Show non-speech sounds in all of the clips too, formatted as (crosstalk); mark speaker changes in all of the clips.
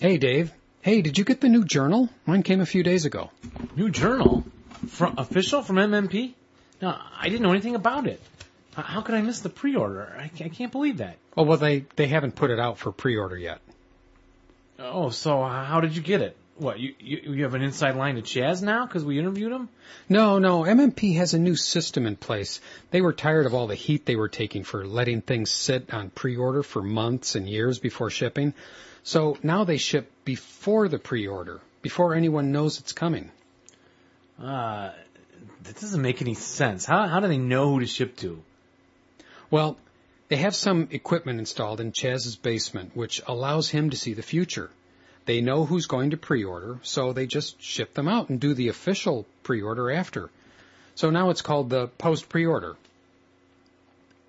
Speaker 1: Hey, Dave. Hey, did you get the new journal? Mine came a few days ago.
Speaker 2: New journal? From, official from MMP? No, I didn't know anything about it. H- How could I miss the pre-order? I, ca- I can't believe that.
Speaker 1: Oh, well, they, they haven't put it out for pre-order yet.
Speaker 2: Oh, so how did you get it? What, you, you, you have an inside line to Chaz now because we interviewed him?
Speaker 1: No, no, MMP has a new system in place. They were tired of all the heat they were taking for letting things sit on pre-order for months and years before shipping. So now they ship before the pre-order, before anyone knows it's coming.
Speaker 2: Uh, that doesn't make any sense. How, how do they know who to ship to?
Speaker 1: Well, they have some equipment installed in Chaz's basement, which allows him to see the future. They know who's going to pre-order, so they just ship them out and do the official pre-order after. So now it's called the post pre-order.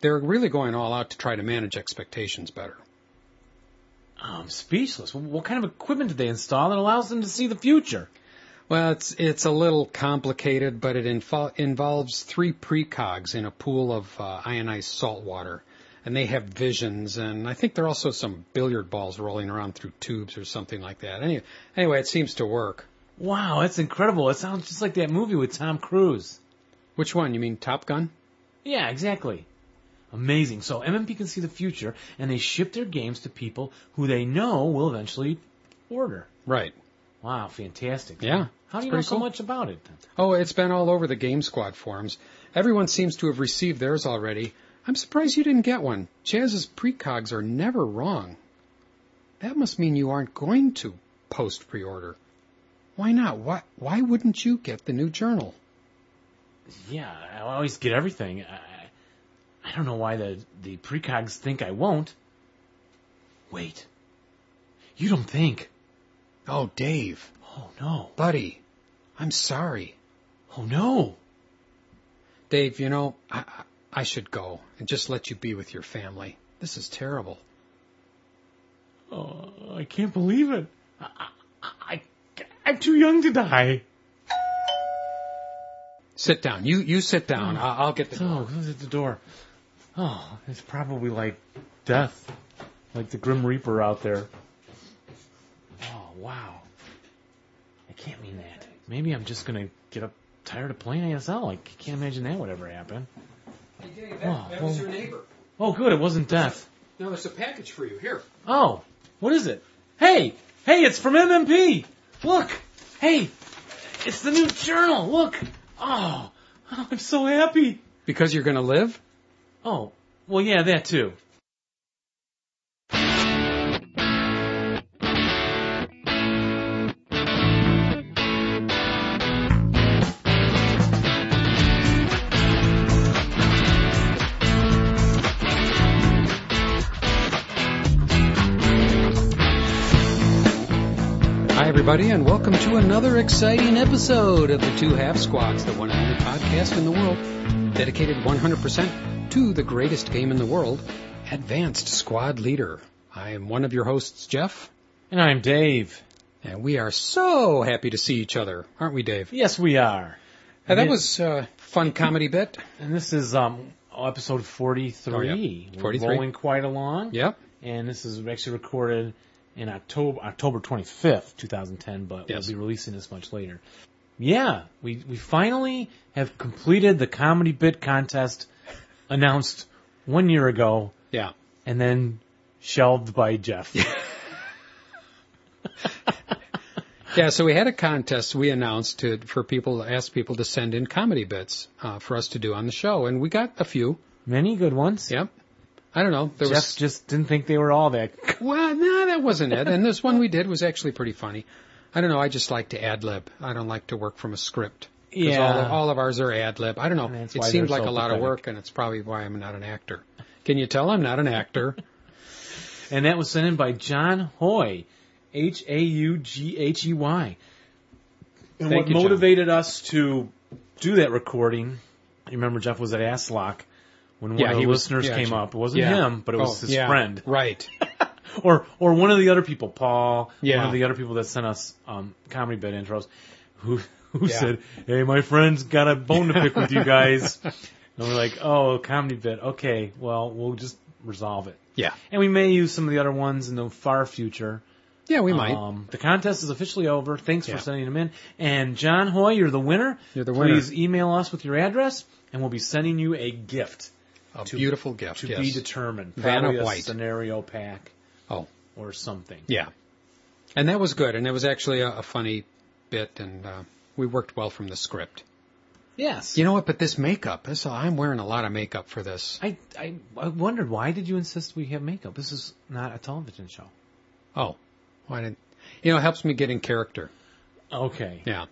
Speaker 1: They're really going all out to try to manage expectations better.
Speaker 2: Oh, I'm speechless. Wh- What kind of equipment did they install that allows them to see the future?
Speaker 1: Well, it's it's a little complicated, but it info- involves three precogs in a pool of uh, ionized salt water, and they have visions, and I think there are also some billiard balls rolling around through tubes or something like that. Anyway, anyway, it seems to work.
Speaker 2: Wow, that's incredible. It sounds just like that movie with Tom Cruise.
Speaker 1: Which one? You mean Top Gun?
Speaker 2: Yeah, exactly. Amazing. So MMP can see the future, and they ship their games to people who they know will eventually order.
Speaker 1: Right.
Speaker 2: Wow, fantastic.
Speaker 1: Yeah.
Speaker 2: How
Speaker 1: It's
Speaker 2: do you know
Speaker 1: pretty
Speaker 2: so
Speaker 1: cool.
Speaker 2: much about it?
Speaker 1: Oh, it's been all over the Game Squad forums. Everyone seems to have received theirs already. I'm surprised you didn't get one. Chaz's precogs are never wrong. That must mean you aren't going to post pre-order. Why not? Why, why wouldn't you get the new journal?
Speaker 2: Yeah, I always get everything. I, I don't know why the, the precogs think I won't. Wait. You don't think.
Speaker 1: Oh, Dave,
Speaker 2: Oh, no.
Speaker 1: buddy, I'm sorry.
Speaker 2: Oh, no.
Speaker 1: Dave, you know, I, I I should go and just let you be with your family. This is terrible.
Speaker 2: Oh, I can't believe it. I, I, I, am too young to die.
Speaker 1: Sit down. You, you sit down. I, I'll get the
Speaker 2: Oh, who's at the door? Oh, it's probably like death. Like the Grim Reaper out there. Oh, wow. I can't mean that. Maybe I'm just gonna get up tired of playing ASL. I can't imagine that would ever happen.
Speaker 1: Dave,
Speaker 2: that- that was your
Speaker 1: neighbor.
Speaker 2: Oh, good, it wasn't death.
Speaker 1: No, there's a package for you. Here.
Speaker 2: Oh, what is it? Hey! Hey, it's from MMP! Look! Hey! It's the new journal! Look! Oh, I'm so happy!
Speaker 1: Because you're going to live?
Speaker 2: Oh, well, yeah, that too.
Speaker 1: Hi, everybody, and welcome to another exciting episode of the Two Half Squads, the one and only podcast in the world dedicated 100% to the greatest game in the world, Advanced Squad Leader. I am one of your hosts, Jeff,
Speaker 2: And I'm Dave.
Speaker 1: and we are so happy to see each other, aren't we, Dave?
Speaker 2: Yes, we are.
Speaker 1: Uh, that was a fun comedy bit.
Speaker 2: And this is um oh, episode 43.
Speaker 1: Oh, yeah.
Speaker 2: We're
Speaker 1: 43.
Speaker 2: rolling quite along.
Speaker 1: Yep.
Speaker 2: And this is actually recorded in October October 25th, 2010, but
Speaker 1: Yes.
Speaker 2: we'll be releasing this much later. Yeah, we we finally have completed the comedy bit contest (laughs) announced 1 year ago
Speaker 1: Yeah.
Speaker 2: and then shelved by Jeff.
Speaker 1: (laughs) Yeah, so we had a contest we announced to, for people, asked people to send in comedy bits uh, for us to do on the show, and we got a few.
Speaker 2: Many good ones.
Speaker 1: Yep. I don't know. There
Speaker 2: Jeff
Speaker 1: was
Speaker 2: just didn't think they were all that. (laughs)
Speaker 1: Well, no, that wasn't it. And this one we did was actually pretty funny. I don't know. I just like to ad lib. I don't like to work from a script. 'Cause All, all of ours are ad lib. I don't know.
Speaker 2: And that's
Speaker 1: It
Speaker 2: why
Speaker 1: seemed
Speaker 2: they're
Speaker 1: like
Speaker 2: so
Speaker 1: a lot of
Speaker 2: pathetic.
Speaker 1: work, and it's probably why I'm not an actor. Can you tell I'm not an actor?
Speaker 2: And that was sent in by John Hoy, H A U G H E Y. And
Speaker 1: Thank
Speaker 2: what
Speaker 1: you, John.
Speaker 2: motivated us to do that recording, you remember Jeff was at Aslock when one
Speaker 1: Yeah,
Speaker 2: of the
Speaker 1: he was-
Speaker 2: listeners
Speaker 1: yeah,
Speaker 2: came
Speaker 1: Jeff-
Speaker 2: up. It wasn't
Speaker 1: yeah.
Speaker 2: him, but it was
Speaker 1: Oh,
Speaker 2: his
Speaker 1: yeah,
Speaker 2: friend.
Speaker 1: Right.
Speaker 2: Or or one of the other people, Paul, one
Speaker 1: Yeah.
Speaker 2: of the other people that sent us um, comedy bit intros, who who
Speaker 1: Yeah.
Speaker 2: said, Hey, my friend's got a bone to pick with
Speaker 1: (laughs)
Speaker 2: you guys. and we're like, Oh, comedy bit, okay, well we'll just resolve it.
Speaker 1: Yeah.
Speaker 2: And we may use some of the other ones in the far future.
Speaker 1: Yeah, we might.
Speaker 2: Um, the contest is officially over. Thanks
Speaker 1: Yeah.
Speaker 2: for sending them in. And John Hoy, you're the winner.
Speaker 1: You're the winner.
Speaker 2: Please email us with your address, and we'll be sending you a gift
Speaker 1: A
Speaker 2: to-
Speaker 1: beautiful gift.
Speaker 2: to
Speaker 1: yes.
Speaker 2: be determined.
Speaker 1: Vanna
Speaker 2: Probably a
Speaker 1: White.
Speaker 2: scenario pack.
Speaker 1: Oh.
Speaker 2: Or something.
Speaker 1: Yeah. And that was good, and it was actually a, a funny bit, and uh, we worked well from the script.
Speaker 2: Yes.
Speaker 1: You know what? But this makeup, this, I'm wearing a lot of makeup for this.
Speaker 2: I, I I wondered why did you insist we have makeup? This is not a television show.
Speaker 1: Oh, why didn't? You know, it helps me get in character.
Speaker 2: Okay.
Speaker 1: Yeah.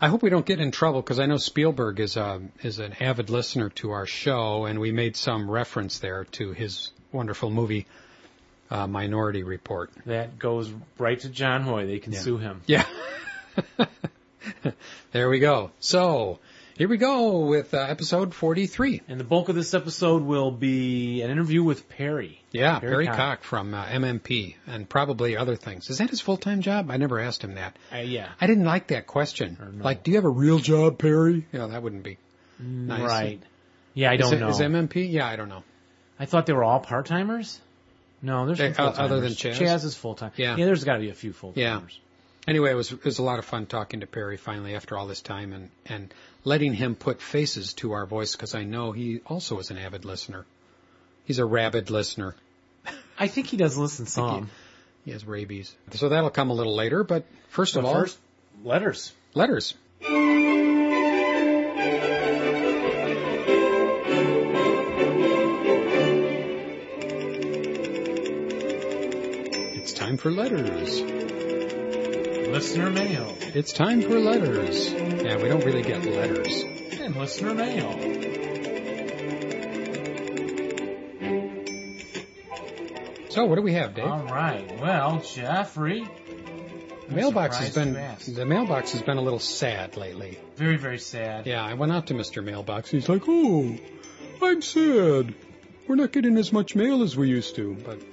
Speaker 1: I hope we don't get in trouble because I know Spielberg is a is an avid listener to our show, and we made some reference there to his wonderful movie uh, Minority Report.
Speaker 2: That goes right to John Hoy. They can
Speaker 1: Yeah.
Speaker 2: sue him.
Speaker 1: Yeah. (laughs) there we go. So here we go with uh, episode 43.
Speaker 2: And the bulk of this episode will be an interview with Perry.
Speaker 1: Yeah,
Speaker 2: Barry
Speaker 1: Barry,
Speaker 2: Cock.
Speaker 1: Cock. from uh, MMP and probably other things. Is that his full time job? I never asked him that.
Speaker 2: Uh, yeah.
Speaker 1: I didn't like that question.
Speaker 2: Or no.
Speaker 1: Like, do you have a real job, Perry? Yeah, that wouldn't be. Nice.
Speaker 2: Right. Yeah, I
Speaker 1: is
Speaker 2: don't
Speaker 1: it-
Speaker 2: know.
Speaker 1: Is MMP? Yeah, I don't know.
Speaker 2: I thought they were all part timers. No, there's
Speaker 1: They-
Speaker 2: some
Speaker 1: Eh, o- other
Speaker 2: full-timers.
Speaker 1: than Chaz?
Speaker 2: Chaz is full time.
Speaker 1: Yeah.
Speaker 2: yeah, there's got to be a few full
Speaker 1: Yeah.
Speaker 2: timers.
Speaker 1: Anyway, it was it was a lot of fun talking to Perry finally after all this time and and letting him put faces to our voice because I know he also is an avid listener. He's a rabid listener.
Speaker 2: I think he does listen some.
Speaker 1: He has rabies. So that'll come a little later, but first
Speaker 2: But
Speaker 1: of all,
Speaker 2: first, letters.
Speaker 1: letters. It's time for letters.
Speaker 2: Listener mail.
Speaker 1: It's time for letters. Yeah, we don't really get letters.
Speaker 2: And listener mail.
Speaker 1: So what do we have, Dave?
Speaker 2: All right. Well, Jeffrey. I'm
Speaker 1: mailbox has
Speaker 2: surprised
Speaker 1: been
Speaker 2: you asked.
Speaker 1: the mailbox has been a little sad lately.
Speaker 2: very, very sad.
Speaker 1: Yeah, I went out to Mr. Mailbox. He's like, "Oh, I'm sad. We're not getting as much mail as we used to." But do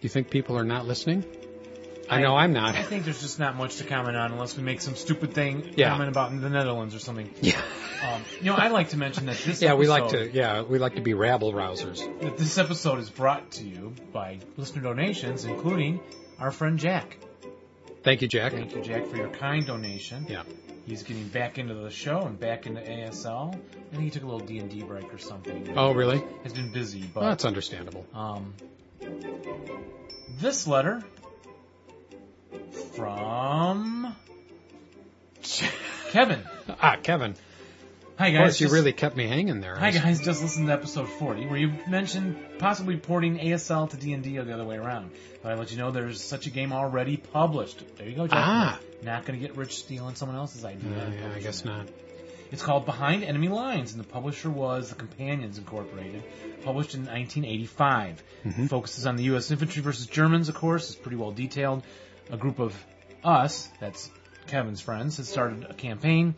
Speaker 1: you think people are not listening? I,
Speaker 2: I-
Speaker 1: know I'm
Speaker 2: (laughs)
Speaker 1: not.
Speaker 2: I think there's just not much to comment on unless we make some stupid thing
Speaker 1: Yeah.
Speaker 2: comment about the Netherlands or something.
Speaker 1: yeah,
Speaker 2: Um, you know, I like to mention that this
Speaker 1: yeah, we like
Speaker 2: episode-
Speaker 1: to. Yeah, we like to be rabble rousers.
Speaker 2: that this episode is brought to you by listener donations, including our friend Jack.
Speaker 1: Thank you, Jack.
Speaker 2: Thank you, Jack, for your kind donation.
Speaker 1: Yeah.
Speaker 2: He's getting back into the show and back into ASL. I think he took a little D and D break or something.
Speaker 1: Oh, really?
Speaker 2: Has been busy, but
Speaker 1: Well, that's understandable.
Speaker 2: um, this letter
Speaker 1: (laughs)
Speaker 2: from Kevin.
Speaker 1: Ah, Kevin.
Speaker 2: Hi
Speaker 1: Of
Speaker 2: guys.
Speaker 1: course, you
Speaker 2: just-
Speaker 1: really kept me hanging there.
Speaker 2: Hi guys, just listen to episode 40 where you mentioned possibly porting ASL to D&D or the other way around. But I let you know there's such a game already published. There you go, Jeff.
Speaker 1: Ah.
Speaker 2: Not going to get rich stealing someone else's
Speaker 1: (laughs)
Speaker 2: idea.
Speaker 1: Uh,
Speaker 2: and
Speaker 1: yeah, I
Speaker 2: publishing
Speaker 1: guess
Speaker 2: it.
Speaker 1: not.
Speaker 2: It's called Behind Enemy Lines, and the publisher was The Companions Incorporated, published in 1985. It focuses on the U.S. infantry versus Germans, of course. It's pretty well detailed. A group of us, that's Kevin's friends, has started a campaign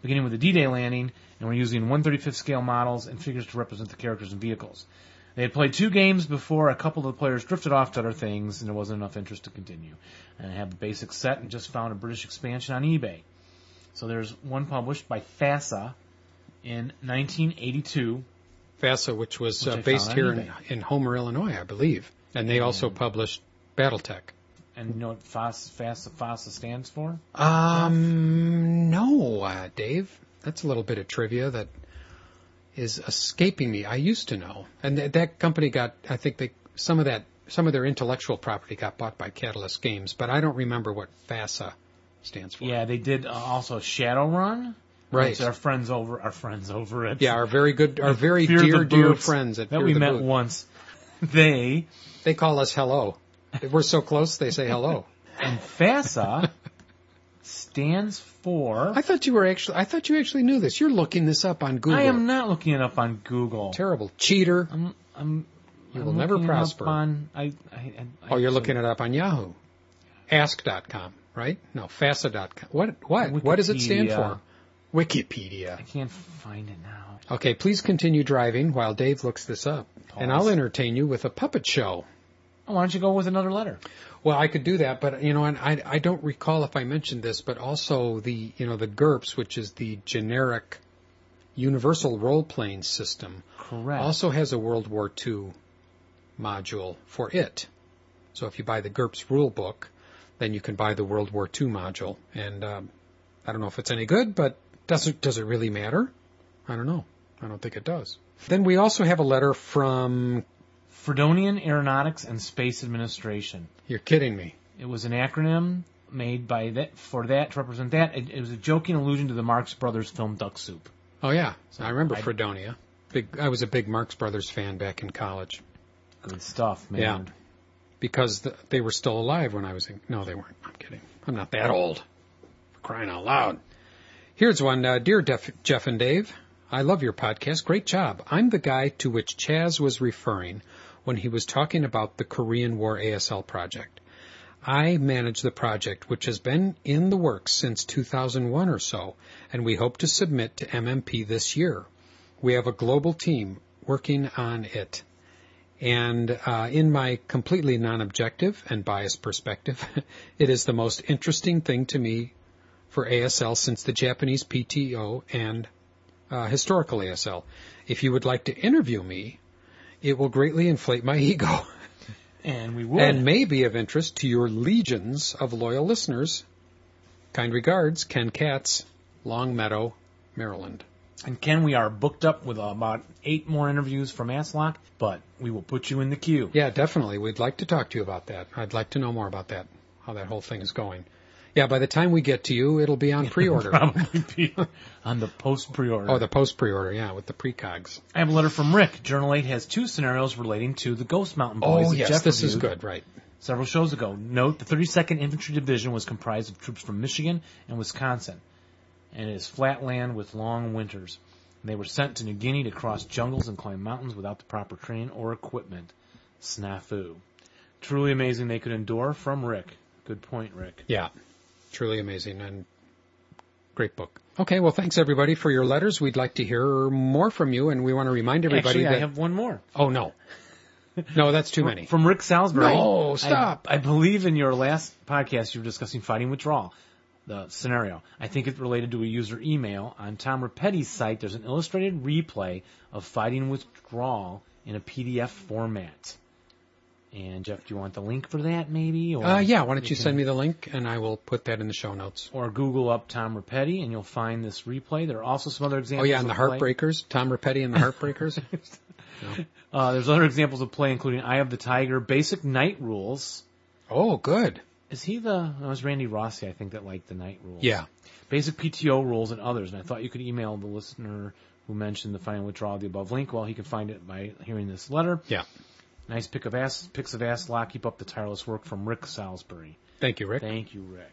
Speaker 2: beginning with the D-Day landing, and we're using 135th scale models and figures to represent the characters and vehicles. They had played two games before a couple of the players drifted off to other things, and there wasn't enough interest to continue. And I have the basic set and just found a British expansion on eBay. So there's one published by FASA in 1982.
Speaker 1: FASA, which was
Speaker 2: Which I
Speaker 1: uh,
Speaker 2: found
Speaker 1: based
Speaker 2: on
Speaker 1: here in,
Speaker 2: eBay.
Speaker 1: in Homer, Illinois, I believe, and they also published BattleTech.
Speaker 2: And you know what FASA, FASA, FASA stands for?
Speaker 1: Um, no, uh, Dave. That's a little bit of trivia that is escaping me. I used to know, and th- that company got. I think they some of that some of their intellectual property got bought by Catalyst Games, but I don't remember what FASA stands for.
Speaker 2: Yeah, they did uh, also Shadowrun.
Speaker 1: right.
Speaker 2: Which our friends over, our friends over at
Speaker 1: Yeah, our very good,
Speaker 2: (laughs)
Speaker 1: our very
Speaker 2: Fear the
Speaker 1: dear, dear
Speaker 2: Booth
Speaker 1: friends at
Speaker 2: that
Speaker 1: Fear
Speaker 2: we
Speaker 1: the
Speaker 2: met
Speaker 1: Booth.
Speaker 2: once. (laughs) They
Speaker 1: They call us hello. We're so close, they say
Speaker 2: (laughs)
Speaker 1: hello.
Speaker 2: and
Speaker 1: (laughs)
Speaker 2: FASA stands for.
Speaker 1: I thought you were actually. I thought you actually knew this. You're looking this up on Google.
Speaker 2: I am not looking it up on Google.
Speaker 1: terrible cheater.
Speaker 2: I'm, I'm,
Speaker 1: You
Speaker 2: I'm
Speaker 1: will never
Speaker 2: looking it up
Speaker 1: prosper.
Speaker 2: On, I, I, I,
Speaker 1: Oh, you're looking it up on Yahoo. Ask.com, right? No, FASA.com. What? What? What does it stand for?
Speaker 2: Wikipedia. I
Speaker 1: Wikipedia.
Speaker 2: can't find it now.
Speaker 1: Okay, please continue driving while Dave looks this up, and
Speaker 2: Pause.
Speaker 1: I'll entertain you with a puppet show.
Speaker 2: Oh, why don't you go with another letter?
Speaker 1: Well, I could do that, but you know, and I I don't recall if I mentioned this, but also the you know the GURPS, which is the generic universal role playing system,
Speaker 2: Correct.
Speaker 1: also has a World War II module for it. So if you buy the GURPS rule book, then you can buy the World War II module. And um, I don't know if it's any good, but does it does it really matter? I don't know. I don't think it does. Then we also have a letter from.
Speaker 2: Fredonian Aeronautics and Space Administration.
Speaker 1: You're kidding me.
Speaker 2: It was an acronym made by that for that to represent that. It, it was a joking allusion to the Marx Brothers film Duck Soup.
Speaker 1: Oh yeah, I remember
Speaker 2: I-
Speaker 1: Fredonia. Big, I was a big Marx Brothers fan back in college
Speaker 2: Good stuff, man.
Speaker 1: Yeah. because th they were still alive when I was in. No, they weren't. I'm kidding. I'm not that old. For crying out loud. Here's one, uh, dear Def, Jeff and Dave. I love your podcast. Great job. I'm the guy to which Chaz was referring when he was talking about the Korean War ASL project. I manage the project, which has been in the works since 2001 or so, and we hope to submit to MMP this year. We have a global team working on it. And uh, in my completely non-objective and biased perspective, (laughs) it is the most interesting thing to me for ASL since the Japanese PTO and uh, historical ASL. If you would like to interview me, it will greatly inflate my (laughs) ego
Speaker 2: And we would.
Speaker 1: and may be of interest to your legions of loyal listeners. Kind regards, Ken Katz, Longmeadow, Maryland.
Speaker 2: And Ken, we are booked up with about eight more interviews from Aslock, but we will put you in the queue.
Speaker 1: Yeah, definitely. We'd like to talk to you about that. I'd like to know more about that, how that whole thing is going. Yeah, by the time we get to you, it'll be on
Speaker 2: (laughs)
Speaker 1: pre-order.
Speaker 2: Probably be (laughs) on the post pre-order.
Speaker 1: oh, the post pre-order, yeah, with the precogs.
Speaker 2: I have a letter from Rick. Journal 8 has two scenarios relating to the Ghost Mountain Boys.
Speaker 1: Oh,
Speaker 2: that
Speaker 1: yes,
Speaker 2: Jeff
Speaker 1: this is
Speaker 2: reviewed
Speaker 1: good, right.
Speaker 2: Several shows ago. Note the 32nd Infantry Division was comprised of troops from Michigan and Wisconsin, and it is flat land with long winters. They were sent to New Guinea to cross jungles and climb mountains without the proper training or equipment. Snafu. Truly amazing they could endure from Rick. Good point, Rick.
Speaker 1: Yeah, truly amazing and great book. Okay, well, thanks everybody for your letters. We'd like to hear more from you, and we want to remind everybody
Speaker 2: Actually,
Speaker 1: that.
Speaker 2: I have one more.
Speaker 1: Oh no, no, that's too many.
Speaker 2: From Rick Salisbury.
Speaker 1: No,
Speaker 2: I-
Speaker 1: stop.
Speaker 2: I, believe in your last podcast you were discussing fighting withdrawal, the scenario. I think it's related to a user email. On Tom Rapetti's site, there's an illustrated replay of fighting withdrawal in a PDF format. And Jeff, do you want the link for that maybe? Or
Speaker 1: Uh, yeah, why don't you
Speaker 2: um, can-
Speaker 1: send me the link, and I will put that in the show notes.
Speaker 2: Or Google up Tom Rapetti and you'll find this replay. There are also some other
Speaker 1: Oh
Speaker 2: examples.
Speaker 1: yeah, and the
Speaker 2: of play-
Speaker 1: Heartbreakers, Tom Rapetti
Speaker 2: (laughs)
Speaker 1: and the Heartbreakers.
Speaker 2: Uh, there's other examples of play, including Eye of the Tiger, Basic Night Rules.
Speaker 1: oh, good.
Speaker 2: Is he the? No, it was Randy Rossi, I think, that liked the night rules.
Speaker 1: Yeah.
Speaker 2: Basic PTO rules and others. And I thought you could email the listener who mentioned the final withdrawal of the above link. Well, he can find it by hearing this letter.
Speaker 1: Yeah.
Speaker 2: Nice pick of ass, picks of ass. Lock, keep up the tireless work from Rick Salisbury.
Speaker 1: Thank you, Rick.
Speaker 2: Thank you, Rick.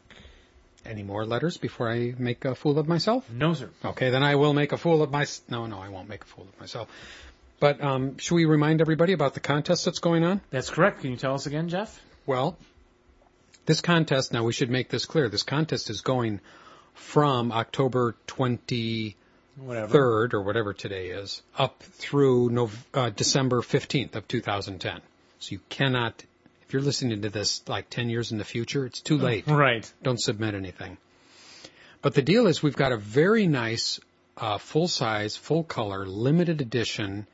Speaker 1: Any more letters before I make a fool of myself?
Speaker 2: No, sir.
Speaker 1: Okay, then I will make a fool of my. No, no, I won't make a fool of myself. But um, should we remind everybody about the contest that's going on?
Speaker 2: That's correct. Can you tell us again, Jeff?
Speaker 1: Well, this contest, now we should make this clear. This contest is going from October 23rd
Speaker 2: Whatever.
Speaker 1: or whatever today is up through Nov- uh, December 15th of 2010. So you cannot, if you're listening to this like 10 years in the future, it's too late.
Speaker 2: Right.
Speaker 1: Don't submit anything. But the deal is we've got a very nice uh, full size, full color, limited edition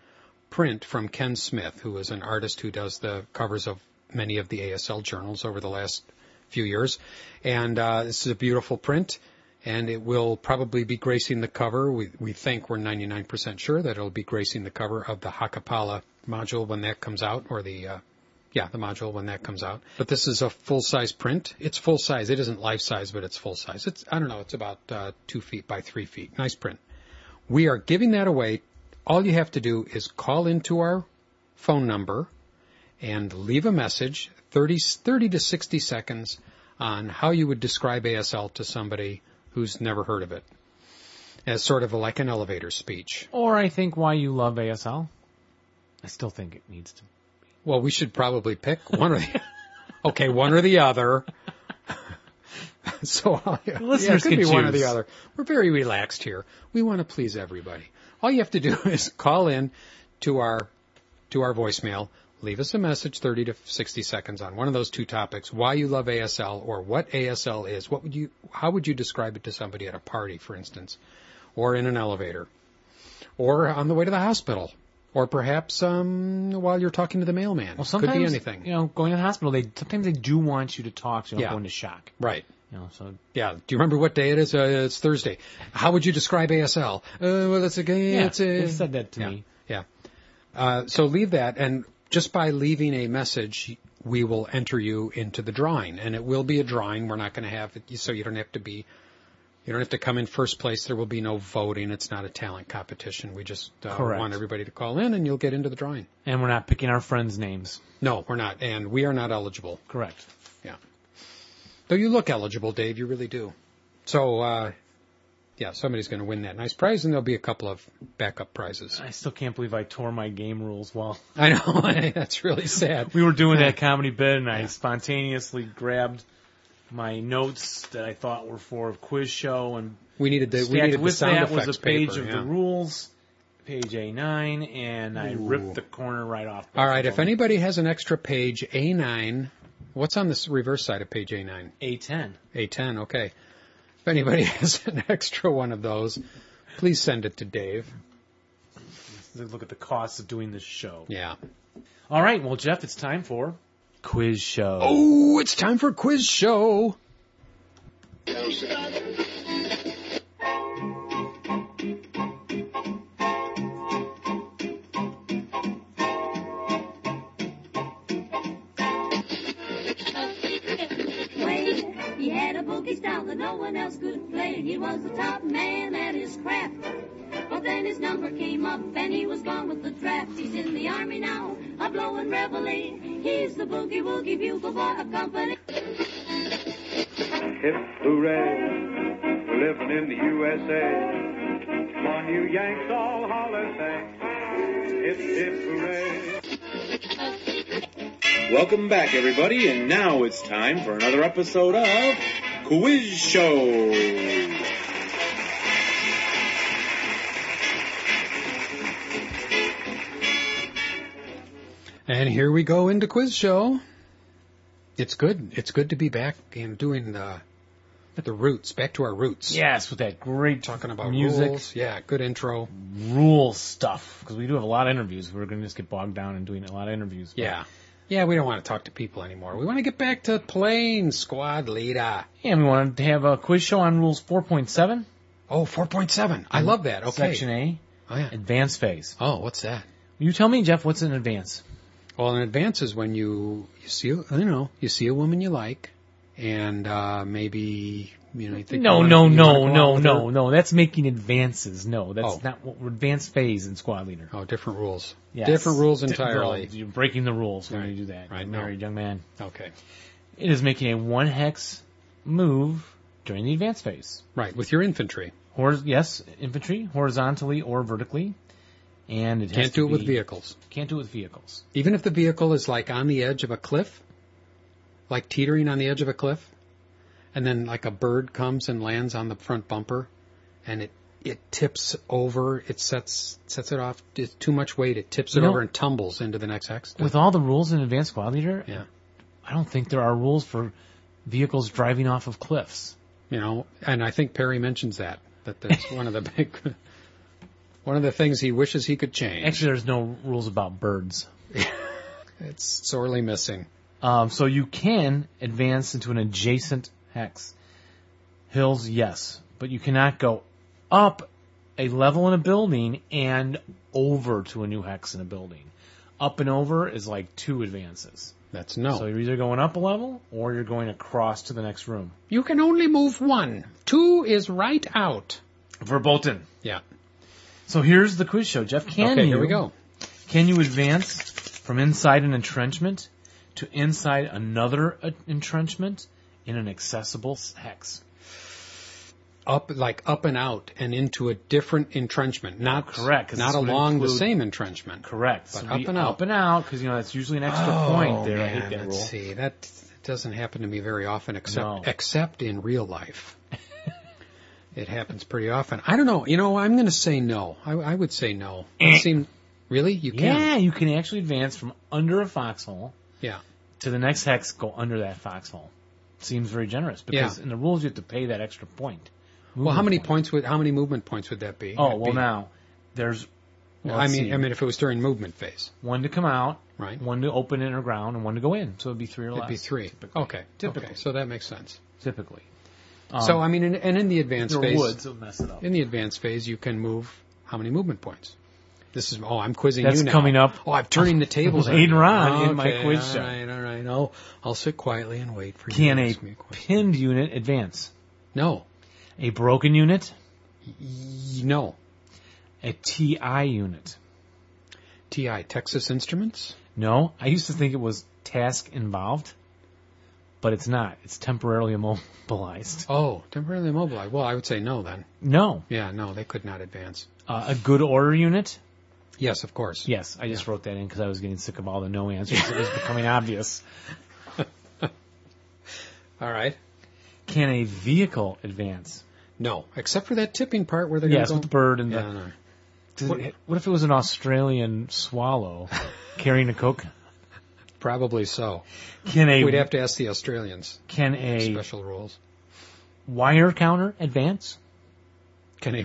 Speaker 1: print from Ken Smith, who is an artist who does the covers of many of the ASL journals over the last few years. And uh, this is a beautiful print. And it will probably be gracing the cover. We, we think we're 99% sure that it'll be gracing the cover of the Hakapala module when that comes out, or the uh, yeah, the module when that comes out. But this is a full size print. It's full size. It isn't life size, but it's full size. It's, I don't know, it's about uh, two feet by three feet. Nice print. We are giving that away. All you have to do is call into our phone number and leave a message 30, 30 to 60 seconds on how you would describe ASL to somebody who's never heard of it as sort of like an elevator speech.
Speaker 2: Or I think why you love ASL. I still think it needs to.
Speaker 1: Well, we should probably pick one or the okay, one or the other. so (laughs) uh, yeah,
Speaker 2: listeners
Speaker 1: it could
Speaker 2: can
Speaker 1: be one or the
Speaker 2: choose.
Speaker 1: other. We're very relaxed here. We want to please everybody. All you have to do (laughs) is call in to our to our voicemail, leave us a message 30 to 60 seconds on one of those two topics, why you love ASL or what ASL is. What would you how would you describe it to somebody at a party, for instance, or in an elevator, or on the way to the hospital, Or perhaps um, while you're talking to the mailman.
Speaker 2: Well,
Speaker 1: Could
Speaker 2: sometimes
Speaker 1: be anything.
Speaker 2: You know, going to the hospital, they sometimes they do want you to talk, so you don't
Speaker 1: Yeah.
Speaker 2: go into shock.
Speaker 1: Right.
Speaker 2: You know, so
Speaker 1: Yeah. Do you remember what day it is? Uh, it's Thursday. How would you describe ASL? Uh, well, it's a game.
Speaker 2: yeah,
Speaker 1: it's a,
Speaker 2: they said that to
Speaker 1: yeah.
Speaker 2: me.
Speaker 1: Yeah. Uh, so leave that, and just by leaving a message, we will enter you into the drawing, and it will be a drawing. We're not going to have it, so you don't have to be, you don't have to come in first place. There will be no voting. It's not a talent competition. We just uh,
Speaker 2: Correct.
Speaker 1: want everybody to call in, and you'll get into the drawing.
Speaker 2: And we're not picking our friends' names.
Speaker 1: No, we're not, and we are not eligible.
Speaker 2: Correct.
Speaker 1: Though you look eligible, Dave, you really do. So, uh, yeah, somebody's going to win that nice prize, and there'll be a couple of backup prizes.
Speaker 2: I still can't believe I tore my game
Speaker 1: (laughs)
Speaker 2: rules while
Speaker 1: I know that's really sad.
Speaker 2: we were doing that comedy bit, and I spontaneously grabbed my notes that I thought were for a quiz show, and
Speaker 1: We needed the
Speaker 2: stacked
Speaker 1: we needed the
Speaker 2: with
Speaker 1: sound
Speaker 2: that
Speaker 1: effects
Speaker 2: was a page
Speaker 1: paper,
Speaker 2: of
Speaker 1: yeah.
Speaker 2: the rules, page A9, and I
Speaker 1: Ooh.
Speaker 2: ripped the corner right off.
Speaker 1: All right, if anybody has an extra page A9, what's on this reverse side of page A9?
Speaker 2: A10.
Speaker 1: A10, okay. If anybody (laughs) has an extra one of those, please send it to Dave.
Speaker 2: Look at the cost of doing this show.
Speaker 1: Yeah.
Speaker 2: All right, well, Jeff, it's time for quiz show.
Speaker 1: Oh, it's time for quiz show.
Speaker 3: Wade. He had a boogie style that no one else could play. He was the top man at his craft. But then his number came up and he was gone with the draft. He's in the army now, a blowing reveille. He's the boogie woogie bugle boy of company.
Speaker 4: Hip hooray, we're living in the USA. One you Yanks all holler thanks. Hip hip hooray.
Speaker 5: Welcome back, everybody, and now it's time for another episode of Quiz Show.
Speaker 1: And here we go into quiz show. It's good. It's good to be back and doing the the roots, back to our roots.
Speaker 2: Yes, with that great
Speaker 1: Talking about
Speaker 2: music,
Speaker 1: rules. Yeah, good intro.
Speaker 2: rule stuff, because we do have a lot of interviews. We're going to just get bogged down in doing a lot of interviews. but-
Speaker 1: Yeah. Yeah, we don't want to talk to people anymore. We want to get back to playing squad leader.
Speaker 2: Yeah, we wanted to have a quiz show on rules 4.7,
Speaker 1: Oh, 4.7. I love that. Okay.
Speaker 2: section A,
Speaker 1: Oh, yeah.
Speaker 2: advanced phase.
Speaker 1: Oh, what's that?
Speaker 2: You tell me, Jeff, what's an advance?
Speaker 1: Well, an advance is when you, you see, you know, you see a woman you like and, uh, maybe, you know, you think.
Speaker 2: No,
Speaker 1: you wanna-
Speaker 2: no,
Speaker 1: you
Speaker 2: no,
Speaker 1: wanna go out
Speaker 2: no,
Speaker 1: with
Speaker 2: no,
Speaker 1: her.
Speaker 2: no. That's making advances. No, that's
Speaker 1: Oh.
Speaker 2: not what we're advanced phase in squad leader.
Speaker 1: Oh, different rules.
Speaker 2: Yes.
Speaker 1: Different rules
Speaker 2: Di- well,
Speaker 1: entirely.
Speaker 2: you're breaking the rules when
Speaker 1: Right.
Speaker 2: you do that.
Speaker 1: Right,
Speaker 2: You're a
Speaker 1: no.
Speaker 2: married young man.
Speaker 1: Okay.
Speaker 2: It is making a one hex move during the advanced phase.
Speaker 1: Right. With your infantry.
Speaker 2: Hor- yes, infantry, horizontally or vertically, and it has
Speaker 1: Can't
Speaker 2: to
Speaker 1: do it with
Speaker 2: be-
Speaker 1: vehicles.
Speaker 2: Can't do it with vehicles.
Speaker 1: Even if the vehicle is like on the edge of a cliff, like teetering on the edge of a cliff, and then like a bird comes and lands on the front bumper, and it it tips over, it sets sets it off. It's too much weight. It tips it
Speaker 2: You know-
Speaker 1: over and tumbles into the next hex.
Speaker 2: With all the rules in Advanced Squad Leader,
Speaker 1: Yeah.
Speaker 2: I don't think there are rules for vehicles driving off of cliffs.
Speaker 1: you know, and I think Perry mentions that that that's one of the (laughs) big one of the things he wishes he could change.
Speaker 2: Actually, there's no rules about birds.
Speaker 1: it's sorely missing.
Speaker 2: Um, so you can advance into an adjacent hex. Hills, yes, but you cannot go up a level in a building and over to a new hex in a building. Up and over is like two advances.
Speaker 1: That's no.
Speaker 2: So you're either going up a level or you're going across to the next room.
Speaker 1: you can only move one. Two is right out.
Speaker 2: Verboten.
Speaker 1: Yeah.
Speaker 2: So here's the quiz show, Jeff. Can
Speaker 1: okay,
Speaker 2: you
Speaker 1: here we go.
Speaker 2: Can you advance from inside an entrenchment to inside another uh, entrenchment in an accessible s- hex?
Speaker 1: up like up and out and into a different entrenchment, not
Speaker 2: correct, 'cause
Speaker 1: not
Speaker 2: this would
Speaker 1: along the
Speaker 2: include-
Speaker 1: same entrenchment.
Speaker 2: Correct.
Speaker 1: But
Speaker 2: so
Speaker 1: up
Speaker 2: we
Speaker 1: and out.
Speaker 2: up and out, because you know that's usually an extra point there. I hate that
Speaker 1: Oh, let's
Speaker 2: rule.
Speaker 1: see. That doesn't happen to me very often, except
Speaker 2: No.
Speaker 1: except in real
Speaker 2: (laughs)
Speaker 1: life. it happens pretty often. I don't know. You know, I'm going to say no. I, I would say no. It seem really you
Speaker 2: Eh. Yeah,
Speaker 1: can.
Speaker 2: you can actually advance from under a foxhole
Speaker 1: Yeah.
Speaker 2: to the next hex, go under that foxhole. Seems very generous because
Speaker 1: Yeah.
Speaker 2: in the rules you have to pay that extra point.
Speaker 1: Well, how many
Speaker 2: points?
Speaker 1: points would how many movement points would that be?
Speaker 2: Oh
Speaker 1: It'd
Speaker 2: well,
Speaker 1: be-
Speaker 2: now there's
Speaker 1: Well, I
Speaker 2: Let's
Speaker 1: mean,
Speaker 2: see.
Speaker 1: I mean, if it was during movement phase,
Speaker 2: one to come out,
Speaker 1: right?
Speaker 2: one to open underground, and one to go in. So it'd be three or
Speaker 1: It'd
Speaker 2: less.
Speaker 1: be three.
Speaker 2: Typically.
Speaker 1: Okay.
Speaker 2: Typically.
Speaker 1: Okay. So that makes sense.
Speaker 2: Typically. Um,
Speaker 1: so I mean, in, and in the advanced
Speaker 2: there
Speaker 1: phase,
Speaker 2: would, so mess it up.
Speaker 1: in the advanced phase, you can move how many movement points. This is oh, I'm quizzing
Speaker 2: That's
Speaker 1: you now.
Speaker 2: coming up.
Speaker 1: Oh, I'm turning the
Speaker 2: (laughs)
Speaker 1: tables. on
Speaker 2: Later
Speaker 1: you.
Speaker 2: on in my
Speaker 1: Okay,
Speaker 2: quiz
Speaker 1: all
Speaker 2: show.
Speaker 1: right, all right. I'll I'll sit quietly and wait for
Speaker 2: Can
Speaker 1: you. to
Speaker 2: a
Speaker 1: ask me a question.
Speaker 2: pinned unit advance?
Speaker 1: No,
Speaker 2: A broken unit?
Speaker 1: Y- no.
Speaker 2: A TI unit?
Speaker 1: Ti Texas Instruments.
Speaker 2: No, I used to think it was task involved, but it's not. It's temporarily immobilized.
Speaker 1: Oh, temporarily immobilized. Well, I would say no then.
Speaker 2: No,
Speaker 1: Yeah, no, they could not advance.
Speaker 2: uh, a good order unit.
Speaker 1: Yes, of course.
Speaker 2: Yes, I just wrote that in because I was getting sick of all the no answers. it was becoming obvious.
Speaker 1: All right.
Speaker 2: Can a vehicle advance?
Speaker 1: No, except for that tipping part where they're
Speaker 2: Yes,
Speaker 1: going to
Speaker 2: with the
Speaker 1: go.
Speaker 2: bird and
Speaker 1: yeah,
Speaker 2: the.
Speaker 1: no.
Speaker 2: What, what if it was an Australian (laughs) swallow carrying a coconut?
Speaker 1: Probably so.
Speaker 2: Can a
Speaker 1: We'd have to ask the Australians
Speaker 2: can a
Speaker 1: special rules.
Speaker 2: wire counter advance?
Speaker 1: Can a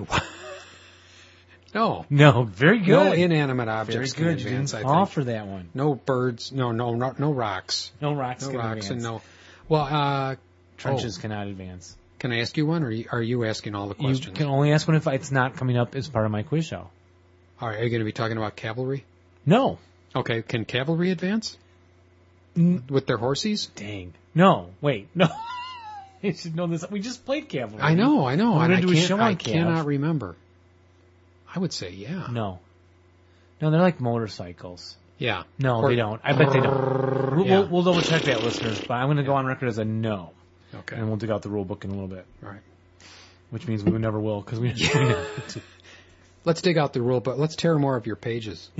Speaker 1: (laughs) no,
Speaker 2: No, very good.
Speaker 1: no inanimate
Speaker 2: very
Speaker 1: objects can
Speaker 2: good. You
Speaker 1: advance.
Speaker 2: didn't
Speaker 1: I
Speaker 2: fall
Speaker 1: think
Speaker 2: for that one.
Speaker 1: no birds, no no no, no rocks,
Speaker 2: No rocks
Speaker 1: no
Speaker 2: can
Speaker 1: rocks,
Speaker 2: advance.
Speaker 1: and no. Well, uh,
Speaker 2: Trenches cannot advance.
Speaker 1: can I ask you one, or are you, are you asking all the
Speaker 2: You
Speaker 1: questions?
Speaker 2: can only ask one if it's not coming up as part of my quiz show.
Speaker 1: All right, are you going to be talking about cavalry?
Speaker 2: No.
Speaker 1: Okay, can cavalry advance
Speaker 2: N-
Speaker 1: with their horses?
Speaker 2: dang. No. Wait. No. (laughs) you should know this. We just played cavalry.
Speaker 1: I know, I know,
Speaker 2: We're
Speaker 1: and
Speaker 2: gonna
Speaker 1: I,
Speaker 2: do a
Speaker 1: can't,
Speaker 2: show
Speaker 1: I
Speaker 2: on calves.
Speaker 1: cannot remember. I would say yeah,
Speaker 2: No. No, they're like motorcycles.
Speaker 1: yeah.
Speaker 2: No,
Speaker 1: Or-
Speaker 2: they don't. I bet they don't. We'll,
Speaker 1: Yeah.
Speaker 2: we'll, we'll double check that, listeners. But I'm going to go on record as a no,
Speaker 1: (laughs) Okay,
Speaker 2: and
Speaker 1: all
Speaker 2: we'll dig out the rule book in a little bit,
Speaker 1: right.
Speaker 2: which means we never will because we. (laughs)
Speaker 1: Let's dig out the rule, but let's tear more of your
Speaker 2: (laughs)
Speaker 1: pages.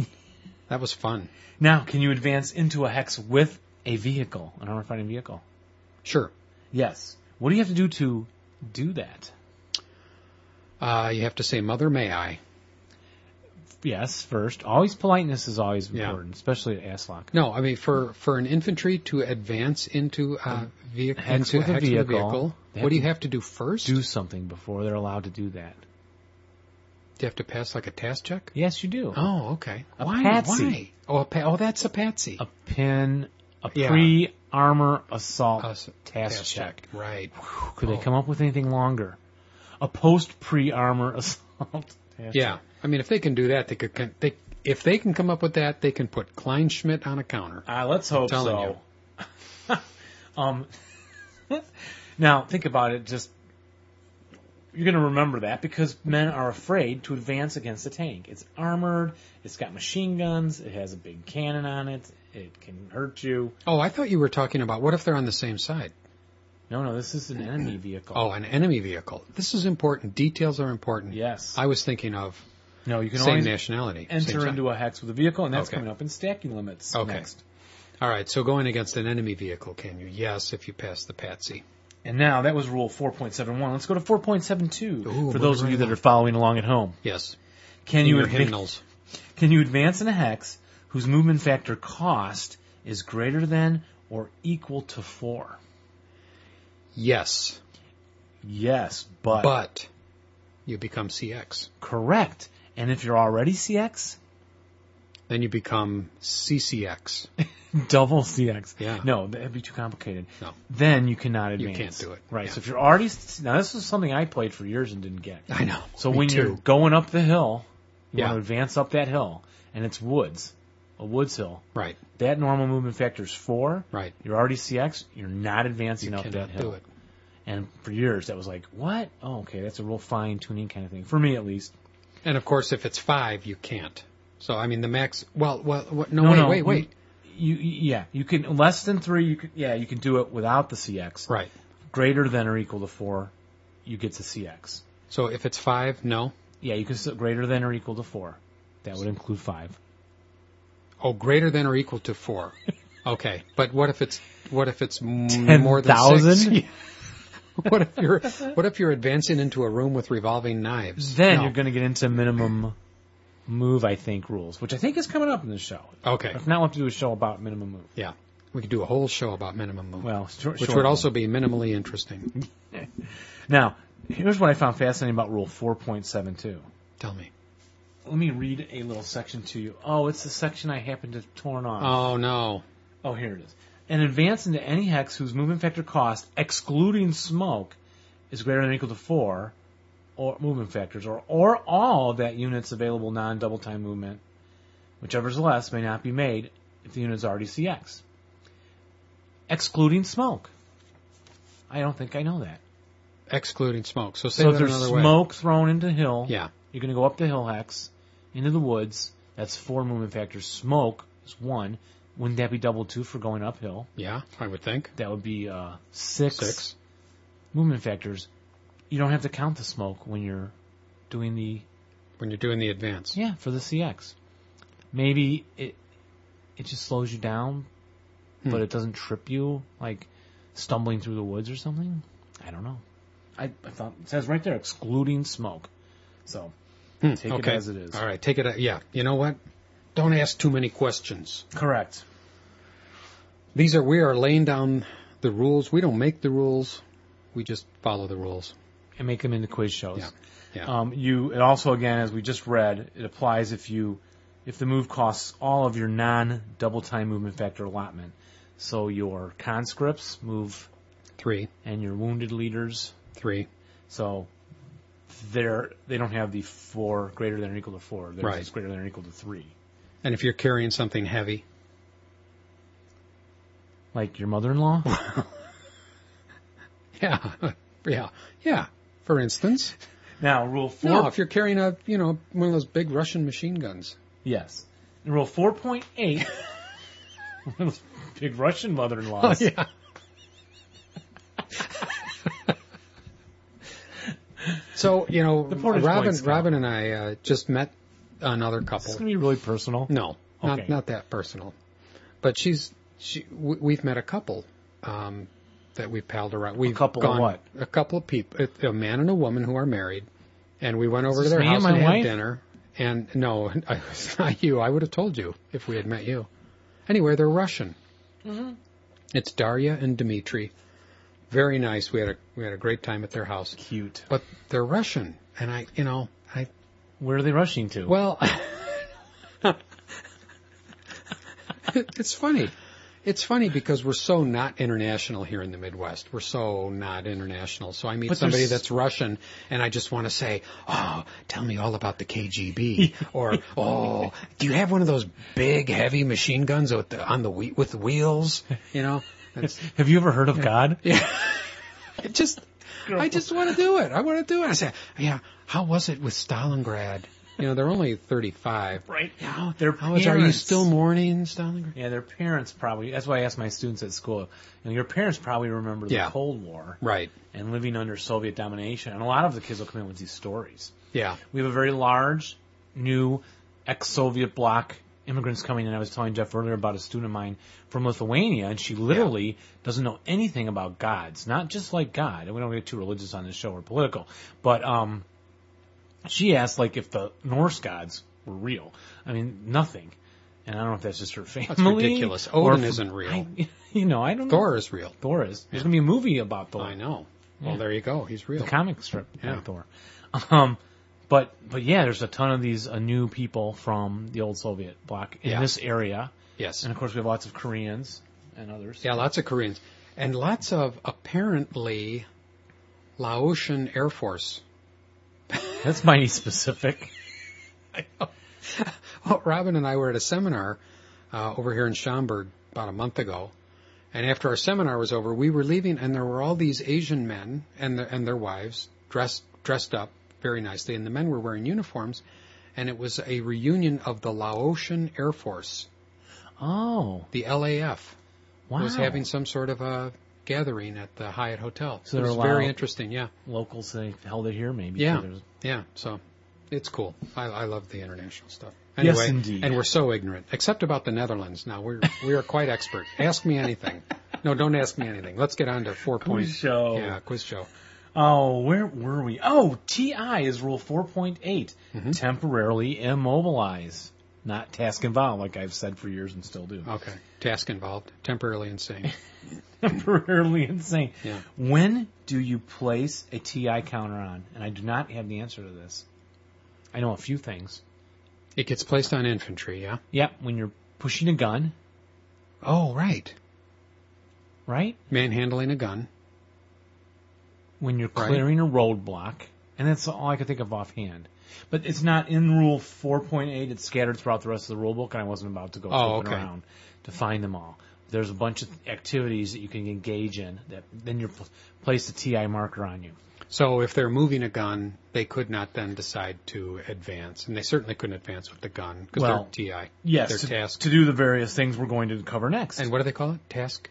Speaker 1: that was fun.
Speaker 2: now, can you advance into a hex with a vehicle, an armor fighting vehicle?
Speaker 1: Sure.
Speaker 2: Yes. What do you have to do to do that?
Speaker 1: Uh, you have to say, Mother, may I?
Speaker 2: Yes, first. Always politeness is always
Speaker 1: Yeah.
Speaker 2: important, especially at Aslock.
Speaker 1: No, I mean, for, for an infantry to advance into a vehicle,
Speaker 2: Um, hex
Speaker 1: into
Speaker 2: with a
Speaker 1: hex with a
Speaker 2: vehicle,
Speaker 1: vehicle
Speaker 2: they
Speaker 1: what
Speaker 2: have
Speaker 1: do you
Speaker 2: to
Speaker 1: have to do first?
Speaker 2: Do something before they're allowed to do that.
Speaker 1: Do you have to pass like a task check?
Speaker 2: Yes, you do.
Speaker 1: Oh, okay.
Speaker 2: A
Speaker 1: why?
Speaker 2: patsy.
Speaker 1: Why? Oh, a pa- oh, that's a patsy.
Speaker 2: A pin, a
Speaker 1: Yeah.
Speaker 2: pre-armor assault
Speaker 1: A s-
Speaker 2: task, check.
Speaker 1: Right.
Speaker 2: Could
Speaker 1: Oh.
Speaker 2: they come up with anything longer? A post pre-armor assault (laughs) task.
Speaker 1: Yeah. I mean, if they can do that, they could. Con- they if they can come up with that, they can put Klein Schmidt on a counter.
Speaker 2: Ah, let's hope
Speaker 1: telling
Speaker 2: so. (laughs) um, (laughs) now think about it. Just you're going to remember that because men are afraid to advance against a tank. It's armored. It's got machine guns. It has a big cannon on it. It can hurt you.
Speaker 1: Oh, I thought you were talking about what if they're on the same side?
Speaker 2: No, no, this is an
Speaker 1: (clears throat)
Speaker 2: enemy vehicle.
Speaker 1: Oh, an enemy vehicle. This is important. Details are important.
Speaker 2: yes.
Speaker 1: I was thinking of
Speaker 2: no, you can
Speaker 1: same
Speaker 2: always
Speaker 1: nationality. same
Speaker 2: enter
Speaker 1: side.
Speaker 2: into a hex with a vehicle, and that's
Speaker 1: Okay.
Speaker 2: coming up in stacking limits
Speaker 1: Okay.
Speaker 2: next.
Speaker 1: All right, so going against an enemy vehicle, can you? Yes, if you pass the patsy.
Speaker 2: And now that was rule 4.71. Let's go to 4.72
Speaker 1: Ooh,
Speaker 2: for those of
Speaker 1: moving
Speaker 2: you
Speaker 1: right
Speaker 2: that
Speaker 1: along.
Speaker 2: are following along at home.
Speaker 1: Yes.
Speaker 2: Can
Speaker 1: In
Speaker 2: you
Speaker 1: your
Speaker 2: advan-
Speaker 1: hymnals?
Speaker 2: Can you advance in a hex whose movement factor cost is greater than or equal to four?
Speaker 1: Yes,
Speaker 2: Yes, but,
Speaker 1: but you become CX.
Speaker 2: correct. And if you're already CX,
Speaker 1: Then you become CCX.
Speaker 2: (laughs) double CX.
Speaker 1: Yeah.
Speaker 2: No, that'd be too complicated.
Speaker 1: No.
Speaker 2: Then you cannot
Speaker 1: You can't
Speaker 2: advance.
Speaker 1: do it.
Speaker 2: Right.
Speaker 1: Yeah.
Speaker 2: So if you're already now, this is something I played for years and didn't get.
Speaker 1: I know.
Speaker 2: (laughs) So
Speaker 1: me
Speaker 2: when
Speaker 1: too.
Speaker 2: you're going up the hill, you
Speaker 1: Yeah.
Speaker 2: want to advance up that hill, and it's woods, a woods hill.
Speaker 1: right,
Speaker 2: That normal movement factor is four.
Speaker 1: right,
Speaker 2: You're already CX. You're not advancing
Speaker 1: you
Speaker 2: up that
Speaker 1: cannot
Speaker 2: hill.
Speaker 1: do it.
Speaker 2: And for years, that was like, what? Oh, okay, that's a real fine tuning kind of thing. For me, at least.
Speaker 1: And of course, if it's five, you can't. So I mean, the max. Well, well, what, no,
Speaker 2: No,
Speaker 1: wait,
Speaker 2: no,
Speaker 1: wait, wait.
Speaker 2: You, you- yeah, you can less than three. You can, yeah, you can do it without the CX.
Speaker 1: Right.
Speaker 2: Greater than or equal to four, you get to CX.
Speaker 1: So if it's five, no.
Speaker 2: Yeah, you can still greater than or equal to four. That would include five.
Speaker 1: Oh, greater than or equal to
Speaker 2: (laughs)
Speaker 1: four. Okay, but what if it's what if it's m-
Speaker 2: Ten
Speaker 1: more than six? (laughs)
Speaker 2: thousand?
Speaker 1: what if you're what if you're advancing into a room with revolving knives?
Speaker 2: Then
Speaker 1: No.
Speaker 2: you're going to get into minimum move, I think, rules, which I think is coming up in the show.
Speaker 1: okay.
Speaker 2: If not, we'll have to do a show about minimum move.
Speaker 1: Yeah, we could do a whole show about minimum move,
Speaker 2: Well, short,
Speaker 1: which
Speaker 2: short
Speaker 1: would
Speaker 2: move.
Speaker 1: also be minimally interesting.
Speaker 2: Now, here's what I found fascinating about Rule 4.72.
Speaker 1: Tell me.
Speaker 2: let me read a little section to you. Oh, it's the section I happened to have torn off.
Speaker 1: Oh no.
Speaker 2: Oh, here it is. An advance into any hex whose movement factor cost, excluding smoke, is greater than or equal to four, or movement factors, or or all of that unit's available non-double time movement, whichever is less, may not be made if the unit is already CX. Excluding smoke. I don't think I know that.
Speaker 1: Excluding smoke. So say
Speaker 2: So if
Speaker 1: that
Speaker 2: there's
Speaker 1: another way.
Speaker 2: smoke thrown into hill,
Speaker 1: Yeah.
Speaker 2: you're going to go up the hill hex, into the woods. That's four movement factors. Smoke is one. Wouldn't that be double two for going uphill?
Speaker 1: Yeah, I would think.
Speaker 2: That would be uh, six,
Speaker 1: Six.
Speaker 2: movement factors. You don't have to count the smoke when you're doing the
Speaker 1: When you're doing the advance.
Speaker 2: yeah for the CX. Maybe it it just slows you down,
Speaker 1: Hmm.
Speaker 2: but it doesn't trip you like stumbling through the woods or something. I don't know. I, I thought it says right there excluding smoke. So
Speaker 1: Hmm,
Speaker 2: Take it
Speaker 1: okay.
Speaker 2: as it is.
Speaker 1: All right, take it. a- Yeah, you know what? Don't ask too many questions.
Speaker 2: correct.
Speaker 1: These are we are laying down the rules. We don't make the rules. We just follow the rules.
Speaker 2: and make them into quiz shows.
Speaker 1: Yeah. Yeah.
Speaker 2: Um, you it also again, as we just read, it applies if you if the move costs all of your non double time movement factor allotment. So your conscripts move
Speaker 1: Three,
Speaker 2: and your wounded leaders.
Speaker 1: three.
Speaker 2: So they're they don't have the four greater than or equal to four. They're
Speaker 1: Right.
Speaker 2: just greater than or equal to three.
Speaker 1: And if you're carrying something heavy, (laughs)
Speaker 2: Like your mother in
Speaker 1: (laughs)
Speaker 2: law?
Speaker 1: yeah, yeah, yeah. For instance,
Speaker 2: now rule four
Speaker 1: no, if you're carrying a, you know, one of those big Russian machine guns.
Speaker 2: yes. And rule four point eight
Speaker 1: (laughs)
Speaker 2: (laughs) Big Russian mother in
Speaker 1: Oh
Speaker 2: laws.
Speaker 1: yeah. so you know,
Speaker 2: Portage
Speaker 1: Robin,
Speaker 2: Points count.
Speaker 1: Robin and I uh, just met another
Speaker 2: It's
Speaker 1: couple.
Speaker 2: gonna be really personal.
Speaker 1: No,
Speaker 2: Okay.
Speaker 1: not not that personal. But she's she. w- We've met a couple um, that we've palled around. We've
Speaker 2: couple of
Speaker 1: gone,
Speaker 2: what?
Speaker 1: A couple of people, a man and a woman who are married, and we went over to
Speaker 2: this
Speaker 1: their
Speaker 2: me
Speaker 1: house
Speaker 2: and my
Speaker 1: had
Speaker 2: wife?
Speaker 1: dinner. And no, (laughs) it's not you. I would have told you if we had met you. Anyway, they're Russian.
Speaker 2: Mm-hmm.
Speaker 1: It's Daria and Dmitri. Very nice. We had a we had a great time at their house.
Speaker 2: Cute.
Speaker 1: But they're Russian, and I, you know, I
Speaker 2: Where are they rushing to?
Speaker 1: well, (laughs) it's funny. It's funny because we're so not international here in the Midwest. We're so not international. So I meet
Speaker 2: But
Speaker 1: somebody
Speaker 2: there's-
Speaker 1: that's Russian and I just want to say, oh, tell me all about the KGB. (laughs) or, oh, do you have one of those big heavy machine guns with the, on the, whe- with the wheels? You know, that's,
Speaker 2: Have you ever heard of God?
Speaker 1: it (laughs) just, (laughs) I just want to do it. I want to do it. I say, yeah, how was it with Stalingrad? You know, they're only 35.
Speaker 2: Right.
Speaker 1: How,
Speaker 2: Their
Speaker 1: how is, are you
Speaker 2: parents.
Speaker 1: still mourning Stalingrad?
Speaker 2: Yeah, their parents probably. That's why I asked my students at school. You know, your parents probably remember the
Speaker 1: Yeah.
Speaker 2: Cold War
Speaker 1: Right.
Speaker 2: and living under Soviet domination. And a lot of the kids will come in with these stories.
Speaker 1: Yeah.
Speaker 2: We have a very large, new, ex-Soviet bloc immigrants coming in. I was telling Jeff earlier about a student of mine from Lithuania, and she literally doesn't know anything about gods. Not just like God, and we don't get too religious on this show or political, but um, she asked like if the Norse gods were real. I mean, nothing. And I don't know if that's just her family.
Speaker 1: ridiculous.
Speaker 2: or
Speaker 1: Odin
Speaker 2: if-
Speaker 1: isn't real.
Speaker 2: I- (laughs) you know, I don't know.
Speaker 1: Thor is real.
Speaker 2: Thor is. There's gonna be a movie about Thor
Speaker 1: I know. Well, there you go. He's real.
Speaker 2: the comic strip
Speaker 1: Yeah.
Speaker 2: yeah. Thor. Um, but but yeah, there's a ton of these uh, new people from the old Soviet bloc in
Speaker 1: Yeah.
Speaker 2: this area,
Speaker 1: Yes.
Speaker 2: and of course we have lots of Koreans and others.
Speaker 1: Yeah, lots of Koreans. And lots of apparently Laotian Air Force.
Speaker 2: That's mighty specific.
Speaker 1: Well, (laughs) Robin and I were at a seminar uh, over here in Schaumburg about a month ago, and after our seminar was over, we were leaving, and there were all these Asian men and their, and their wives dressed dressed up very nicely, and the men were wearing uniforms, and it was a reunion of the Laotian Air Force,
Speaker 2: Oh,
Speaker 1: the LAF,
Speaker 2: wow!
Speaker 1: was having some sort of a gathering at the Hyatt Hotel.
Speaker 2: So
Speaker 1: it
Speaker 2: they're
Speaker 1: was very
Speaker 2: Lao-
Speaker 1: interesting. Yeah,
Speaker 2: locals they held it here maybe.
Speaker 1: Yeah.
Speaker 2: So there's-
Speaker 1: yeah. So it's cool. I, I love the international stuff.
Speaker 2: Yes,
Speaker 1: Anyway,
Speaker 2: indeed.
Speaker 1: And we're so ignorant, except about the Netherlands. Now we're we are quite expert. Ask me anything. No, don't ask me anything. Let's get on to four points.
Speaker 2: show.
Speaker 1: Yeah, quiz show.
Speaker 2: Oh, where were we? Oh, TI is rule 4.8.
Speaker 1: Mm-hmm.
Speaker 2: Temporarily immobilize. Not task involved, like I've said for years and still do.
Speaker 1: Okay. Task involved. Temporarily insane.
Speaker 2: (laughs) temporarily insane.
Speaker 1: Yeah.
Speaker 2: When do you place a TI counter on? And I do not have the answer to this. I know a few things.
Speaker 1: It gets placed on infantry, yeah?
Speaker 2: Yep, when you're pushing a gun,
Speaker 1: Oh, right.
Speaker 2: right?
Speaker 1: Manhandling a gun.
Speaker 2: When you're
Speaker 1: Right.
Speaker 2: clearing a roadblock, and that's all I could think of offhand. But it's not in Rule 4.8. It's scattered throughout the rest of the rulebook, and I wasn't about to go
Speaker 1: Oh,
Speaker 2: flipping
Speaker 1: okay.
Speaker 2: around to find them all. There's a bunch of activities that you can engage in that then you pl- place a TI marker on you.
Speaker 1: So if they're moving a gun, they could not then decide to advance, and they certainly couldn't advance with the gun because
Speaker 2: Well,
Speaker 1: they're TI.
Speaker 2: Yes,
Speaker 1: they're
Speaker 2: to,
Speaker 1: tasked.
Speaker 2: to do the various things we're going to cover next.
Speaker 1: and what do they call it? Task.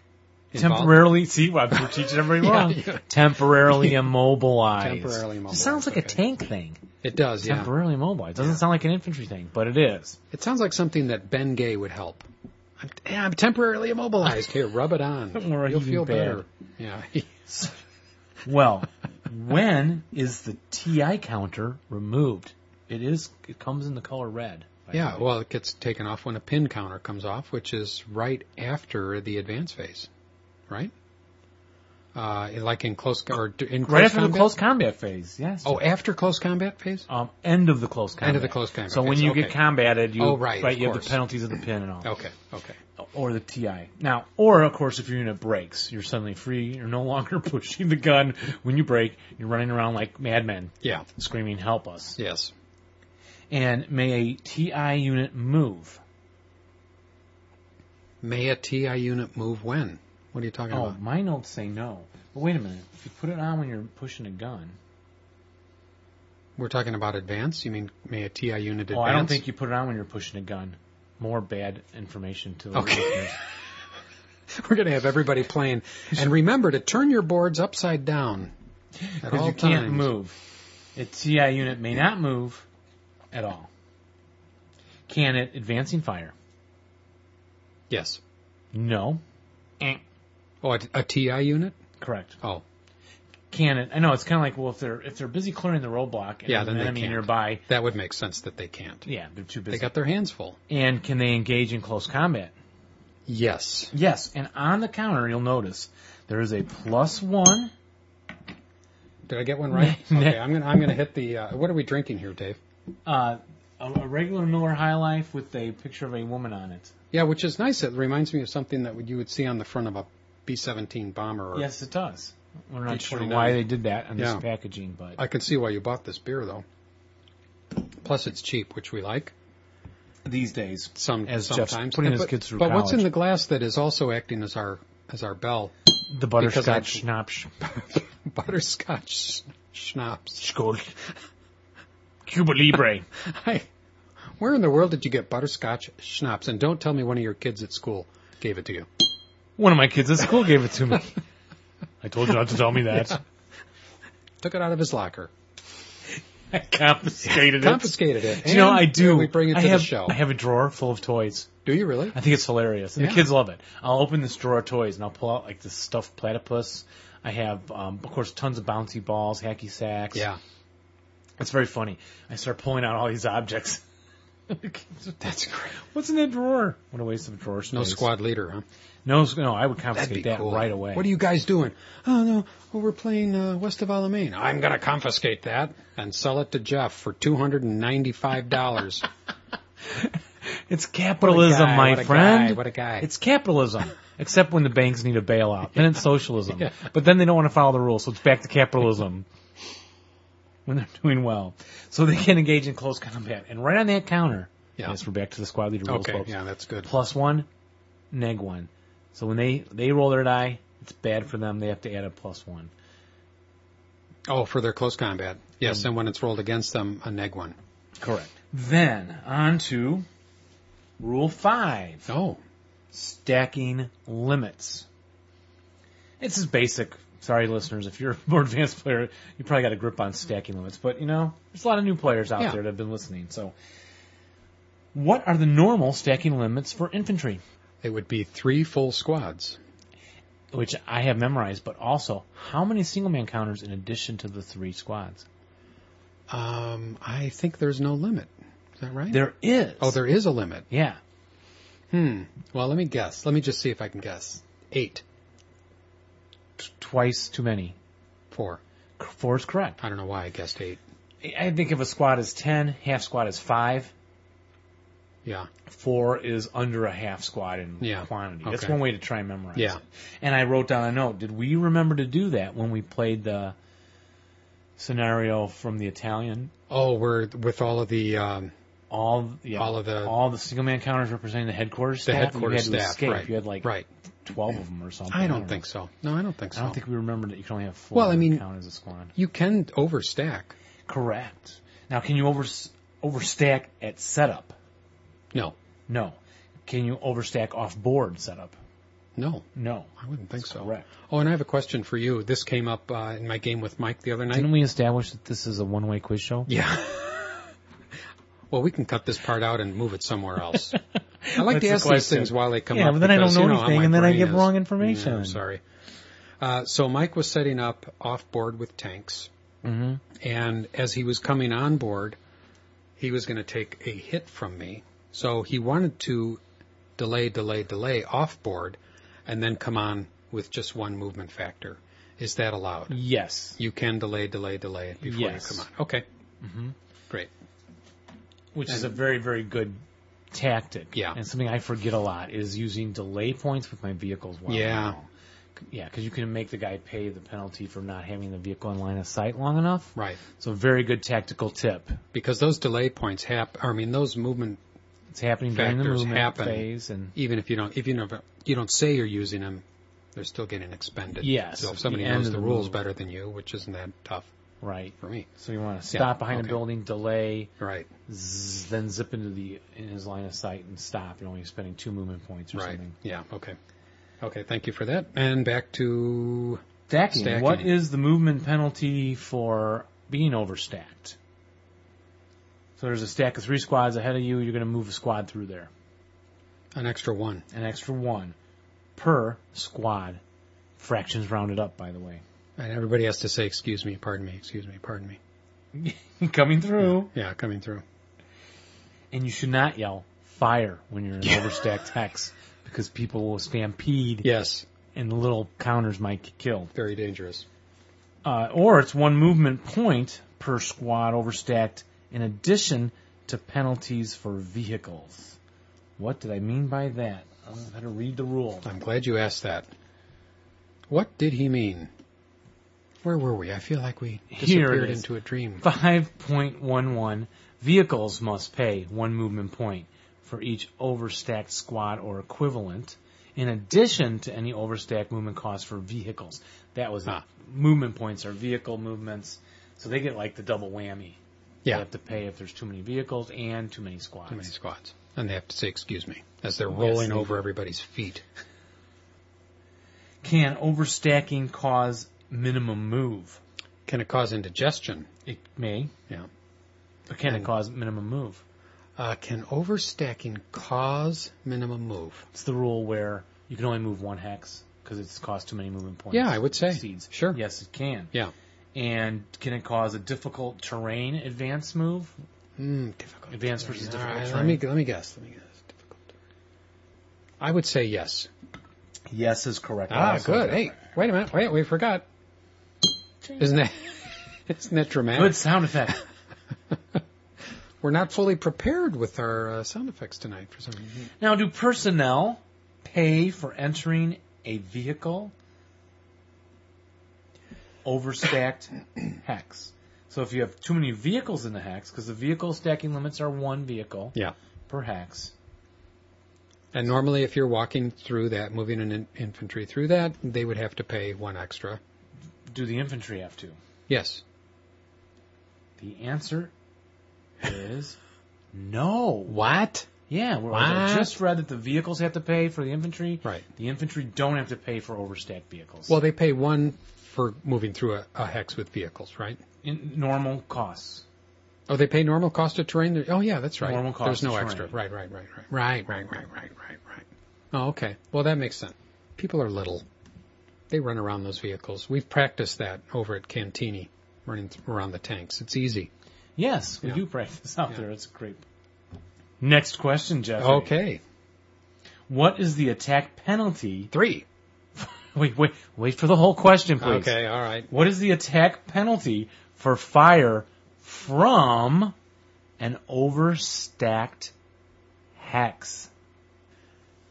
Speaker 1: involved?
Speaker 2: temporarily see well, we're teaching everybody
Speaker 1: Yeah,
Speaker 2: wrong. (laughs)
Speaker 1: yeah.
Speaker 2: Temporarily immobilized.
Speaker 1: Temporarily immobilized,
Speaker 2: sounds like a
Speaker 1: okay.
Speaker 2: tank thing.
Speaker 1: It does. Yeah.
Speaker 2: Temporarily immobilized. Doesn't sound like an infantry thing, but it is.
Speaker 1: It sounds like something that Ben Gay would help. I'm, eh, I'm temporarily immobilized. Here, rub it on.
Speaker 2: (laughs) Don't worry,
Speaker 1: You'll
Speaker 2: even
Speaker 1: feel
Speaker 2: bad.
Speaker 1: better. Yeah. (laughs)
Speaker 2: (laughs) Well, when is the TI counter removed? It is. It comes in the color red. by the
Speaker 1: yeah.
Speaker 2: way.
Speaker 1: Well, it gets taken off when a pin counter comes off, which is right after the advance phase, right? Uh, like in close co- or d- in close
Speaker 2: right after
Speaker 1: combat?
Speaker 2: the close combat phase. Yes.
Speaker 1: Oh, after close combat phase?
Speaker 2: Um, end of the close combat.
Speaker 1: End of the close combat
Speaker 2: So when
Speaker 1: phase,
Speaker 2: you
Speaker 1: okay.
Speaker 2: get combated, you
Speaker 1: Oh, right, of
Speaker 2: you have the
Speaker 1: course.
Speaker 2: penalties of the pin and all.
Speaker 1: Okay, okay.
Speaker 2: or the TI. Now, or of course, if your unit breaks, you're suddenly free. You're no (laughs) longer pushing the gun when you break. You're running around like madmen,
Speaker 1: Yeah,
Speaker 2: screaming, "Help us!"
Speaker 1: yes.
Speaker 2: And may a TI unit move?
Speaker 1: May a TI unit move when? What are you talking
Speaker 2: Oh,
Speaker 1: about?
Speaker 2: my notes say no. But wait a minute. If you put it on when you're pushing a gun,
Speaker 1: We're talking about advance? You mean may a TI unit advance?
Speaker 2: oh, I don't think you put it on when you're pushing a gun. More bad information to the
Speaker 1: Okay.
Speaker 2: listeners.
Speaker 1: (laughs) We're going to have everybody playing. And remember to turn your boards upside down (laughs) at
Speaker 2: because
Speaker 1: all
Speaker 2: you can't
Speaker 1: times.
Speaker 2: move. A TI unit may not move at all. Can it advancing fire?
Speaker 1: Yes.
Speaker 2: No. Eh.
Speaker 1: Oh, a, a TI unit?
Speaker 2: Correct.
Speaker 1: Oh,
Speaker 2: Can it? I know it's kind of like well, if they're if they're busy clearing the roadblock and
Speaker 1: Yeah, then
Speaker 2: there's an
Speaker 1: they
Speaker 2: enemy
Speaker 1: can't.
Speaker 2: nearby,
Speaker 1: that would make sense that they can't.
Speaker 2: yeah, they're too busy.
Speaker 1: They got their hands full.
Speaker 2: and can they engage in close combat?
Speaker 1: Yes.
Speaker 2: Yes. And on the counter, you'll notice there is a plus one.
Speaker 1: Did I get one
Speaker 2: (laughs)
Speaker 1: right?
Speaker 2: Nah.
Speaker 1: okay, I'm going to I'm going to hit the uh, What are we drinking here, Dave?
Speaker 2: Uh, a, a regular Miller High Life with a picture of a woman on it.
Speaker 1: Yeah, which is nice. It reminds me of something that you would see on the front of a B-17 bomber or
Speaker 2: Yes, it does. We're not sure
Speaker 1: B29.
Speaker 2: why they did that on
Speaker 1: Yeah. Uh,
Speaker 2: this packaging, but
Speaker 1: I can see why you bought this beer, though. Plus, it's cheap, which we like.
Speaker 2: these days,
Speaker 1: Some
Speaker 2: As Jeff's
Speaker 1: sometimes
Speaker 2: putting his
Speaker 1: but,
Speaker 2: kids through
Speaker 1: But what's in
Speaker 2: college.
Speaker 1: the glass that is also acting as our as our bell?
Speaker 2: the
Speaker 1: Because I-
Speaker 2: butterscotch schnapps,
Speaker 1: Butterscotch sch- schnapps.
Speaker 2: Skoll. (laughs) Cuba Libre.
Speaker 1: I, where in the world did you get butterscotch schnapps? And don't tell me one of your kids at school gave it to you.
Speaker 2: One of my kids at school gave it to
Speaker 1: (laughs)
Speaker 2: me. I told you not to tell me that.
Speaker 1: Took it out of his locker,
Speaker 2: I (laughs) confiscated it.
Speaker 1: confiscated it.
Speaker 2: Do you know,
Speaker 1: and
Speaker 2: I do.
Speaker 1: We bring it to
Speaker 2: I have,
Speaker 1: the show.
Speaker 2: I have a drawer full of toys.
Speaker 1: do you
Speaker 2: (laughs)
Speaker 1: really?
Speaker 2: I think it's hilarious. And
Speaker 1: Yeah.
Speaker 2: the kids love it. I'll open this drawer of toys and I'll pull out like this stuffed platypus. I have, um, of course, tons of bouncy balls, hacky sacks.
Speaker 1: Yeah,
Speaker 2: It's very funny. I start pulling out all these objects. (laughs)
Speaker 1: that's great.
Speaker 2: What's in that drawer? What a waste of a drawer space.
Speaker 1: No squad leader, huh?
Speaker 2: No, s- no, I
Speaker 1: That'd
Speaker 2: would
Speaker 1: be
Speaker 2: confiscate that
Speaker 1: cool.
Speaker 2: right away.
Speaker 1: What are you guys doing? Oh no, well, we're playing uh, West of Alamein. I'm gonna confiscate that and sell it to Jeff for two hundred and ninety-five dollars.
Speaker 2: It's capitalism, my
Speaker 1: what a
Speaker 2: friend.
Speaker 1: Guy, what a guy!
Speaker 2: It's capitalism, (laughs) except when the banks need a bailout. Then it's
Speaker 1: (laughs)
Speaker 2: socialism.
Speaker 1: Yeah.
Speaker 2: But then they don't want to follow the rules, so it's back to capitalism (laughs) when they're doing well. So they can engage in close combat. And right on that counter,
Speaker 1: Yeah.
Speaker 2: yes, we're back to the squad leader rules,
Speaker 1: okay,
Speaker 2: folks.
Speaker 1: yeah, that's good.
Speaker 2: Plus one, neg one. So when they, they roll their die, it's bad for them. They have to add a plus one.
Speaker 1: Oh, for their close combat, yes.
Speaker 2: Mm.
Speaker 1: And when it's rolled against them, a neg one.
Speaker 2: Correct. Then, on to rule five.
Speaker 1: Oh,
Speaker 2: stacking limits. This is basic. Sorry, listeners, if you're a more advanced player, you probably got a grip on stacking limits. But you know, there's a lot of new players out
Speaker 1: Yeah.
Speaker 2: there that have been listening. So, what are the normal stacking limits for infantry?
Speaker 1: it would be three full squads.
Speaker 2: Which I have memorized, but also how many single man counters in addition to the three squads?
Speaker 1: Um, I think there's no limit. Is that right?
Speaker 2: There is.
Speaker 1: Oh, there is a limit.
Speaker 2: Yeah.
Speaker 1: Hmm. Well, let me guess. Let me just see if I can guess. Eight,
Speaker 2: T- twice too many.
Speaker 1: four.
Speaker 2: C- Four is correct.
Speaker 1: I don't know why I guessed eight.
Speaker 2: I- I think of a squad as ten, half squad as five,
Speaker 1: Yeah.
Speaker 2: Four is under a half squat in
Speaker 1: Yeah.
Speaker 2: quantity. That's
Speaker 1: Okay.
Speaker 2: one way to try and memorize.
Speaker 1: Yeah.
Speaker 2: it. And I wrote down a note. Did we remember to do that when we played the scenario from the Italian?
Speaker 1: Oh, we're with all of the um,
Speaker 2: All yeah,
Speaker 1: All of the-
Speaker 2: all the single man counters representing the headquarters
Speaker 1: the
Speaker 2: staff.
Speaker 1: headquarters
Speaker 2: you had to
Speaker 1: staff,
Speaker 2: escape.
Speaker 1: right?
Speaker 2: You had like
Speaker 1: right.
Speaker 2: twelve of them or something.
Speaker 1: I don't think so. No, I don't think
Speaker 2: I
Speaker 1: so.
Speaker 2: don't think we remembered that you can only have four.
Speaker 1: Well, I
Speaker 2: to
Speaker 1: mean-
Speaker 2: count as a squad.
Speaker 1: you can overstack.
Speaker 2: Correct. Now, can you over overstack at setup?
Speaker 1: No,
Speaker 2: No. Can you overstack off board setup?
Speaker 1: no,
Speaker 2: No.
Speaker 1: I wouldn't think so.
Speaker 2: Correct.
Speaker 1: Oh, and I have a question for you. This came up uh, in my game with Mike the other night.
Speaker 2: Didn't we establish that this is a one-way quiz (laughs) show?
Speaker 1: Yeah. well, we can cut this part out and move it somewhere
Speaker 2: (laughs)
Speaker 1: else. I like
Speaker 2: That's
Speaker 1: to
Speaker 2: the
Speaker 1: ask these
Speaker 2: question.
Speaker 1: things while they come
Speaker 2: Yeah,
Speaker 1: up.
Speaker 2: but then I
Speaker 1: because
Speaker 2: don't
Speaker 1: you
Speaker 2: know
Speaker 1: how
Speaker 2: anything,
Speaker 1: my
Speaker 2: and then I
Speaker 1: brain
Speaker 2: get
Speaker 1: is.
Speaker 2: wrong
Speaker 1: Yeah,
Speaker 2: information.
Speaker 1: I'm sorry. Uh, so Mike was setting up off board with tanks,
Speaker 2: Mm-hmm.
Speaker 1: and as he was coming on board, he was going to take a hit from me. So he wanted to delay, delay, delay off board, and then come on with just one movement factor. Is that allowed?
Speaker 2: Yes.
Speaker 1: You can delay, delay, delay before
Speaker 2: Yes.
Speaker 1: you come on. Okay,
Speaker 2: hmm
Speaker 1: great.
Speaker 2: Which is a
Speaker 1: And-
Speaker 2: very, very good tactic.
Speaker 1: Yeah.
Speaker 2: And something I forget a lot is using delay points with my vehicles. While
Speaker 1: Yeah.
Speaker 2: I'm out. Yeah, because you can make the guy pay the penalty for not having the vehicle in line of sight long enough.
Speaker 1: Right.
Speaker 2: So very good tactical tip.
Speaker 1: because those delay points happen. I mean, those movement,
Speaker 2: It's happening during the
Speaker 1: Factors
Speaker 2: movement
Speaker 1: happen.
Speaker 2: phase, and
Speaker 1: even if you don't, if you never, you don't say you're using them, they're still getting expended.
Speaker 2: Yes,
Speaker 1: So
Speaker 2: at
Speaker 1: if somebody
Speaker 2: the end
Speaker 1: knows
Speaker 2: of
Speaker 1: the,
Speaker 2: the
Speaker 1: rules
Speaker 2: move.
Speaker 1: better than you, which isn't that tough
Speaker 2: right.
Speaker 1: for me,
Speaker 2: So you want to stop behind
Speaker 1: okay.
Speaker 2: a building, delay,
Speaker 1: right?
Speaker 2: zzz, then zip into the in his line of sight and stop. You're only spending two movement points or
Speaker 1: Right.
Speaker 2: something.
Speaker 1: Yeah. Okay. Okay. Thank you for that. And back to
Speaker 2: Stacking.
Speaker 1: Stacking.
Speaker 2: What is the movement penalty for being overstacked? So there's a stack of three squads ahead of you. You're going to move a squad through there,
Speaker 1: an extra one.
Speaker 2: an extra one per squad. Fractions rounded up, by the way.
Speaker 1: And everybody has to say, excuse me, pardon me, excuse me, pardon me.
Speaker 2: (laughs) Coming through,
Speaker 1: Yeah, coming through.
Speaker 2: and you should not yell fire when (laughs) you're in overstacked hex because people will stampede
Speaker 1: Yes,
Speaker 2: and the little counters might get killed.
Speaker 1: very dangerous.
Speaker 2: Uh, or it's one movement point per squad overstacked in addition to penalties for vehicles. What did I mean by that? I better read the rule.
Speaker 1: I'm glad you asked that. What did he mean? Where were we? I feel like we
Speaker 2: Here it
Speaker 1: disappeared
Speaker 2: is.
Speaker 1: into a dream.
Speaker 2: 5.11 Vehicles must pay one movement point for each overstacked squad or equivalent, in addition to any overstacked movement cost for vehicles. That was
Speaker 1: Ah.
Speaker 2: movement points are vehicle movements, so they get like the double whammy. They
Speaker 1: Yeah.
Speaker 2: have to pay if there's too many vehicles and too many squads.
Speaker 1: Too many squats. And they have to say, excuse me, as they're
Speaker 2: Yes,
Speaker 1: rolling
Speaker 2: they
Speaker 1: over
Speaker 2: do.
Speaker 1: everybody's feet.
Speaker 2: Can overstacking cause minimum move?
Speaker 1: Can it cause indigestion?
Speaker 2: It may.
Speaker 1: Yeah.
Speaker 2: But can
Speaker 1: And-
Speaker 2: it cause minimum move?
Speaker 1: Uh, can overstacking cause minimum move?
Speaker 2: It's the rule where you can only move one hex because it's cost too many movement points.
Speaker 1: Yeah, I would say.
Speaker 2: Seeds.
Speaker 1: Sure.
Speaker 2: Yes, it can.
Speaker 1: Yeah.
Speaker 2: And can it cause a difficult terrain advance move?
Speaker 1: Hmm, difficult.
Speaker 2: Advanced versus
Speaker 1: All
Speaker 2: difficult
Speaker 1: right, let
Speaker 2: terrain.
Speaker 1: me let me guess. Let me guess. Difficult. I would say yes.
Speaker 2: Yes is correct.
Speaker 1: Ah,
Speaker 2: Also.
Speaker 1: good. Hey, wait a minute. Wait, we forgot. Isn't that isn't that (laughs)
Speaker 2: Good
Speaker 1: dramatic?
Speaker 2: sound effect.
Speaker 1: We're not fully prepared with our uh, sound effects tonight for some reason.
Speaker 2: now, do personnel pay for entering a vehicle
Speaker 1: (clears throat)
Speaker 2: overstacked hex? So if you have too many vehicles in the hex, because the vehicle stacking limits are one vehicle
Speaker 1: Yeah.
Speaker 2: per hex,
Speaker 1: And normally, if you're walking through that, moving an in- infantry through that, they would have to pay one extra.
Speaker 2: do the infantry have to?
Speaker 1: Yes.
Speaker 2: The answer is no.
Speaker 1: What?
Speaker 2: Yeah, we're,
Speaker 1: What?
Speaker 2: I just read that the vehicles have to pay for the infantry.
Speaker 1: Right.
Speaker 2: The infantry don't have to pay for overstacked vehicles.
Speaker 1: Well, they pay one for moving through a, a hex with vehicles, right?
Speaker 2: in normal costs.
Speaker 1: Oh, they pay normal cost of terrain. There- Oh, yeah, that's right.
Speaker 2: Normal cost
Speaker 1: There's no
Speaker 2: of terrain.
Speaker 1: extra. Right, right, right, right, right, right, right, right, right, right. Oh, okay. Well, that makes sense. People are little. They run around those vehicles. We've practiced that over at Cantini, running th- around the tanks. It's easy.
Speaker 2: Yes, we
Speaker 1: Yeah.
Speaker 2: do practice out
Speaker 1: Yeah.
Speaker 2: there. It's great. Next question, Jeff.
Speaker 1: Okay.
Speaker 2: What is the attack penalty? (laughs)
Speaker 1: Three.
Speaker 2: Wait, wait, wait for the whole question, please.
Speaker 1: Okay. All right.
Speaker 2: What is the attack penalty for fire from an overstacked Hacks.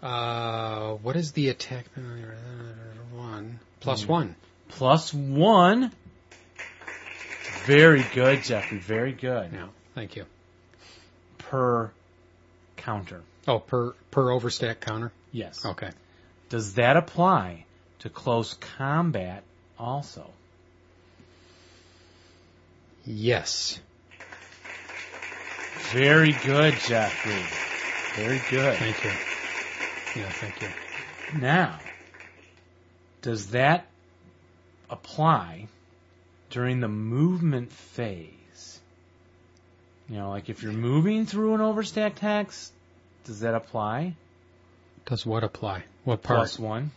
Speaker 1: Uh, what is the attack? One
Speaker 2: Hmm.
Speaker 1: plus one.
Speaker 2: Plus one. Very good, Jeffrey. Very good.
Speaker 1: Yeah, thank you.
Speaker 2: Per counter.
Speaker 1: Oh, per per overstack counter.
Speaker 2: Yes.
Speaker 1: Okay.
Speaker 2: Does that apply to close combat also?
Speaker 1: Yes.
Speaker 2: Very good, Jeffrey. Very good.
Speaker 1: Thank you. Yeah, thank you.
Speaker 2: Now, does that apply during the movement phase? You know, like if you're moving through an overstacked hex, does that apply?
Speaker 1: Does what apply? What part?
Speaker 2: Plus one.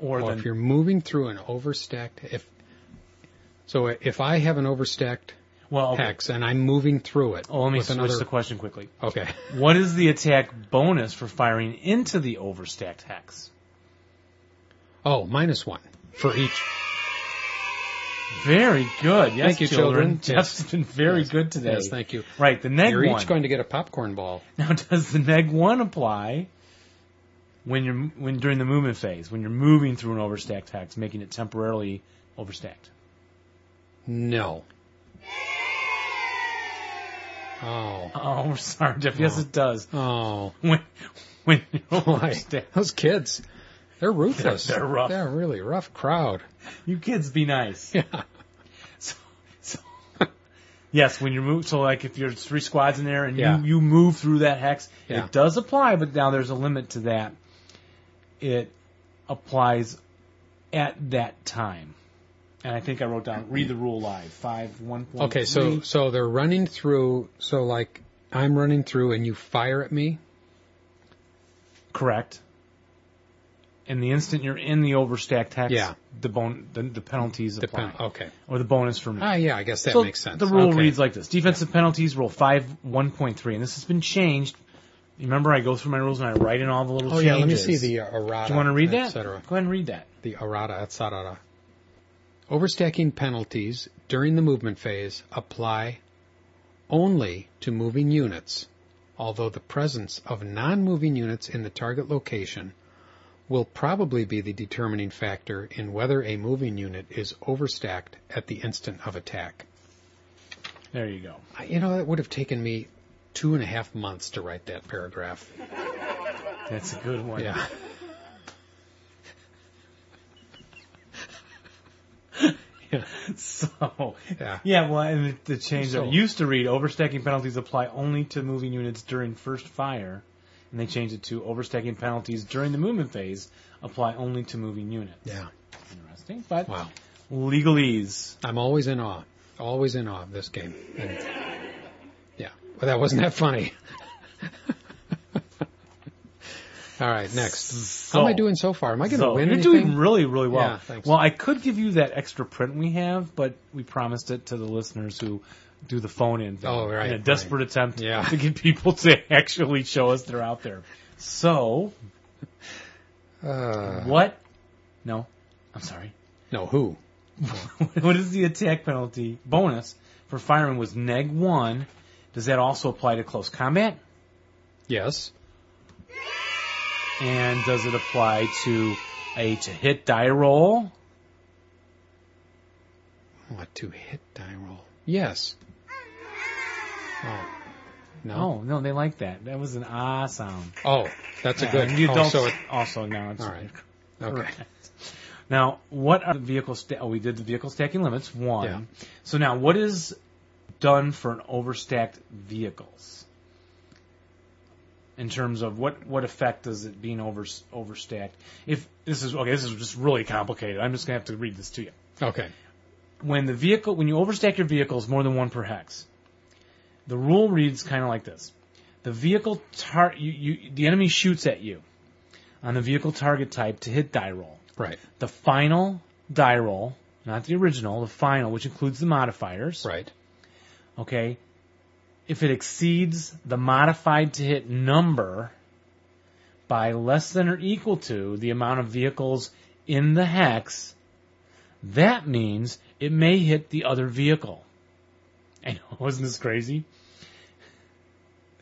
Speaker 2: Or
Speaker 1: Well,
Speaker 2: the,
Speaker 1: if you're moving through an overstacked, if so, if I have an overstacked
Speaker 2: well, okay.
Speaker 1: hex and I'm moving through it
Speaker 2: Oh, let me
Speaker 1: with
Speaker 2: switch
Speaker 1: another,
Speaker 2: the question quickly.
Speaker 1: okay,
Speaker 2: What is the attack bonus for firing into the overstacked hex?
Speaker 1: oh, minus one for each.
Speaker 2: Very good. Yes,
Speaker 1: Thank you, children.
Speaker 2: (laughs) Jeff's been very
Speaker 1: Yes.
Speaker 2: good today.
Speaker 1: Yes, thank you.
Speaker 2: Right, the neg
Speaker 1: You're
Speaker 2: one.
Speaker 1: each going to get a popcorn ball.
Speaker 2: (laughs) Now, does the neg one apply when you're when during the movement phase, when you're moving through an overstacked hex, making it temporarily overstacked?
Speaker 1: No. (laughs) Oh.
Speaker 2: Oh, we're sorry, Jeff. Yes,
Speaker 1: Oh.
Speaker 2: it does.
Speaker 1: Oh.
Speaker 2: When when you're
Speaker 1: (laughs) Why?
Speaker 2: overstacked,
Speaker 1: (laughs) Those kids, they're ruthless.
Speaker 2: (laughs) They're- they're rough.
Speaker 1: They're a really rough crowd.
Speaker 2: you kids be nice.
Speaker 1: Yeah.
Speaker 2: So, so yes, when you move, so like if there's three squads in there and
Speaker 1: Yeah.
Speaker 2: you you move through that hex,
Speaker 1: Yeah.
Speaker 2: it does apply. But now there's a limit to that. It applies at that time. And I think I wrote down read the rule live five one
Speaker 1: (laughs)
Speaker 2: point.
Speaker 1: Okay, so so they're running through. So like I'm running through, and you fire at me.
Speaker 2: correct. And the instant you're in the overstacked hex,
Speaker 1: Yeah.
Speaker 2: the bon- the, the penalties
Speaker 1: The
Speaker 2: apply,
Speaker 1: pen- okay.
Speaker 2: or the bonus for me.
Speaker 1: Ah, yeah. I guess that
Speaker 2: So
Speaker 1: makes sense.
Speaker 2: The rule
Speaker 1: Okay.
Speaker 2: reads like this: defensive penalties, rule five, one point three, and this has been changed. Remember, I go through my rules and I write in all the little
Speaker 1: Oh
Speaker 2: changes.
Speaker 1: yeah. Let me see the uh, errata.
Speaker 2: Do you want to read
Speaker 1: et
Speaker 2: that?
Speaker 1: cetera.
Speaker 2: Go ahead and read that.
Speaker 1: The errata, et cetera. Overstacking penalties during the movement phase apply only to moving units, although the presence of non-moving units in the target location will probably be the determining factor in whether a moving unit is overstacked at the instant of attack.
Speaker 2: There you go.
Speaker 1: I- You know, that would have taken me two and a half months to write that paragraph.
Speaker 2: That's a good one.
Speaker 1: Yeah.
Speaker 2: (laughs) So,
Speaker 1: Yeah.
Speaker 2: yeah, well, and the, the change that
Speaker 1: So-
Speaker 2: it used to read overstacking penalties apply only to moving units during first fire, and they changed it to overstacking penalties during the movement phase apply only to moving units.
Speaker 1: Yeah.
Speaker 2: Interesting, but
Speaker 1: Wow.
Speaker 2: legalese.
Speaker 1: I'm always in awe. Always in awe of this game. And, yeah. Well, that wasn't that funny. (laughs) All right, next.
Speaker 2: So,
Speaker 1: How am I doing so far? Am I going to
Speaker 2: so
Speaker 1: win
Speaker 2: you're
Speaker 1: anything?
Speaker 2: doing really, really well.
Speaker 1: Yeah, thanks.
Speaker 2: Well, I could give you that extra print we have, but we promised it to the listeners who do the phone in thing
Speaker 1: Oh, right,
Speaker 2: in a
Speaker 1: right.
Speaker 2: desperate attempt
Speaker 1: Yeah.
Speaker 2: to get people to (laughs) actually show us they're out there. So
Speaker 1: Uh,
Speaker 2: What? No, I'm sorry. (laughs)
Speaker 1: no, who?
Speaker 2: what is the attack penalty bonus for firing was neg one? Does that also apply to close combat?
Speaker 1: Yes.
Speaker 2: And does it apply to a to hit die roll?
Speaker 1: What to hit die roll? Yes. Oh. No.
Speaker 2: No, Oh, no, they like that. That was an ah sound.
Speaker 1: Oh, that's a good.
Speaker 2: And you
Speaker 1: oh,
Speaker 2: don't
Speaker 1: so it,
Speaker 2: also now it's
Speaker 1: all right. Okay.
Speaker 2: Correct. Now, what are the vehicle? Sta- oh, we did the vehicle stacking limits one.
Speaker 1: Yeah.
Speaker 2: So now, what is done for an overstacked vehicles? In terms of what what effect does it being over overstacked? If this is okay, this is just really complicated. I'm just gonna have to read this to you.
Speaker 1: Okay.
Speaker 2: When the vehicle when you overstack your vehicles more than one per hex, the rule reads kind of like this: the vehicle tar you, you the enemy shoots at you on the vehicle target type to hit die roll
Speaker 1: Right.
Speaker 2: the final die roll, not the original, the final, which includes the modifiers.
Speaker 1: Right.
Speaker 2: Okay. If it exceeds the modified to hit number by less than or equal to the amount of vehicles in the hex, that means it may hit the other vehicle. (laughs) I know, isn't this crazy?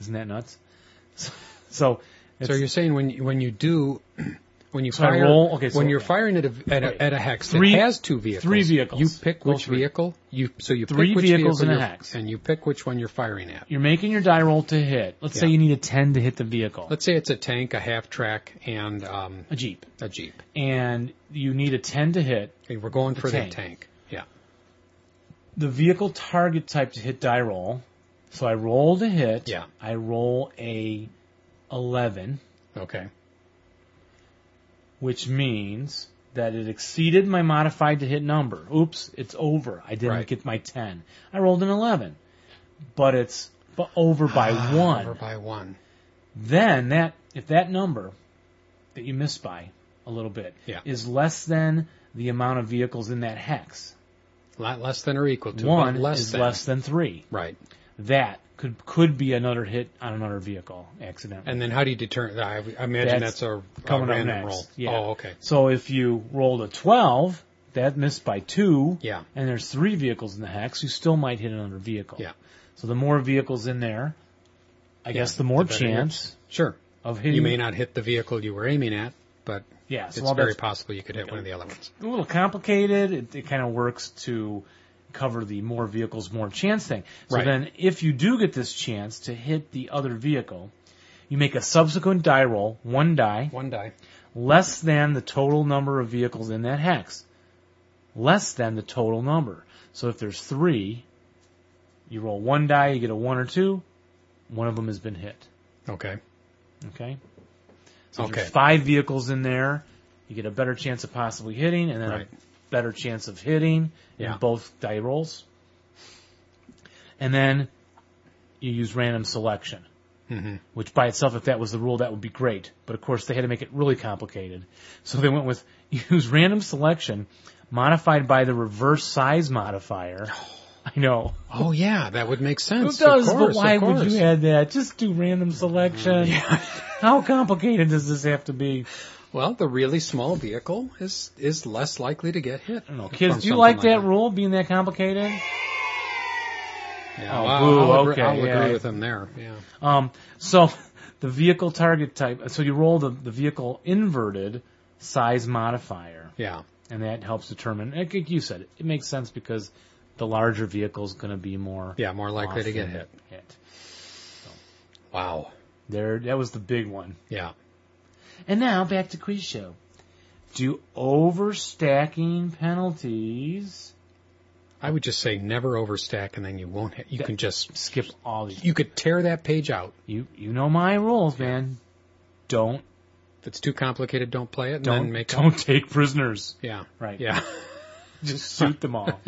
Speaker 2: Isn't that nuts? So, (laughs) So, it's,
Speaker 1: so you're saying when you, when you do (clears throat) when you
Speaker 2: So I
Speaker 1: fire
Speaker 2: roll- okay, so-
Speaker 1: when you're firing at a at
Speaker 2: Right.
Speaker 1: a, at a hex
Speaker 2: Three-
Speaker 1: that has two vehicles,
Speaker 2: three vehicles.
Speaker 1: You pick
Speaker 2: Roll
Speaker 1: which
Speaker 2: three.
Speaker 1: vehicle you so you
Speaker 2: Three
Speaker 1: pick which
Speaker 2: vehicles
Speaker 1: vehicle
Speaker 2: and a
Speaker 1: you're-
Speaker 2: hex.
Speaker 1: and you pick which one you're firing at.
Speaker 2: you're making your die roll to hit. Let's say
Speaker 1: Yeah.
Speaker 2: you need a 10 to hit the vehicle,
Speaker 1: Let's say it's a tank, a half track, and um,
Speaker 2: a Jeep,
Speaker 1: a jeep.
Speaker 2: and you need a 10 to hit.
Speaker 1: Okay, we're going for
Speaker 2: tank.
Speaker 1: that tank. Yeah.
Speaker 2: The vehicle target type to hit die roll. So I roll to hit.
Speaker 1: Yeah.
Speaker 2: I roll a 11,
Speaker 1: Okay.
Speaker 2: which means that it exceeded my modified to hit number. Oops, it's over. I didn't
Speaker 1: Right.
Speaker 2: get my 10. I rolled an 11, but it's bu- over by
Speaker 1: (sighs)
Speaker 2: one.
Speaker 1: Over Ah, by one.
Speaker 2: then that if that number that you miss by a little bit
Speaker 1: Yeah.
Speaker 2: is less than the amount of vehicles in that hex,
Speaker 1: Lot less than or equal to but
Speaker 2: one
Speaker 1: less
Speaker 2: is
Speaker 1: than.
Speaker 2: less than three.
Speaker 1: Right.
Speaker 2: That could could be another hit on another vehicle accidentally.
Speaker 1: And then how do you determine? I I imagine
Speaker 2: That's
Speaker 1: that's, a,
Speaker 2: coming
Speaker 1: a
Speaker 2: up
Speaker 1: random
Speaker 2: next.
Speaker 1: roll.
Speaker 2: Yeah.
Speaker 1: Oh, okay.
Speaker 2: So if you rolled a twelve, that missed by two.
Speaker 1: Yeah.
Speaker 2: And there's three vehicles in the hex, you still might hit another vehicle.
Speaker 1: Yeah.
Speaker 2: So the more vehicles in there, I guess the more
Speaker 1: the better it
Speaker 2: chance
Speaker 1: Sure.
Speaker 2: of hitting.
Speaker 1: You may not hit the vehicle you were aiming at, but
Speaker 2: Yeah.
Speaker 1: it's
Speaker 2: So all
Speaker 1: very
Speaker 2: that's
Speaker 1: possible you could hit one of the other ones.
Speaker 2: a little complicated. It, it kind of works to cover the more vehicles, more chance thing. So
Speaker 1: Right.
Speaker 2: then, if you do get this chance to hit the other vehicle, you make a subsequent die roll, one die,
Speaker 1: One die.
Speaker 2: less than the total number of vehicles in that hex. Less than the total number. So if there's three, you roll one die, you get a one or two, one of them has been hit.
Speaker 1: Okay.
Speaker 2: Okay? So if
Speaker 1: okay.
Speaker 2: there's five vehicles in there, you get a better chance of possibly hitting, and then
Speaker 1: Right.
Speaker 2: a better chance of hitting
Speaker 1: Yeah.
Speaker 2: in both die rolls. And then you use random selection,
Speaker 1: Mhm.
Speaker 2: which by itself, if that was the rule, that would be great. But of course, they had to make it really complicated. So they went with (laughs) use random selection modified by the reverse size modifier. I know.
Speaker 1: Oh yeah, that would make
Speaker 2: Who
Speaker 1: sense.
Speaker 2: does?
Speaker 1: Of course,
Speaker 2: but why
Speaker 1: of
Speaker 2: would
Speaker 1: course.
Speaker 2: you add that? Just do random selection. (laughs) How complicated does this have to be?
Speaker 1: Well, the really small vehicle is is less likely to get hit.
Speaker 2: I don't know. Oh, Kids,
Speaker 1: from
Speaker 2: do you
Speaker 1: something
Speaker 2: like
Speaker 1: that.
Speaker 2: that rule being that complicated?
Speaker 1: Yeah,
Speaker 2: Oh,
Speaker 1: I'll-
Speaker 2: boo,
Speaker 1: I'll, agree-
Speaker 2: okay,
Speaker 1: I'll
Speaker 2: yeah.
Speaker 1: agree with him there. Yeah.
Speaker 2: Um, so (laughs) the vehicle target type, so you roll the, the vehicle inverted size modifier,
Speaker 1: Yeah.
Speaker 2: and that helps determine, like like you said, it makes sense because the larger vehicle is going to be more
Speaker 1: Yeah. More likely to get
Speaker 2: often
Speaker 1: hit. Wow.
Speaker 2: There, that was the big one.
Speaker 1: Yeah.
Speaker 2: And now back to quiz show. Do overstacking penalties
Speaker 1: I would just say never overstack, and then you won't. Hit. You
Speaker 2: That-
Speaker 1: can just
Speaker 2: skip all these?
Speaker 1: you could tear that page out.
Speaker 2: You you know my rules, man. Don't
Speaker 1: If it's too complicated, don't play it. And
Speaker 2: don't
Speaker 1: then make up.
Speaker 2: don't take prisoners.
Speaker 1: Yeah. (laughs)
Speaker 2: Right.
Speaker 1: Yeah.
Speaker 2: Just shoot them all.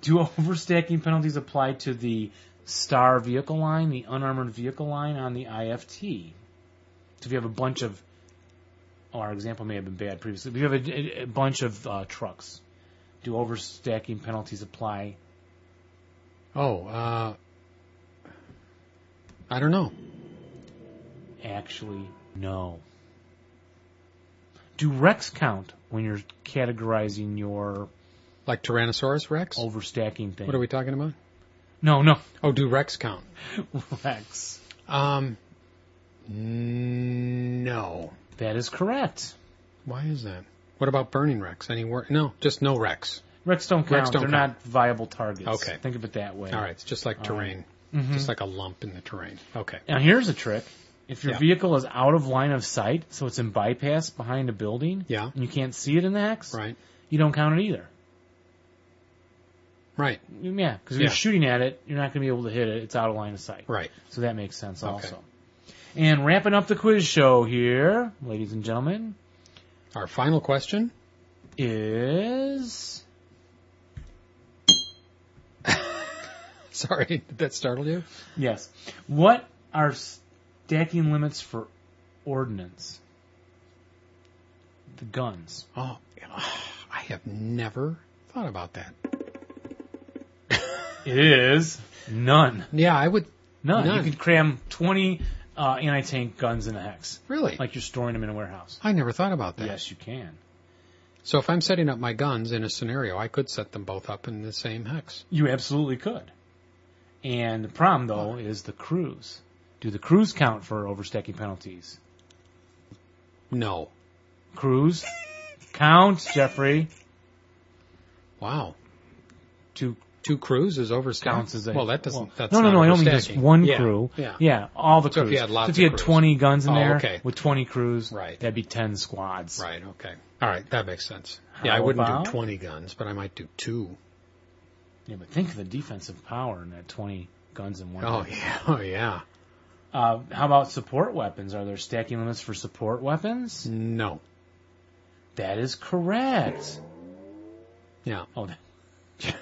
Speaker 2: Do overstacking penalties apply to the star vehicle line, the unarmored vehicle line on the IFT? So if you have a bunch of, oh, our example may have been bad previously. If you have a, a- a bunch of uh, trucks, do overstacking penalties apply?
Speaker 1: (laughs) oh. Uh, I don't know.
Speaker 2: Actually, no. Do wrecks count when you're categorizing your
Speaker 1: Like Tyrannosaurus Rex.
Speaker 2: overstacking thing?
Speaker 1: What are we talking about?
Speaker 2: No, (laughs) no,
Speaker 1: Oh, do Rex count?
Speaker 2: wrecks.
Speaker 1: Um, n- no.
Speaker 2: That is correct.
Speaker 1: Why is that? What about burning wrecks? Any wor- No, just no wrecks.
Speaker 2: Wrecks don't count.
Speaker 1: Wrecks don't
Speaker 2: They're
Speaker 1: count.
Speaker 2: not viable targets.
Speaker 1: Okay.
Speaker 2: Think of it that way.
Speaker 1: All Mm-hmm. right, it's just like terrain,
Speaker 2: Mhm.
Speaker 1: just like a lump in the terrain. Okay.
Speaker 2: Now here's a trick. If your
Speaker 1: Yeah.
Speaker 2: vehicle is out of line of sight, so it's in bypass behind a building,
Speaker 1: Yeah.
Speaker 2: and you can't see it in the hex,
Speaker 1: Right.
Speaker 2: you don't count it either. Mm,
Speaker 1: Right.
Speaker 2: Yeah, because if
Speaker 1: Yeah.
Speaker 2: you're shooting at it, you're not going to be able to hit it. It's out of line of sight.
Speaker 1: Right.
Speaker 2: So that makes sense
Speaker 1: Okay.
Speaker 2: also. And wrapping up the quiz show here, ladies and gentlemen,
Speaker 1: Our final question. (laughs)
Speaker 2: is
Speaker 1: Sorry, did that startle you?
Speaker 2: yes, what are stacking limits for ordnance? The guns.
Speaker 1: Oh, I have never thought about that.
Speaker 2: It is none.
Speaker 1: Yeah, I would
Speaker 2: None.
Speaker 1: None.
Speaker 2: You could cram 20 uh, anti-tank guns in a hex,
Speaker 1: really.
Speaker 2: like you're storing them in a warehouse.
Speaker 1: I never thought about that.
Speaker 2: Yes, you can.
Speaker 1: So if I'm setting up my guns in a scenario, I could set them both up in the same hex.
Speaker 2: You absolutely could. And the problem, though, is the crews. Do the crews count for overstecking penalties?
Speaker 1: No.
Speaker 2: Crews counts, Jeffrey.
Speaker 1: Wow.
Speaker 2: Two
Speaker 1: Two crews is overstacked.
Speaker 2: counts as a
Speaker 1: well, that doesn't. that's
Speaker 2: no, no,
Speaker 1: not
Speaker 2: no. I only mean just
Speaker 1: overstacking.
Speaker 2: one
Speaker 1: Yeah,
Speaker 2: crew.
Speaker 1: Yeah.
Speaker 2: all the
Speaker 1: So if
Speaker 2: crews.
Speaker 1: you had lots
Speaker 2: if you
Speaker 1: of
Speaker 2: had
Speaker 1: crews.
Speaker 2: twenty guns in
Speaker 1: Oh,
Speaker 2: there
Speaker 1: okay.
Speaker 2: with twenty crews,
Speaker 1: Right.
Speaker 2: That'd be ten squads.
Speaker 1: Right. Okay. All right. That makes sense. Yeah, I
Speaker 2: How
Speaker 1: wouldn't
Speaker 2: about-
Speaker 1: do 20 guns, but I might do two.
Speaker 2: Yeah, but think of the defensive power in that twenty guns in one.
Speaker 1: Oh (laughs)
Speaker 2: hand.
Speaker 1: yeah. Oh yeah.
Speaker 2: Uh, how about support weapons? Are there stacking limits for support weapons?
Speaker 1: No.
Speaker 2: That is correct.
Speaker 1: Yeah.
Speaker 2: Oh, that-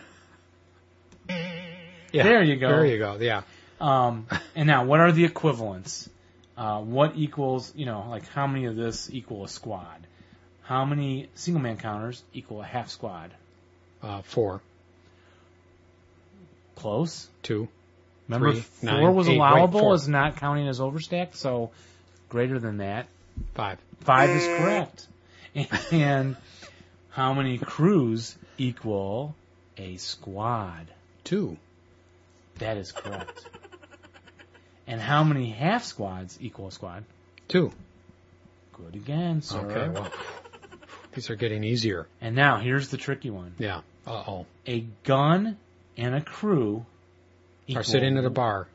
Speaker 1: Yeah.
Speaker 2: There you go.
Speaker 1: There you go. Yeah. (laughs)
Speaker 2: um, and now what are the equivalents? Uh, what equals, you know, like how many of this equal a squad? How many single man counters equal a half squad?
Speaker 1: Uh, four,
Speaker 2: Close.
Speaker 1: two.
Speaker 2: Remember,
Speaker 1: Three,
Speaker 2: four
Speaker 1: nine,
Speaker 2: was
Speaker 1: eight,
Speaker 2: allowable
Speaker 1: wait, four.
Speaker 2: as not counting as overstack, so greater than that.
Speaker 1: Five.
Speaker 2: Five is correct. (laughs) And how many crews equal a squad?
Speaker 1: Two.
Speaker 2: That is correct. And how many half squads equal a squad?
Speaker 1: Two.
Speaker 2: Good again, sir.
Speaker 1: Okay. Well, these are getting easier.
Speaker 2: And now here's the tricky one:
Speaker 1: Yeah. Uh oh.
Speaker 2: a gun and a crew
Speaker 1: Are sitting at a bar.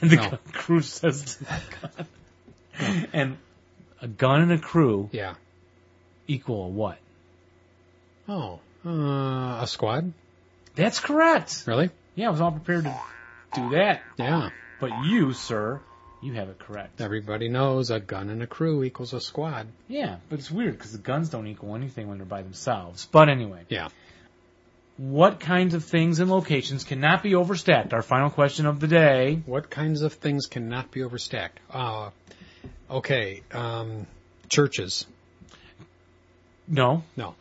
Speaker 2: And (laughs) the
Speaker 1: No.
Speaker 2: gun- crew says, (laughs) to the gun. and a gun and a crew
Speaker 1: Yeah.
Speaker 2: equal a what?
Speaker 1: Oh. Uh, a squad.
Speaker 2: That's correct.
Speaker 1: Really?
Speaker 2: Yeah, I was all prepared to do that,
Speaker 1: Yeah.
Speaker 2: but you, sir, you have it correct.
Speaker 1: Everybody knows a gun and a crew equals a squad.
Speaker 2: Yeah, but it's weird because the guns don't equal anything when they're by themselves. But anyway,
Speaker 1: Yeah.
Speaker 2: what kinds of things and locations cannot be overstacked? Our final question of the day.
Speaker 1: What kinds of things cannot be overstacked? Uh, okay. Um, churches.
Speaker 2: No, (laughs)
Speaker 1: No.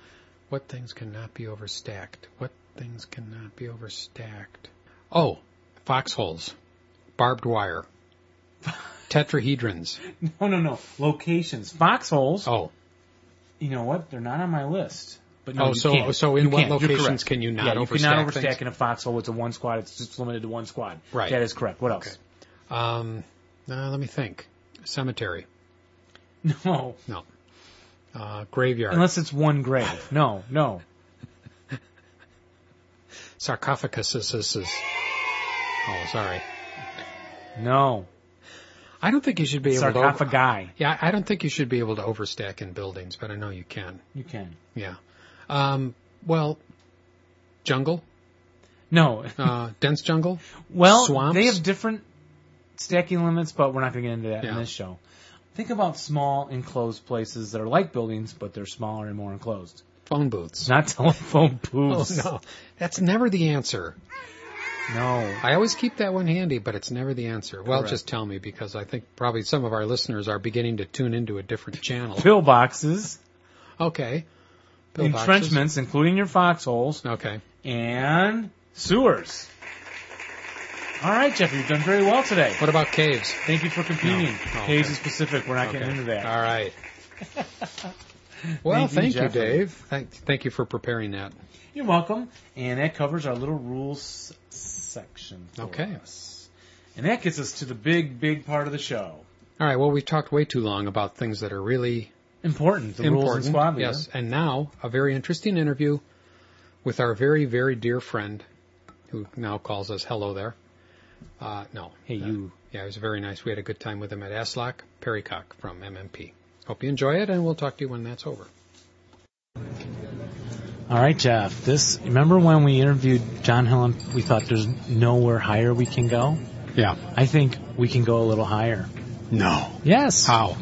Speaker 1: What things cannot be overstacked? What things cannot be overstacked? Oh, foxholes, barbed wire, tetrahedrons.
Speaker 2: no, no, no. Locations, foxholes.
Speaker 1: Oh,
Speaker 2: You know what? They're not on my list. But no,
Speaker 1: oh,
Speaker 2: you
Speaker 1: so
Speaker 2: can't.
Speaker 1: so in
Speaker 2: You
Speaker 1: what
Speaker 2: can't. You're
Speaker 1: locations
Speaker 2: correct.
Speaker 1: can you not
Speaker 2: yeah, you
Speaker 1: overstack
Speaker 2: cannot overstack
Speaker 1: things?
Speaker 2: in a foxhole. It's a one squad. It's just limited to one squad.
Speaker 1: Right.
Speaker 2: That is correct. What else?
Speaker 1: Um, uh, let me think. Cemetery.
Speaker 2: (laughs) No,
Speaker 1: No. Uh, graveyard.
Speaker 2: unless it's one grave. No, no.
Speaker 1: Sarcophagus. Oh, sorry.
Speaker 2: No.
Speaker 1: I don't think you should be able to. Over-
Speaker 2: Sarcophagi.
Speaker 1: yeah, I don't think you should be able to overstack in buildings, but I know you can.
Speaker 2: You can.
Speaker 1: Yeah. Um, well, jungle,
Speaker 2: No.
Speaker 1: uh, dense jungle.
Speaker 2: Well,
Speaker 1: swamps?
Speaker 2: they have different stacking limits, but we're not going to get into that in
Speaker 1: Yeah.
Speaker 2: this show. Think about small enclosed places that are like buildings, but they're smaller and more enclosed.
Speaker 1: Phone booths.
Speaker 2: Not (laughs) telephone
Speaker 1: (laughs) Oh
Speaker 2: booths.
Speaker 1: no, that's never the answer.
Speaker 2: no.
Speaker 1: I always keep that one handy, but it's never the answer. Well,
Speaker 2: Correct.
Speaker 1: just tell me because I think probably some of our listeners are beginning to tune into a different channel.
Speaker 2: Pillboxes,
Speaker 1: Okay. Pillboxes.
Speaker 2: entrenchments, including your foxholes,
Speaker 1: Okay.
Speaker 2: and sewers. All right, Jeffrey, you've done very well today.
Speaker 1: What about caves?
Speaker 2: Thank you for competing.
Speaker 1: No. Oh, okay.
Speaker 2: Caves is specific. We're not getting into that.
Speaker 1: All
Speaker 2: (laughs)
Speaker 1: right. Well,
Speaker 2: Thank
Speaker 1: thank,
Speaker 2: you,
Speaker 1: you,
Speaker 2: Jeffrey.
Speaker 1: Dave. Thank, thank you for preparing that.
Speaker 2: You're welcome. And that covers our little rules section. for
Speaker 1: Okay.
Speaker 2: us. And that gets us to the big, big part of the show.
Speaker 1: All right. Well, we've talked way too long about things that are really
Speaker 2: Important. The rules and
Speaker 1: important.
Speaker 2: squad leader.
Speaker 1: yes, and now a very interesting interview with our very very dear friend, who now calls us hello there. Uh, no,
Speaker 2: Hey,
Speaker 1: Uh,
Speaker 2: you.
Speaker 1: Yeah, it was very nice. We had a good time with him at Aslock Perrycock from MMP. Hope you enjoy it, and we'll talk to you when that's over.
Speaker 2: All right, Jeff. This. Remember when we interviewed John Hill and we thought there's nowhere higher we can go?
Speaker 1: Yeah.
Speaker 2: I think we can go a little higher.
Speaker 1: No.
Speaker 2: Yes.
Speaker 1: How?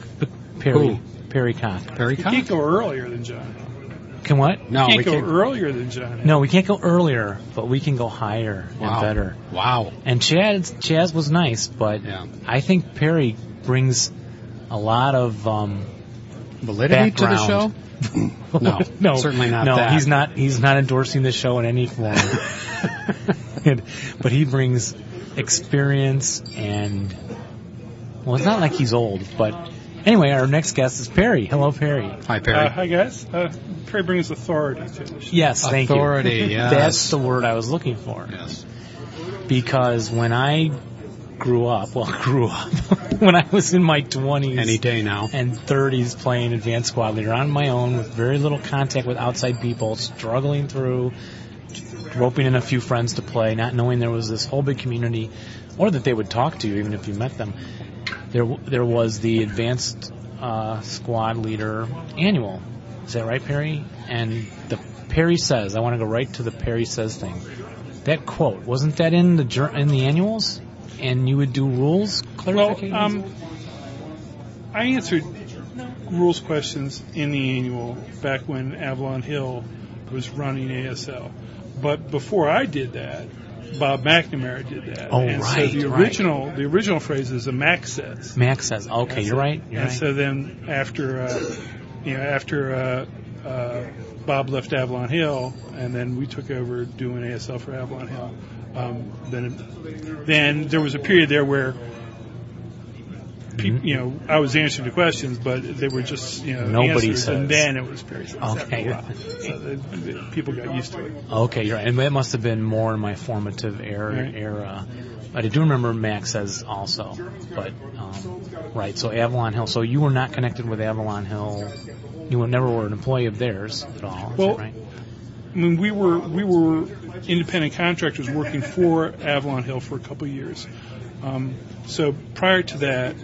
Speaker 2: Perry.
Speaker 1: Who?
Speaker 2: Perry Cock.
Speaker 1: Perrycock?
Speaker 6: go earlier than John.
Speaker 2: Can what?
Speaker 1: No,
Speaker 6: can't
Speaker 1: we
Speaker 6: go
Speaker 1: can't.
Speaker 6: earlier than John.
Speaker 2: No, we can't go earlier, but we can go higher
Speaker 1: Wow.
Speaker 2: and better.
Speaker 1: Wow.
Speaker 2: And Chaz, Chaz was nice, but
Speaker 1: Yeah.
Speaker 2: I think Perry brings a lot
Speaker 1: (laughs)
Speaker 2: of um,
Speaker 1: Validity to the show?
Speaker 2: Background.
Speaker 1: No,
Speaker 2: no,
Speaker 1: certainly not
Speaker 2: No,
Speaker 1: that.
Speaker 2: he's not. He's not endorsing the show
Speaker 1: (laughs)
Speaker 2: in any form. And- but he brings experience, and well, it's not like he's old. But anyway, our next guest is Perry. Hello, Perry.
Speaker 1: Hi, Perry.
Speaker 6: Uh, hi guys. Uh, Perry brings authority to the show.
Speaker 2: Yes, thank you. (laughs)
Speaker 1: Authority, yes.
Speaker 2: That's the word I was looking for.
Speaker 1: yes.
Speaker 2: because when I grew up. Well, (laughs) grew up when I was in my twenties
Speaker 1: Any day now.
Speaker 2: and 30s playing advanced squad leader on my own with very little contact with outside people, struggling through, roping in a few friends to play, not knowing there was this whole big community, or that they would talk to you even if you met them. There, w- there was the advanced uh, squad leader annual. Is that right, Perry? And the Perry says, I want to go right to the Perry says thing. That quote wasn't that in the jour- in the annuals? And you would do rules
Speaker 6: Well,
Speaker 2: clarifications.
Speaker 6: um, I answered rules questions in the annual back when Avalon Hill was running ASL. But before I did that, Bob McNamara did that.
Speaker 2: Oh,
Speaker 6: and
Speaker 2: right,
Speaker 6: so the
Speaker 2: right.
Speaker 6: original the original phrase is a max sets.
Speaker 2: Max says, okay, you're right. You're
Speaker 6: and
Speaker 2: right.
Speaker 6: so then after uh, you know after uh, uh, Bob left Avalon Hill, and then we took over doing ASL for Avalon Hill. Um, then then there was a period there where.
Speaker 2: Mm-hmm.
Speaker 6: peop you know, I was answering the questions, but they were just you know
Speaker 2: Nobody
Speaker 6: answers,
Speaker 2: says.
Speaker 6: and then it was Perry. Says after
Speaker 2: Okay.
Speaker 6: a while. so the, the people got used to it.
Speaker 2: Okay, you're right. And that must have been more in my formative era.
Speaker 6: Right.
Speaker 2: era. But I do remember Max says also. But um, right, so Avalon Hill. So you were not connected with Avalon Hill. You were never were an employee of theirs at all. Is
Speaker 6: Well-
Speaker 2: that right?
Speaker 6: I mean, we were we were independent contractors working for Avalon Hill for a couple of years. Um, so prior to that,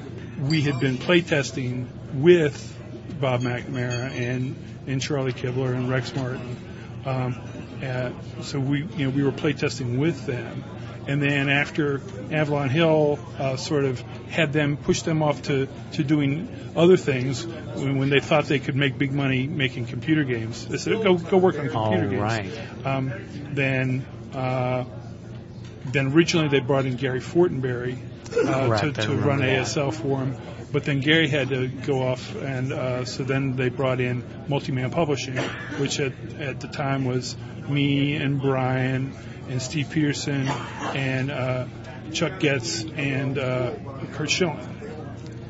Speaker 6: we had been playtesting with Bob McNamara and and Charlie Kibler and Rex Martin. Um, uh, so we you know we were playtesting with them, and then after Avalon Hill uh, sort of had them push them off to, to doing other things when, when they thought they could make big money making computer games. They said go go work on
Speaker 2: All
Speaker 6: computer games.
Speaker 2: right.
Speaker 6: Um, then uh, then originally they brought in Gary Fortenberry uh,
Speaker 2: Correct,
Speaker 6: to,
Speaker 2: I
Speaker 6: to
Speaker 2: remember
Speaker 6: run
Speaker 2: that.
Speaker 6: ASL for him, but then Gary had to go off, and uh, so then they brought in Multiman Publishing, which at at the time was me and Brian and Steve Peterson and uh, Chuck Getz and uh, Kurt Schilling.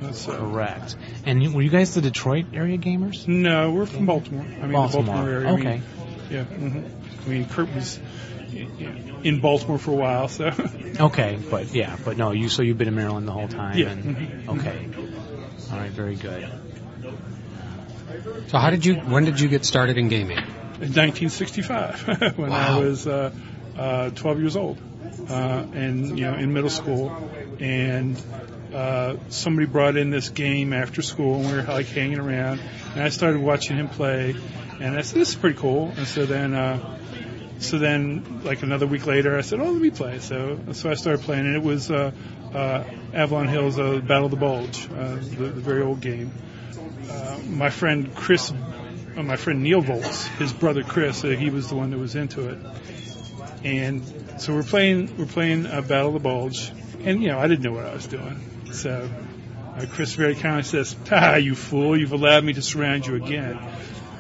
Speaker 6: Uh, so-
Speaker 2: Correct. And you- were you guys the Detroit area gamers?
Speaker 6: no, we're from Baltimore. I mean, the Baltimore area. I mean,
Speaker 2: Okay.
Speaker 6: yeah. hmm I mean, Kurt was y- y- in Baltimore for a while, so (laughs)
Speaker 2: Okay, but yeah, but no, you so you've been in Maryland the whole time.
Speaker 6: Yeah. (laughs)
Speaker 2: And, okay. All right, very good.
Speaker 1: So how did you? When did you get started in gaming?
Speaker 6: in 1965 (laughs) when I
Speaker 1: Wow.
Speaker 6: was uh, uh, 12 years old uh, and you know in middle school and uh, somebody brought in this game after school and we were like hanging around and I started watching him play and I said this is pretty cool and so then uh, so then like another week later I said oh let me play so so I started playing and it was uh, uh, Avalon Hills uh, Battle of the Bulge uh, the, the very old game uh, my friend Chris, uh, my friend Neil Volz, his brother Chris, uh, he was the one that was into it. And so we're playing, we're playing uh, Battle of the Bulge, and you know I didn't know what I was doing. So uh, Chris very kindly says, "Ah, you fool! You've allowed me to surround you again." (laughs)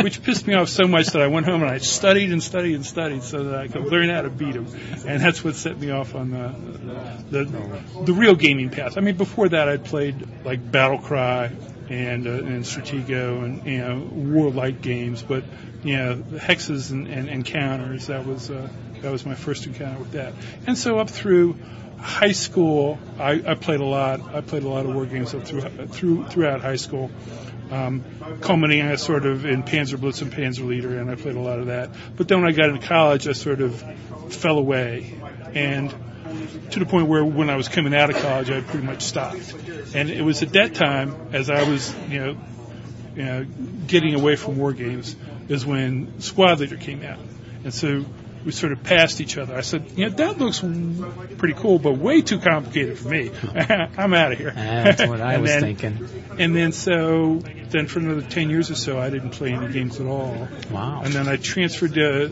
Speaker 6: Which pissed me off so much that I went home and I studied and studied and studied so that I could learn how to beat him, and that's what set me off on the the, the real gaming path. I mean, before that I'd played like Battle Cry and uh, and Stratego and you know warlike games, but you know the hexes and, and, and counters that was uh, that was my first encounter with that. And so up through high school, I, I played a lot. I played a lot of war games up through, through throughout high school. Um, culminating, I sort of in Panzer Blitz and Panzer Leader, and I played a lot of that. But then when I got into college, I sort of fell away, and to the point where when I was coming out of college, I pretty much stopped. And it was at that time, as I was, you know, you know getting away from war games, is when Squad Leader came out. And so we sort of passed each other. I said, you know, that looks pretty cool, but way too complicated for me. (laughs) I'm out of here.
Speaker 2: Ah, That's what I
Speaker 6: (laughs) And
Speaker 2: was
Speaker 6: then-
Speaker 2: thinking.
Speaker 6: And then so, then for another 10 years or so, I didn't play any games at all.
Speaker 2: Wow.
Speaker 6: And then I transferred to,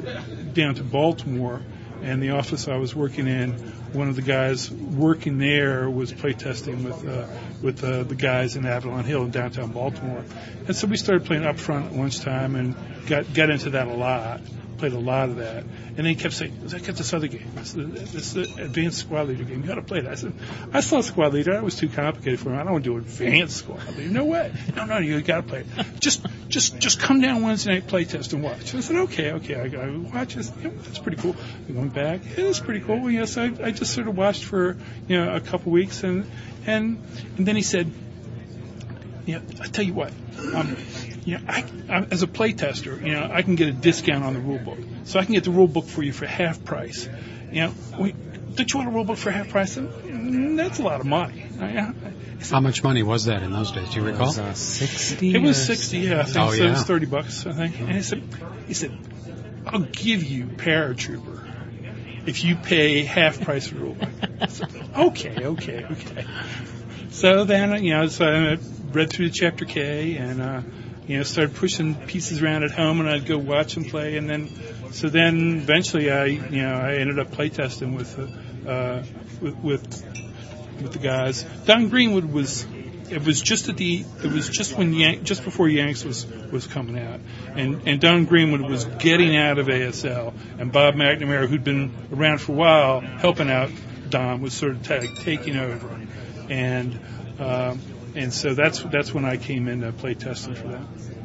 Speaker 6: down to Baltimore, and the office I was working in, one of the guys working there was playtesting with uh, with uh, the guys in Avalon Hill in downtown Baltimore, and so we started playing up front at lunchtime and got got into that a lot. played a lot of that. And they kept saying, I got this other game. This, this advanced squad leader game. You got to play it. I said, I saw squad leader. That was too complicated for me. I don't want to do advanced squad leader. No way. No, no, you got to play it. Just, just, just come down Wednesday night play test and watch. I said, okay, okay. I, I watch this. Yeah, that's pretty cool. I went back. It is pretty cool. Well, yes, I, I just sort of watched for, you know, a couple weeks and, and, and then he said, yeah, I tell you what, um, you know, I, I, as a play tester, you know, I can get a discount on the rule book, so I can get the rule book for you for half price. You know, we, don't you want a rule book for half price? Mm, That's a lot of money. Uh, I,
Speaker 1: How much money was that in those days? Do you
Speaker 2: It
Speaker 1: recall?
Speaker 2: was uh, 60.
Speaker 6: It was
Speaker 2: or
Speaker 6: sixty, yeah. I think
Speaker 1: Oh,
Speaker 6: so it
Speaker 1: yeah.
Speaker 6: was thirty bucks, I think. And he said, he said, I'll give you paratrooper if you pay half price for the rule book. I said, (laughs) okay, okay, okay. So then, you know, so I read through the chapter K and, uh, you know, started pushing pieces around at home and I'd go watch them play and then, so then eventually I, you know, I ended up playtesting with, uh, uh, with, with with the guys. Don Greenwood was it was just at the it was just when Yan- just before Yanks was was coming out, and and Don Greenwood was getting out of ASL, and Bob McNamara, who'd been around for a while, helping out Don, was sort of ta- taking over, and. Um, and so that's that's when I came in to play testing for that.
Speaker 2: (laughs)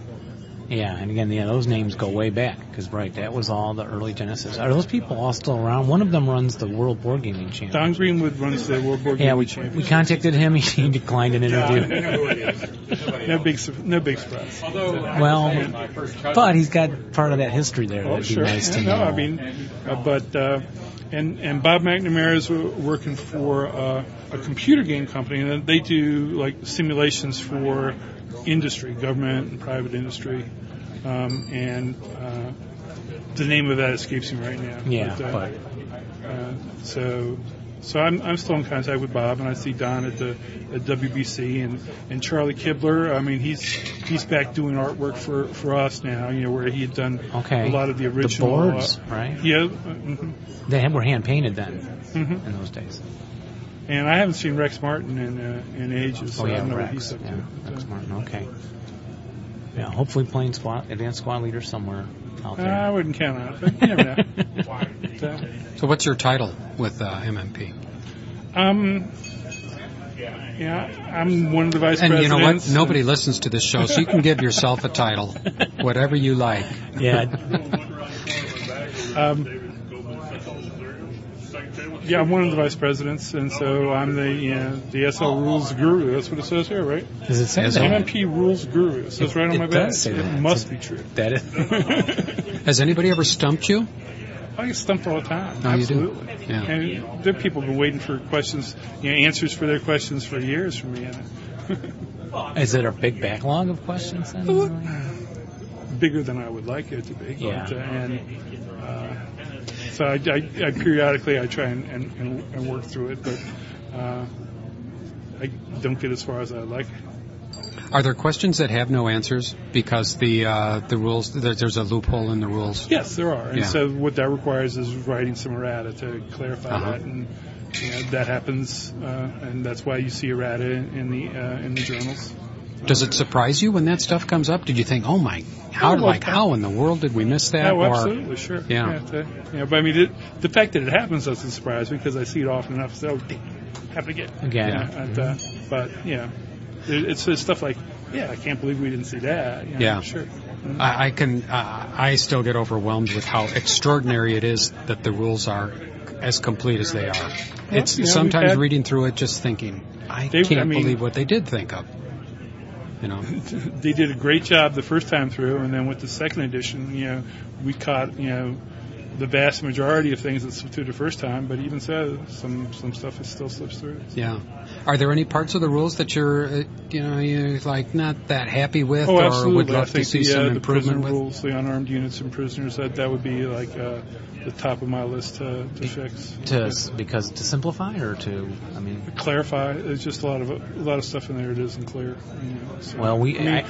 Speaker 2: Yeah, and again, yeah, those names go way back because right, that was all the early Genesis. Are those people all still around? One of them runs the World Board Gaming Championship.
Speaker 6: Don Greenwood runs the World Board
Speaker 2: Yeah,
Speaker 6: Gaming
Speaker 2: we we
Speaker 6: Championship.
Speaker 2: contacted him. (laughs) He declined an interview.
Speaker 6: no big sur- no big surprise.
Speaker 2: Well, but he's got part of that history there.
Speaker 6: Oh,
Speaker 2: That'd be
Speaker 6: sure.
Speaker 2: nice to
Speaker 6: Yeah, (laughs) no,
Speaker 2: know.
Speaker 6: I mean, uh, but uh, and and Bob McNamara is w- working for uh, a computer game company, and they do like simulations for industry, government and private industry, um, and uh, the name of that escapes me right now.
Speaker 2: yeah,
Speaker 6: uh,
Speaker 2: but
Speaker 6: uh, so so I'm, I'm still in contact with Bob, and I see Don at the at WBC, and and Charlie Kibler. I mean, he's he's back doing artwork for for us now. You know, where he had done
Speaker 2: okay,
Speaker 6: a lot of the
Speaker 2: the
Speaker 6: original. uh,
Speaker 2: boards, right?
Speaker 6: yeah, hmm
Speaker 2: They had- were hand painted then
Speaker 6: hmm
Speaker 2: in those days.
Speaker 6: and I haven't seen Rex Martin in uh, in ages.
Speaker 2: Oh
Speaker 6: so I
Speaker 2: yeah,
Speaker 6: don't know what he's
Speaker 2: Rex.
Speaker 6: up
Speaker 2: Yeah,
Speaker 6: to. but,
Speaker 2: Rex
Speaker 6: uh,
Speaker 2: Martin. Okay. Yeah, hopefully playing squad, advanced squad leader somewhere out
Speaker 6: I
Speaker 2: there.
Speaker 6: wouldn't count on it, Uh, but you never
Speaker 2: (laughs)
Speaker 6: know. (laughs) But, uh,
Speaker 1: So what's your title with uh, MMP?
Speaker 6: um, yeah, I'm one of the vice
Speaker 1: And you know what?
Speaker 6: presidents.
Speaker 1: Nobody listens to this show, so you can give yourself a
Speaker 6: (laughs)
Speaker 1: title, whatever you like.
Speaker 2: yeah,
Speaker 6: Um, yeah, I'm one of the vice presidents, and so I'm the you know, the SL rules guru. That's what it says here, right?
Speaker 2: does it say
Speaker 1: As
Speaker 2: that?
Speaker 6: MMP rules guru. It
Speaker 2: It-
Speaker 6: says right on
Speaker 2: it
Speaker 6: my
Speaker 2: does
Speaker 6: back.
Speaker 2: say
Speaker 6: it
Speaker 2: that.
Speaker 6: must
Speaker 2: (laughs)
Speaker 6: be true.
Speaker 2: That is.
Speaker 6: (laughs)
Speaker 1: Has anybody ever stumped you?
Speaker 6: I get stumped all the time.
Speaker 1: No, you do.
Speaker 6: Absolutely.
Speaker 1: Yeah.
Speaker 6: And there are people who've been waiting for questions, you know, answers for their questions for years from me. And
Speaker 2: Is it a big backlog of questions then?
Speaker 6: bigger than I would like it to be.
Speaker 2: Yeah.
Speaker 6: But, uh, and uh, so I, I, I periodically I try and, and, and, and work through it, but uh, I don't get as far as I'd like.
Speaker 1: Are there questions that have no answers because the uh, the rules there, there's a loophole in the rules?
Speaker 6: Yes, there are. And
Speaker 1: Yeah.
Speaker 6: so what that requires is writing some errata to clarify
Speaker 1: Uh-huh.
Speaker 6: that, and you know, that happens, uh, and that's why you see errata in the uh, in the journals.
Speaker 1: Does it surprise you when that stuff comes up? Did you think, oh my, how
Speaker 6: Oh, well,
Speaker 1: like how in the world did we miss that?
Speaker 6: Oh,
Speaker 1: Or-
Speaker 6: absolutely, sure.
Speaker 1: Yeah.
Speaker 6: the- yeah, but I mean, it, the fact that it happens doesn't surprise me because I see it often enough. So, damn, happen again.
Speaker 2: Again.
Speaker 6: Yeah, and, uh,
Speaker 1: Mm-hmm.
Speaker 6: but yeah, it, it's just stuff like, yeah, I can't believe we didn't see that. You know,
Speaker 1: Yeah.
Speaker 6: sure.
Speaker 1: I, I can uh, I still get overwhelmed with how extraordinary it is that the rules are as complete as they are. It's
Speaker 6: yeah, we've
Speaker 1: sometimes
Speaker 6: had-
Speaker 1: reading through it, just thinking, I
Speaker 6: They- I
Speaker 1: can't
Speaker 6: mean-
Speaker 1: believe what they did think of. You know,
Speaker 6: They did a great job the first time through, and then with the second edition, you know, we caught you know the vast majority of things that's through the first time. But even so, some some stuff is still slips through.
Speaker 1: yeah. Are there any parts of the rules that you're, uh, you know, you're like not that happy with,
Speaker 6: Oh,
Speaker 1: or
Speaker 6: absolutely.
Speaker 1: would
Speaker 6: I
Speaker 1: love to
Speaker 6: think
Speaker 1: see
Speaker 6: the,
Speaker 1: some
Speaker 6: uh, the
Speaker 1: improvement
Speaker 6: prison
Speaker 1: with?
Speaker 6: rules, the unarmed units and prisoners, that, that would be like uh, the top of my list uh, to, to fix.
Speaker 2: To s- because to simplify or to I mean
Speaker 6: Clarify. There's just a lot of a lot of stuff in there that isn't clear. You know, so,
Speaker 2: well we
Speaker 6: I mean,
Speaker 2: I,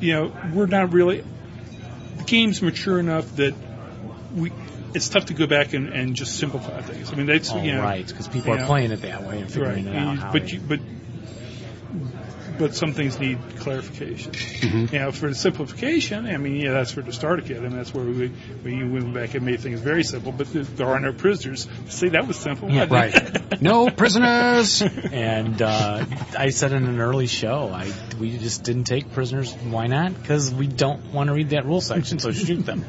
Speaker 6: you know, we're not really. The game's mature enough that we. It's tough to go back and, and just simplify things. I mean, that's
Speaker 2: oh,
Speaker 6: you know,
Speaker 2: right because people
Speaker 6: yeah.
Speaker 2: are playing it that way and
Speaker 6: Right. Mm,
Speaker 2: figuring it out. How
Speaker 6: but
Speaker 2: they-
Speaker 6: you, but but some things need clarification.
Speaker 2: Mm-hmm.
Speaker 1: Mhm.
Speaker 6: Now, for the simplification, I mean, yeah, that's where the starter kit, and that's where we, we went back and made things very simple, but there- there are no prisoners. See, that was simple.
Speaker 2: Yeah,
Speaker 6: wasn't it? (laughs)
Speaker 1: No prisoners.
Speaker 2: And uh, I said in an early show, I we just didn't take prisoners. Why not? Because we don't want to read that rule section, so shoot
Speaker 6: (laughs)
Speaker 2: them.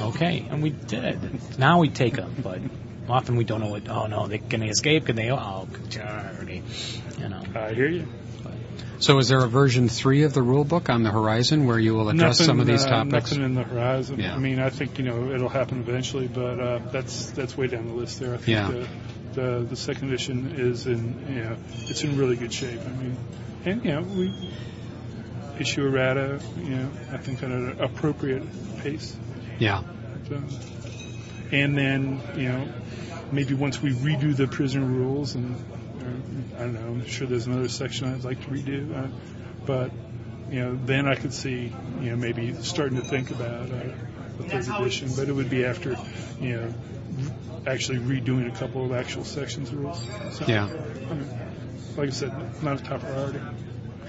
Speaker 2: Okay, and we did. Now we take them, but often we don't know what. Oh no, they can they escape? Can they? Oh, already, you know.
Speaker 6: I hear you.
Speaker 1: so is there a version three of the rule book on the horizon where you will address
Speaker 6: nothing,
Speaker 1: some of these
Speaker 6: uh,
Speaker 1: topics?
Speaker 6: Nothing in the horizon.
Speaker 1: Yeah.
Speaker 6: I mean, I think you know it'll happen eventually, but uh, that's that's way down the list there. I think
Speaker 1: Yeah.
Speaker 6: the, the the second edition is in you know it's in really good shape. I mean, and you know we issue errata you know I think at an appropriate pace.
Speaker 1: Yeah.
Speaker 6: So, and then you know maybe once we redo the prison rules and or, I don't know I'm sure there's another section I'd like to redo uh, but you know then I could see you know maybe starting to think about uh, the third edition but it would be after you know actually redoing a couple of actual sections of rules so,
Speaker 1: Yeah.
Speaker 6: I mean, like I said not a top priority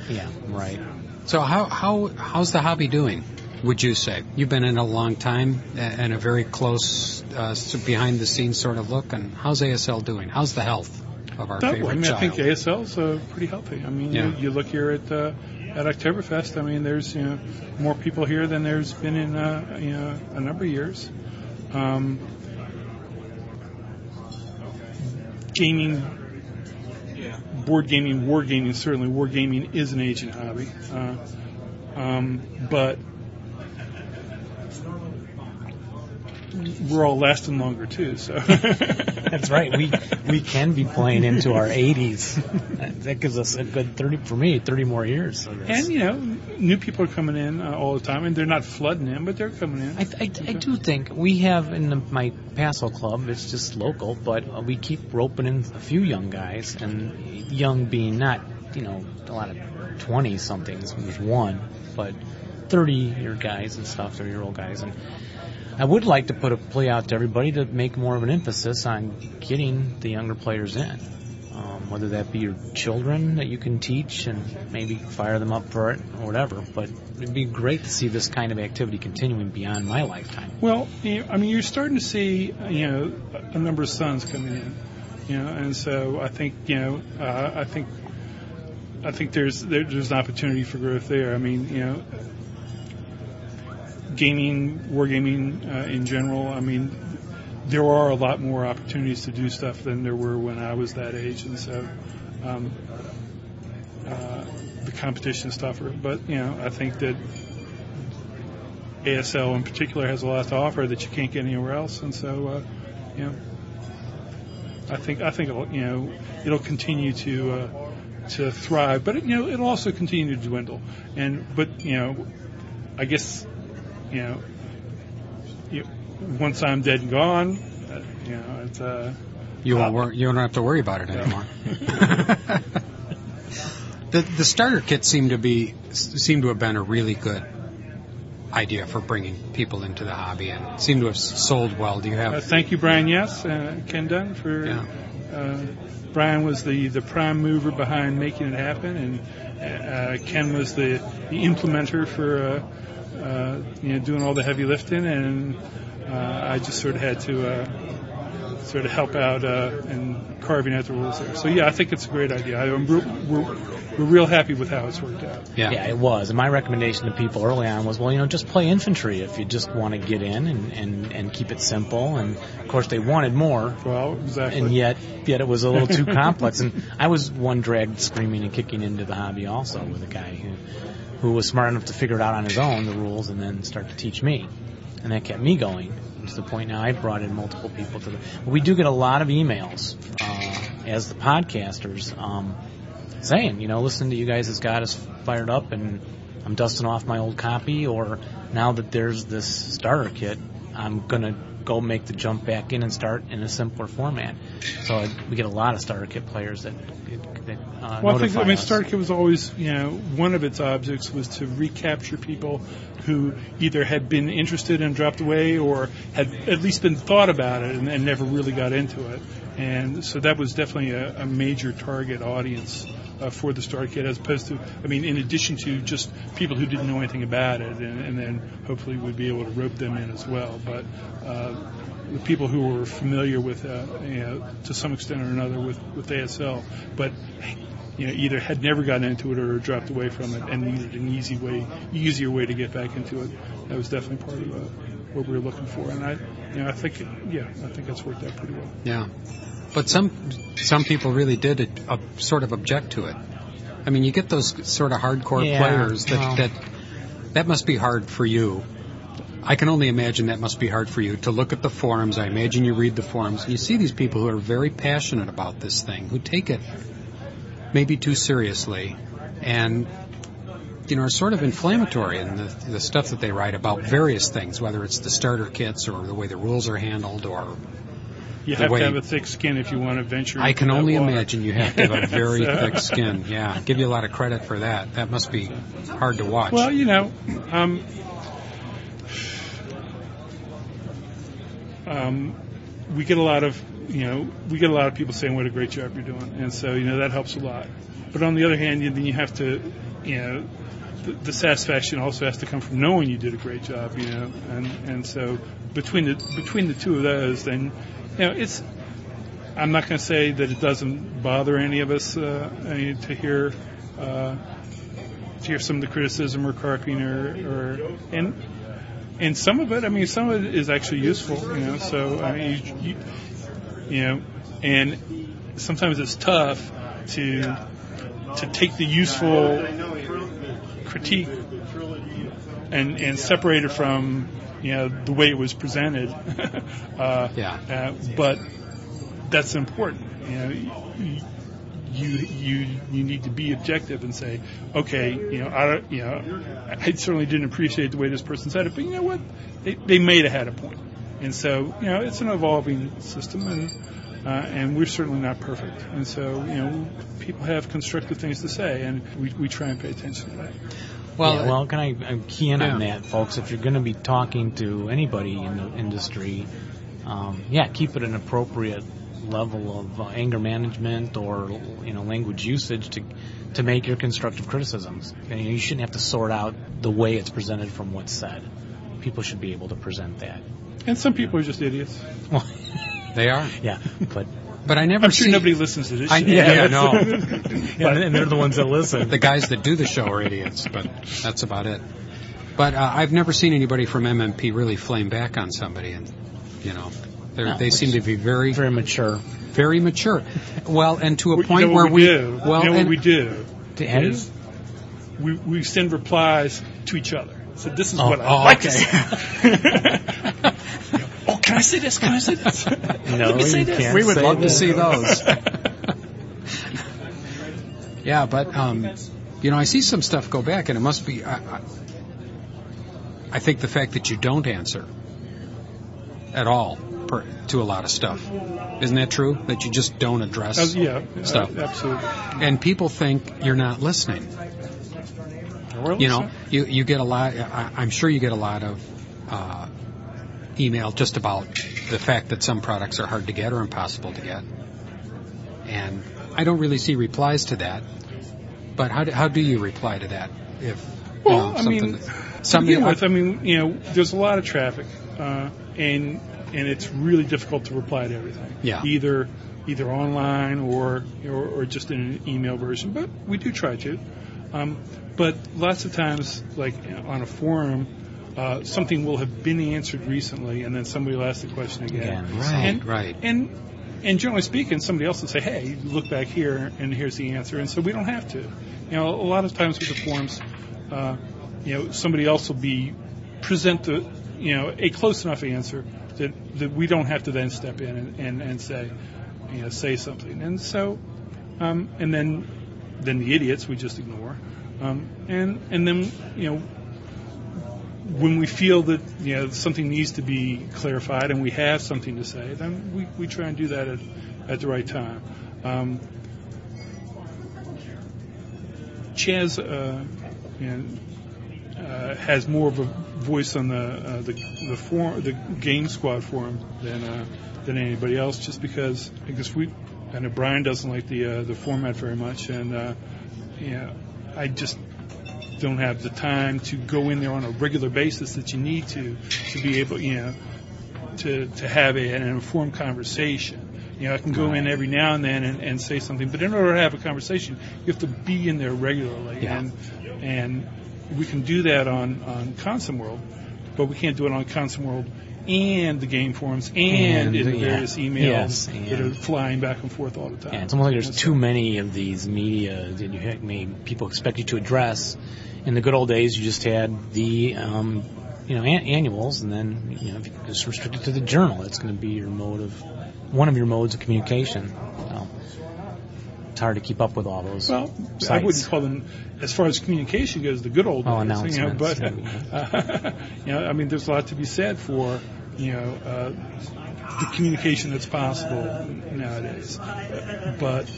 Speaker 2: Yeah, right.
Speaker 1: So how how how's the hobby doing? Would you say you've been in a long time a- and a very close uh, behind the scenes sort of look? And how's ASL doing? How's the health of our
Speaker 6: That
Speaker 1: favorite
Speaker 6: way, I mean,
Speaker 1: child?
Speaker 6: I think ASL's uh, pretty healthy. I mean,
Speaker 1: Yeah.
Speaker 6: you, you look here at uh, at Oktoberfest. I mean, there's you know more people here than there's been in uh, you know a number of years. Um, gaming, board gaming, war gaming. Certainly, war gaming is an aging hobby, uh, um, but we're all lasting longer too.
Speaker 2: (laughs)
Speaker 6: So
Speaker 2: That's right. We we can be playing into our 80s. That gives us a good 30 for me, 30 more years. of this.
Speaker 6: And you know, new people are coming in uh, all the time, and they're not flooding in, but they're coming in.
Speaker 2: I, I, I do think we have in the, my Paso club, it's just local, but uh, we keep roping in a few young guys, and young being not, you know, a lot of 20 somethings, there's one, but 30 year guys and stuff, 30 year old guys. And I would like to put a plea out to everybody to make more of an emphasis on getting the younger players in. Um, whether that be your children that you can teach and maybe fire them up for it or whatever, but it'd be great to see this kind of activity continuing beyond my lifetime.
Speaker 6: Well, you know, I mean, you're starting to see uh, you know a a number of sons coming in, you know, and so I think you know uh, I think I think there's there, there's an opportunity for growth there. I mean, you know, gaming, wargaming uh, in general. I mean, there are a lot more opportunities to do stuff than there were when I was that age, and so. Um, uh, the competition's tougher, but you know, I think that ASL in particular has a lot to offer that you can't get anywhere else, and so uh, you know, I think I think it'll, you know it'll continue to uh, to thrive, but you know it'll also continue to dwindle. And but you know, I guess you know, you, once I'm dead and gone, uh, you know it's. Uh,
Speaker 1: You won't wor- you don't have to worry about it
Speaker 6: (laughs)
Speaker 1: anymore. the the starter kit seemed to be seemed to have been a really good idea for bringing people into the hobby and seemed to have sold well. Do you
Speaker 6: Uh,
Speaker 1: have?
Speaker 6: thank you, Brian. Yes, uh, Ken Dunn for.
Speaker 1: Yeah.
Speaker 6: Uh, Brian was the, the prime mover behind making it happen, and uh, Ken was the, the implementer for uh, uh, you know doing all the heavy lifting, and uh, I just sort of had to uh, sort of help out uh, and carving out the rules there. So yeah, I think it's a great idea. I'm, re- we're, we're real happy with how it's worked out.
Speaker 1: Yeah.
Speaker 2: Yeah, it was. And my recommendation to people early on was, well, you know, just play infantry if you just want to get in and, and, and keep it simple. And of course, they wanted more,
Speaker 6: Well, exactly.
Speaker 2: and yet yet it was a little too complex. And I was one dragged screaming and kicking into the hobby also with a guy who who was smart enough to figure it out on his own the rules and then start to teach me, and that kept me going to the point now I brought in multiple people to the. We do get a lot of emails uh, as the podcasters um, saying, you know, listening to you guys has got us fired up and. I'm dusting off my old copy, or now that there's this starter kit, I'm gonna go make the jump back in and start in a simpler format. So I, we get a lot of starter kit players that that uh,
Speaker 6: Well, I think
Speaker 2: notify
Speaker 6: I mean,
Speaker 2: us.
Speaker 6: Starkit was always, you know, one of its objects was to recapture people who either had been interested and dropped away, or had at least been thought about it and, and never really got into it. And so that was definitely a, a major target audience uh, for the Star Kid, as opposed to, I mean, in addition to just people who didn't know anything about it, and, and then hopefully we'd be able to rope them in as well. But uh, the people who were familiar with, uh, you know, to some extent or another, with, with ASL, but you know, either had never gotten into it or dropped away from it and needed an easy way, easier way to get back into it. That was definitely part of uh, what we were looking for, and I, you know, I think, yeah, I think that's worked out pretty well.
Speaker 1: Yeah, but some some people really did uh, sort of object to it. I mean, you get those sort of hardcore
Speaker 2: Yeah,
Speaker 1: players that
Speaker 2: well.
Speaker 1: that that must be hard for you. I can only imagine that must be hard for you to look at the forums. I imagine you read the forums and you see these people who are very passionate about this thing, who take it maybe too seriously, and you know are sort of inflammatory in the, the stuff that they write about various things, whether it's the starter kits or the way the rules are handled or
Speaker 6: You
Speaker 1: The
Speaker 6: have
Speaker 1: way-
Speaker 6: to have a thick skin if you want to venture.
Speaker 1: I
Speaker 6: into
Speaker 1: can
Speaker 6: Mm-hmm. that
Speaker 1: only
Speaker 6: water.
Speaker 1: imagine you have to have a
Speaker 6: (laughs)
Speaker 1: very
Speaker 6: So-
Speaker 1: thick skin. Yeah, I give you a lot of credit for that. That must be hard to watch.
Speaker 6: Well, you know, um, um, we get a lot of, you know, we get a lot of people saying what a great job you're doing, and so you know that helps a lot. But on the other hand, you, then you have to, you know, the, the satisfaction also has to come from knowing you did a great job, you know, and and so between the between the two of those, then, you know, it's. I'm not going to say that it doesn't bother any of us uh, any- to hear. Uh, to hear some of the criticism or carping or, or and and some of it, I mean, some of it is actually useful, you know. So I mean, you, you, you know, and sometimes it's tough to to take the useful critique and and separate it from you know the way it was presented. (laughs) uh,
Speaker 1: Yeah.
Speaker 6: Uh, but that's important, you know. You, you you you need to be objective and say, okay, you know, I don't, you know, I certainly didn't appreciate the way this person said it, but you know what, they they may have had a point, and so you know, it's an evolving system, and uh, and we're certainly not perfect, and so you know, people have constructive things to say, and we we try and pay attention to that.
Speaker 1: well,
Speaker 2: yeah, well, can I um, key in on
Speaker 1: Yeah.
Speaker 2: that, folks? If you're going to be talking to anybody in the industry, um, yeah, keep it an appropriate level of uh, anger management or you know language usage to to make your constructive criticisms. And you shouldn't have to sort out the way it's presented from what's said. People should be able to present that.
Speaker 6: And some people are just idiots.
Speaker 2: Well,
Speaker 1: they are.
Speaker 2: yeah, but
Speaker 1: But I never
Speaker 6: I'm sure
Speaker 1: see
Speaker 6: nobody listens to this.
Speaker 1: I- (laughs)
Speaker 6: shit.
Speaker 1: yeah,
Speaker 2: Yeah. (laughs)
Speaker 1: no.
Speaker 2: and, and they're the ones that listen.
Speaker 1: The guys that do the show are idiots, but that's about it. But uh, I've never seen anybody from MMP really flame back on somebody, and you know, they're
Speaker 2: No,
Speaker 1: they seem to be very,
Speaker 2: Very mature.
Speaker 1: very mature. Well, and to a
Speaker 6: You know
Speaker 1: point where
Speaker 6: what we do.
Speaker 1: well,
Speaker 6: you know what
Speaker 1: and-
Speaker 6: we do.
Speaker 2: And-
Speaker 6: is we, we send replies to each other. So this is
Speaker 2: Oh,
Speaker 6: what I
Speaker 2: oh,
Speaker 6: like to
Speaker 2: okay.
Speaker 6: say. (laughs) oh, can I say this? Can I say this?
Speaker 2: No, you can't
Speaker 1: we would
Speaker 2: say
Speaker 1: love to
Speaker 2: that.
Speaker 1: see
Speaker 2: (laughs)
Speaker 1: those. yeah, but um, you know, I see some stuff go back, and it must be. I, I, I think the fact that you don't answer at all per, to a lot of stuff isn't that true? That you just don't address
Speaker 6: Oh, yeah,
Speaker 1: Stop.
Speaker 6: uh, absolutely.
Speaker 1: and people think you're not listening. You know, you you get a lot. I, I'm sure you get a lot of uh, email just about the fact that some products are hard to get or impossible to get, and I don't really see replies to that. But how do, how do you reply to that? If you
Speaker 6: Well,
Speaker 1: know,
Speaker 6: I
Speaker 1: something
Speaker 6: mean,
Speaker 1: that-
Speaker 6: to
Speaker 1: something
Speaker 6: begin with, I mean, you know, there's a lot of traffic, uh, and and it's really difficult to reply to everything.
Speaker 1: Yeah.
Speaker 6: Either either online or or, or just in an email version, but we do try to. Um, but lots of times, like on a forum, uh, something will have been answered recently, and then somebody will ask the question again.
Speaker 2: Again.
Speaker 1: right,
Speaker 6: And-
Speaker 1: right,
Speaker 6: And and generally speaking, somebody else will say, "Hey, look back here, and here's the answer." And so we don't have to. You know, a lot of times with the forms, uh, you know, somebody else will be present the, you know, a close enough answer that that we don't have to then step in and and, and say, you know, say something. And so, um, and then then the idiots we just ignore. Um, and and then you know when we feel that you know something needs to be clarified and we have something to say, then we, we try and do that at, at the right time. Um, Chaz uh, and, uh, has more of a voice on the uh, the the, for, the game squad forum than uh, than anybody else, just because I guess we I know Brian doesn't like the uh, the format very much, and uh, yeah, I just don't have the time to go in there on a regular basis that you need to to be able, you know, to to have a, an informed conversation. You know, I can go in every now and then and, and say something, but in order to have a conversation, you have to be in there regularly,
Speaker 2: Yeah.
Speaker 6: and and we can do that on on Consum World, but we can't do it on Consum World and the game forums and,
Speaker 2: And,
Speaker 6: in the
Speaker 2: yeah.
Speaker 6: various emails
Speaker 2: Yes,
Speaker 6: that are
Speaker 2: and-
Speaker 6: flying back and forth all the time.
Speaker 2: Yeah, it's almost like there's
Speaker 6: That's
Speaker 2: too many of these media that you heck, may people expect you to address. In the good old days, you just had the um, you know an- annuals, and then you know if you just restrict it to the journal. That's going to be your mode of one of your modes of communication. So, it's hard to keep up with all those.
Speaker 6: Well, I
Speaker 2: sites.
Speaker 6: wouldn't call them, as far as communication goes, the good old
Speaker 2: Oh,
Speaker 6: days. You know, but
Speaker 2: announcements,
Speaker 6: uh, (laughs) you know, I mean, there's a lot to be said for you know uh, the communication that's possible nowadays. But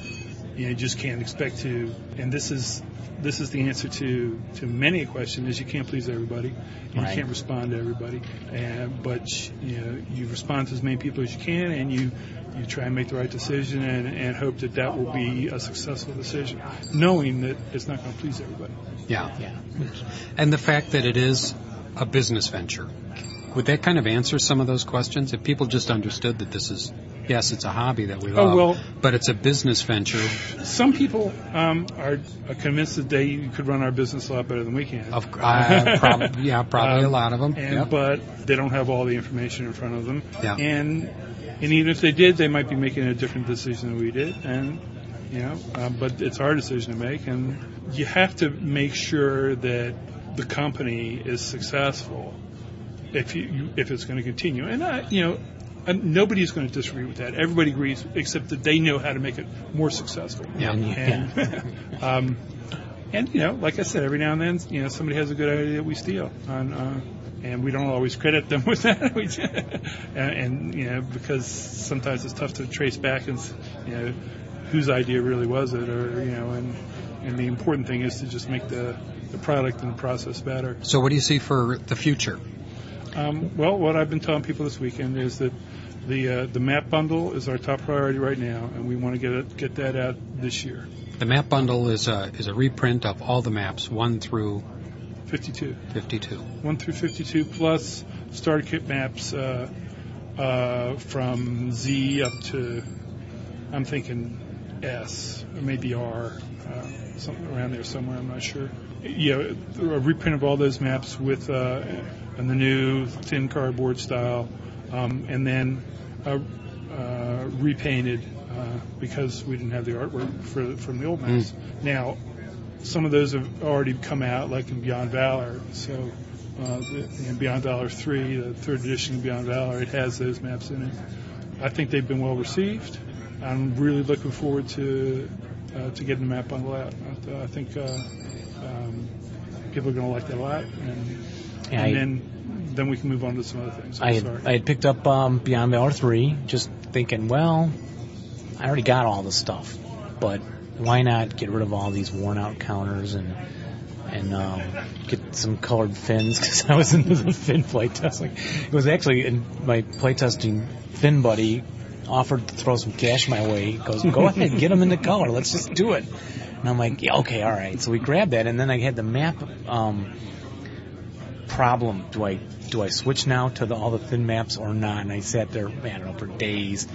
Speaker 6: you, know, you just can't expect to. And this is this is the answer to to many a question: is you can't please everybody, and
Speaker 2: Right.
Speaker 6: you can't respond to everybody. And but you know, you respond to as many people as you can, and you you try and make the right decision and, and hope that that will be a successful decision, knowing that it's not going to please everybody.
Speaker 1: Yeah.
Speaker 2: yeah.
Speaker 1: And the fact that it is a business venture. Would that kind of answer some of those questions if people just understood that this is, yes, it's a hobby that we
Speaker 6: Oh,
Speaker 1: love,
Speaker 6: well-
Speaker 1: but it's a business venture,
Speaker 6: Some people um, are, are convinced that they could run our business a lot better than we can.
Speaker 1: of, uh, prob- yeah, probably a
Speaker 6: Um,
Speaker 1: lot of them.
Speaker 6: and,
Speaker 1: Yep.
Speaker 6: But they don't have all the information in front of them.
Speaker 1: Yeah.
Speaker 6: And and even if they did, they might be making a different decision than we did. And you know, uh, but it's our decision to make, and you have to make sure that the company is successful if you, you if it's going to continue. And I, you know. And nobody's going to disagree with that. Everybody agrees, except that they know how to make it more successful.
Speaker 1: Yeah.
Speaker 2: And you- yeah.
Speaker 6: And, (laughs) um, and you know, like I said, every now and then, you know, somebody has a good idea that we steal, on, uh, and we don't always credit them (laughs) with that. We ju- and, and you know, because sometimes it's tough to trace back and s- you know whose idea really was it, or you know, and and the important thing is to just make the the product and the process better.
Speaker 1: so what do you see for the future?
Speaker 6: Um, well, what I've been telling people this weekend is that the uh, the map bundle is our top priority right now, and we want to get it, get that out this year,
Speaker 1: The map bundle is a, is a reprint of all the maps, 1 through
Speaker 6: 52.
Speaker 1: 52.
Speaker 6: 1 through 52 plus starter kit maps uh, uh, from Z up to, I'm thinking S, or maybe R, uh, something around there somewhere, I'm not sure. Yeah, a reprint of all those maps with uh, and the new thin cardboard style, um, and then uh, uh, repainted uh, because we didn't have the artwork for, from the old maps. Now, some of those have already come out, like in Beyond Valor. So, uh, the- in Beyond Valor 3, the third edition of Beyond Valor, it has those maps in it. I think they've been well received. I'm really looking forward to uh, to getting the map bundle out. I, I think uh, um, people are going to like that a lot, and,
Speaker 2: Yeah,
Speaker 6: and
Speaker 2: I-
Speaker 6: then then we can move on to some other things. I'm
Speaker 2: I
Speaker 6: sorry.
Speaker 2: had, I had picked up um, Beyond Valor 3, just thinking, well, I already got all this stuff, but why not get rid of all these worn out counters and and um, get some colored fins? (laughs) Because I was into the fin playtest. Like, it was actually in my playtesting fin buddy offered to throw some cash my way. He goes, go ahead, get them into color. Let's just do it. And I'm like, yeah, okay, all right. So we grabbed that, and then I had the map. Um, problem. Do I do I switch now to the, all the thin maps or not? And I sat there, man, I don't know, for days.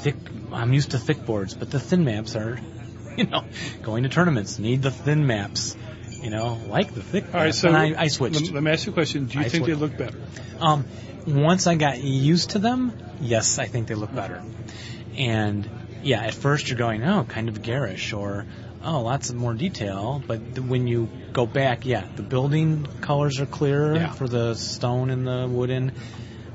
Speaker 2: Thick. I'm used to thick boards, but the thin maps are, (laughs) you know, going to tournaments need the thin maps. You know, like the thick.
Speaker 6: all right,
Speaker 2: maps.
Speaker 6: so
Speaker 2: and I, I switched.
Speaker 6: Let, let me ask you a question. Do you
Speaker 2: I
Speaker 6: think
Speaker 2: switched.
Speaker 6: they look better?
Speaker 2: Um, once I got used to them, yes, I think they look better. And yeah, at first you're going, oh, kind of garish, or oh, lots of more detail. But th- when you go back, yeah, the building colors are clearer
Speaker 1: Yeah.
Speaker 2: for the stone and the wooden.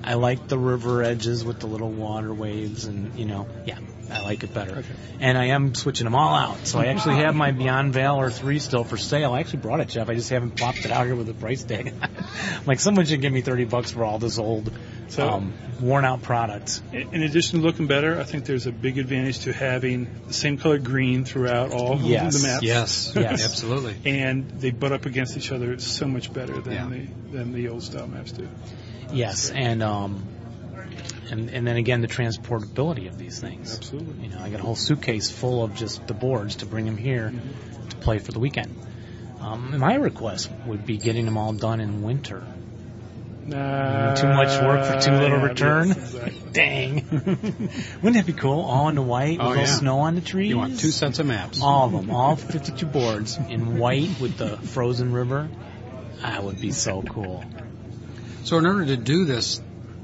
Speaker 2: I like the river edges with the little water waves, and you know, yeah, I like it better.
Speaker 6: Okay.
Speaker 2: And I am switching them all out, so I actually have my Beyond Valor three still for sale. I actually brought it, Jeff. I just haven't plopped it out here with a price tag. (laughs) like someone should give me thirty bucks for all this old,
Speaker 6: So-
Speaker 2: um, worn out product.
Speaker 6: In addition to looking better, I think there's a big advantage to having the same color green throughout all of
Speaker 2: Yes.
Speaker 6: the maps.
Speaker 1: Yes, (laughs)
Speaker 2: Yes.
Speaker 1: absolutely.
Speaker 6: And they butt up against each other so much better than
Speaker 1: Yeah.
Speaker 6: the than the old style maps do.
Speaker 2: Yes, and um, and and then again the transportability of these things.
Speaker 6: Absolutely.
Speaker 2: You know, I got a whole suitcase full of just the boards to bring them here to play for the weekend. Um, my request would be getting them all done in winter.
Speaker 6: Nah,
Speaker 2: too much work for too little
Speaker 6: yeah,
Speaker 2: return.
Speaker 6: yes, exactly.
Speaker 2: Dang, (laughs) wouldn't that be cool? All in the white with
Speaker 1: Oh,
Speaker 2: all
Speaker 1: yeah.
Speaker 2: snow on the trees.
Speaker 1: You want two sets of maps.
Speaker 2: All of them, all 52 boards in white with the frozen river. That would be so cool.
Speaker 1: So in order to do this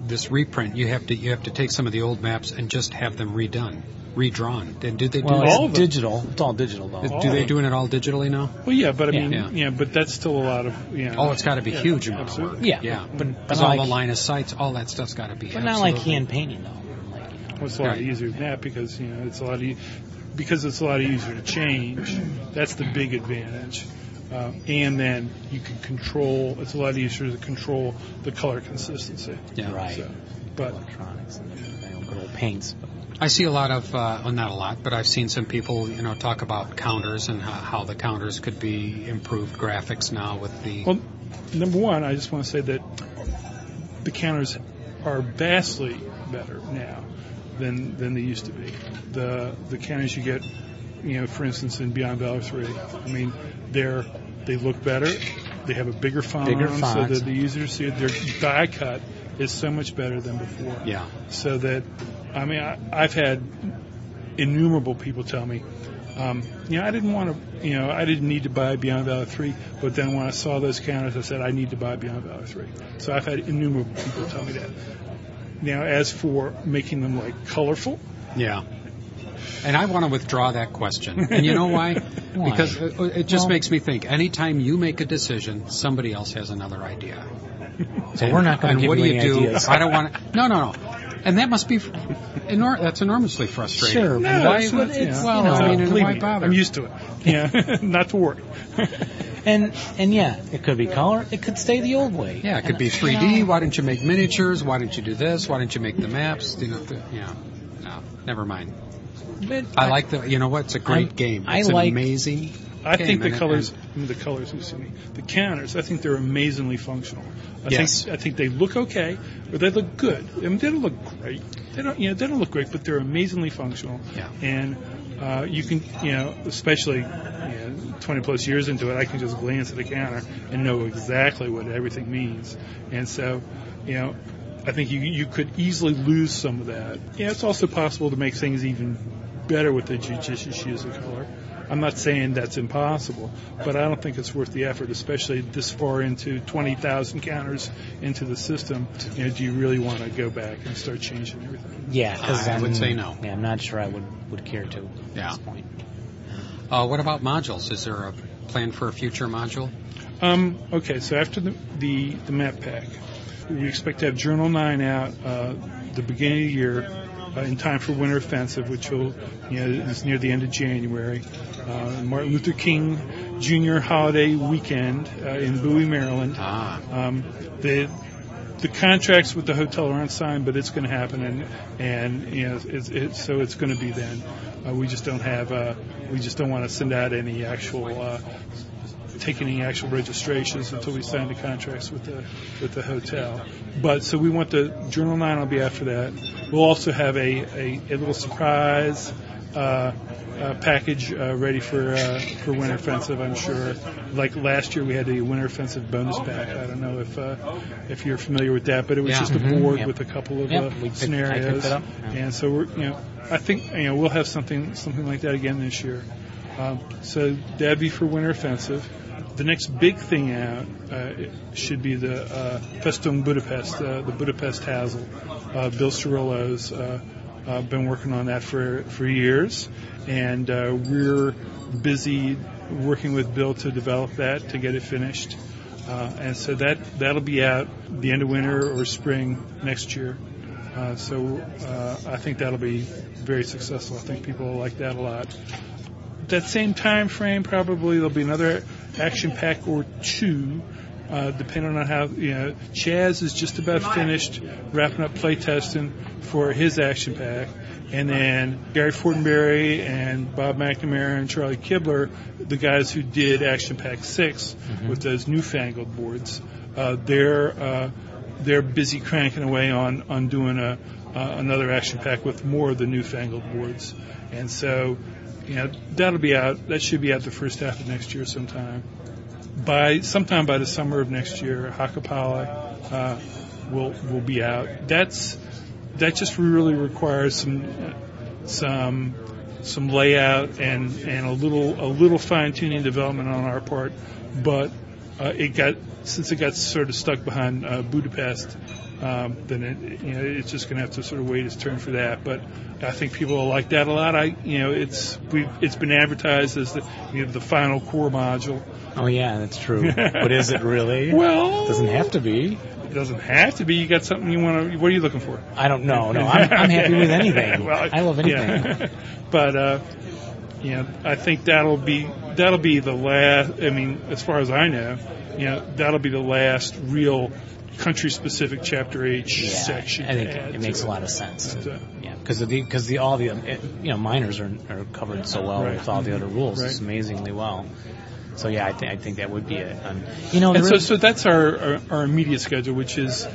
Speaker 1: this reprint, you have to you have to take some of the old maps and just have them redone, redrawn. Then did they do
Speaker 2: Well,
Speaker 1: that?
Speaker 6: all of
Speaker 2: it's
Speaker 6: them.
Speaker 2: digital. It's all digital though.
Speaker 1: Do they doing it all digitally now?
Speaker 6: Well, yeah, but I
Speaker 2: Yeah.
Speaker 6: mean,
Speaker 1: Yeah.
Speaker 6: yeah. but that's still a lot of, yeah.
Speaker 1: Oh, it's got to be
Speaker 6: Yeah,
Speaker 1: huge amount of work.
Speaker 6: absolutely.
Speaker 2: Yeah,
Speaker 1: yeah.
Speaker 2: but, but
Speaker 1: Because
Speaker 2: not
Speaker 1: all
Speaker 2: like,
Speaker 1: the line of sights, all that stuff's got to be.
Speaker 2: but not like
Speaker 1: absolutely-
Speaker 2: hand painting though. Like, you know,
Speaker 6: Well, it's a lot
Speaker 1: Right.
Speaker 6: easier than that because you know it's a lot e- because it's a lot easier to change. That's the big advantage. Uh, and then you can control. It's a lot easier to control the color consistency.
Speaker 1: Yeah.
Speaker 2: right.
Speaker 6: So, but
Speaker 2: Electronics and different thing, good old paints. But
Speaker 1: I see a lot of, uh, well, not a lot, but I've seen some people, you know, talk about counters and how, how the counters could be improved graphics now with the.
Speaker 6: Well, number one, I just want to say that the counters are vastly better now than than they used to be. The the counters you get, you know, for instance, in Beyond Valor Three, I mean, they're they look better. They have a bigger font,
Speaker 2: Bigger
Speaker 6: on them
Speaker 2: font.
Speaker 6: so that the user to see it. Their die cut is so much better than before.
Speaker 1: yeah.
Speaker 6: So that, I mean, I, I've had innumerable people tell me, um, you know, I didn't want to, you know, I didn't need to buy Beyond Valor 3, but then when I saw those counters, I said, I need to buy Beyond Valor 3. So I've had innumerable people tell me that. Now, as for making them like colorful,
Speaker 1: Yeah. And I want to withdraw that
Speaker 2: (laughs)
Speaker 1: question. And you know why?
Speaker 2: Why?
Speaker 1: Because it, it just
Speaker 2: Well-
Speaker 1: makes me think anytime you make a decision, somebody else has another idea.
Speaker 2: so we're not going
Speaker 1: and
Speaker 2: to give
Speaker 1: what do
Speaker 2: you
Speaker 1: you
Speaker 2: any
Speaker 1: do?
Speaker 2: ideas.
Speaker 1: I don't want to. No, no, no. And that must be enor- that's enormously frustrating.
Speaker 2: Sure,
Speaker 6: no,
Speaker 2: but
Speaker 1: why-
Speaker 6: it's not, you know,
Speaker 1: well,
Speaker 2: you know,
Speaker 1: I mean, and
Speaker 6: believe
Speaker 1: why
Speaker 6: me,
Speaker 1: bother?
Speaker 6: I'm used to it. Yeah, (laughs) not to worry.
Speaker 2: (laughs) And and yeah, it could be color. It could stay the old way.
Speaker 1: yeah, it
Speaker 2: And,
Speaker 1: could be
Speaker 2: you
Speaker 1: 3D.
Speaker 2: know,
Speaker 1: Why didn't you make miniatures? Why didn't you do this? Why didn't you make the maps? You know, the, yeah. No, never mind.
Speaker 2: but
Speaker 1: I like the. You know what? It's a great
Speaker 2: I-
Speaker 1: game.
Speaker 2: I
Speaker 1: It's
Speaker 2: like-
Speaker 1: amazing.
Speaker 6: I
Speaker 1: game,
Speaker 6: think the
Speaker 1: and it-
Speaker 6: colors, the colors, excuse me, the counters. I think they're amazingly functional. I
Speaker 1: Yes.
Speaker 6: think I think they look okay, or they look good. I mean, they don't look great. They don't, you know, they don't look great, but they're amazingly functional.
Speaker 1: Yeah.
Speaker 6: And uh, you can, you know, especially you know, 20 plus years into it, I can just glance at a counter and know exactly what everything means. And so, you know. I think you, you could easily lose some of that. Yeah, it's also possible to make things even better with the judicious use of color. I'm not saying that's impossible, but I don't think it's worth the effort, especially this far into 20,000 counters into the system. You know, do you really want to go back and start changing everything?
Speaker 2: Yeah, 'cause
Speaker 1: I would
Speaker 2: I'm-
Speaker 1: say no.
Speaker 2: Yeah, I'm not sure I would would care to. At
Speaker 1: Yeah.
Speaker 2: this point.
Speaker 1: Uh, what about modules? Is there a plan for a future module?
Speaker 6: Um, okay, so after the, the, the map pack, we expect to have Journal 9 out uh, the beginning of the year uh, in time for Winter Offensive, which will, you know, is near the end of January. Uh, Martin Luther King Jr. holiday weekend uh, in Bowie, Maryland.
Speaker 1: Ah,
Speaker 6: Um, the the contracts with the hotel aren't signed, but it's going to happen, and and you know, it's, it's, so it's going to be then. Uh, we just don't have uh, we just don't want to send out any actual uh, take any actual registrations until we sign the contracts with the with the hotel. But so we want the Journal Nine will be after that. We'll also have a a, a little surprise. Uh, uh, package uh, ready for uh, for Winter Offensive, I'm sure. Like last year, we had the Winter Offensive bonus pack. I don't know if uh, if you're familiar with that, but it was
Speaker 1: Yeah.
Speaker 6: just a board
Speaker 2: Yep.
Speaker 6: with a couple of
Speaker 2: Yep,
Speaker 6: uh,
Speaker 2: we picked- I
Speaker 6: scenarios.
Speaker 2: picked it up. Yeah.
Speaker 6: And so we're, you know, I think you know we'll have something something like that again this year. Um, so that'd be for Winter Offensive. The next big thing out uh, it should be the uh, Festung Budapest, uh, the Budapest Hazel. Uh, Bill Cirillo's uh, uh, been working on that for for years, and uh, we're busy working with Bill to develop that to get it finished. Uh, and so that that'll be out the end of winter or spring next year. Uh, so uh, I think that'll be very successful. I think people will like that a lot. That same time frame, probably there'll be another action pack or two, uh, depending on how you know. Chaz is just about finished wrapping up playtesting for his action pack, and then Gary Fortenberry and Bob McNamara and Charlie Kibler, the guys who did Action Pack 6 with those newfangled boards, uh, they're uh, they're busy cranking away on on doing a uh, another action pack with more of the newfangled boards, and so you know that'll be out. That should be out the first half of next year sometime. By sometime by the summer of next year, Hakapala uh, will will be out. That's that just really requires some some some layout and and a little a little fine tuning development on our part, but uh, it got since it got sort of stuck behind uh, Budapest, um, then it, you know it's just going to have to sort of wait its turn for that. But I think people will like that a lot. I you know it's we it's been advertised as the you know, the final core module.
Speaker 2: Oh yeah, that's true. but is it really?
Speaker 6: Well,
Speaker 2: doesn't have to be.
Speaker 6: It doesn't have to be. You got something you want to. What are you looking for?
Speaker 2: I don't know. No, Oh, I'm, I'm happy
Speaker 6: (laughs)
Speaker 2: with anything.
Speaker 6: Well,
Speaker 2: I love anything.
Speaker 6: (laughs) yeah. but uh, you know, I think that'll be that'll be the last. I mean, as far as I know, you know, that'll be the last real country-specific Chapter H
Speaker 2: Yeah,
Speaker 6: section.
Speaker 2: I think
Speaker 6: to add
Speaker 2: it makes a
Speaker 6: to
Speaker 2: lot of sense.
Speaker 6: That's it.
Speaker 2: Yeah, because the because the all the um, it, you know minors are are covered so well
Speaker 6: Right.
Speaker 2: with all the other rules.
Speaker 6: Right.
Speaker 2: It's amazingly well. So yeah, I think I think that would be it. Um, you know,
Speaker 6: And
Speaker 2: there
Speaker 6: so,
Speaker 2: is-
Speaker 6: so that's our, our, our immediate schedule, which is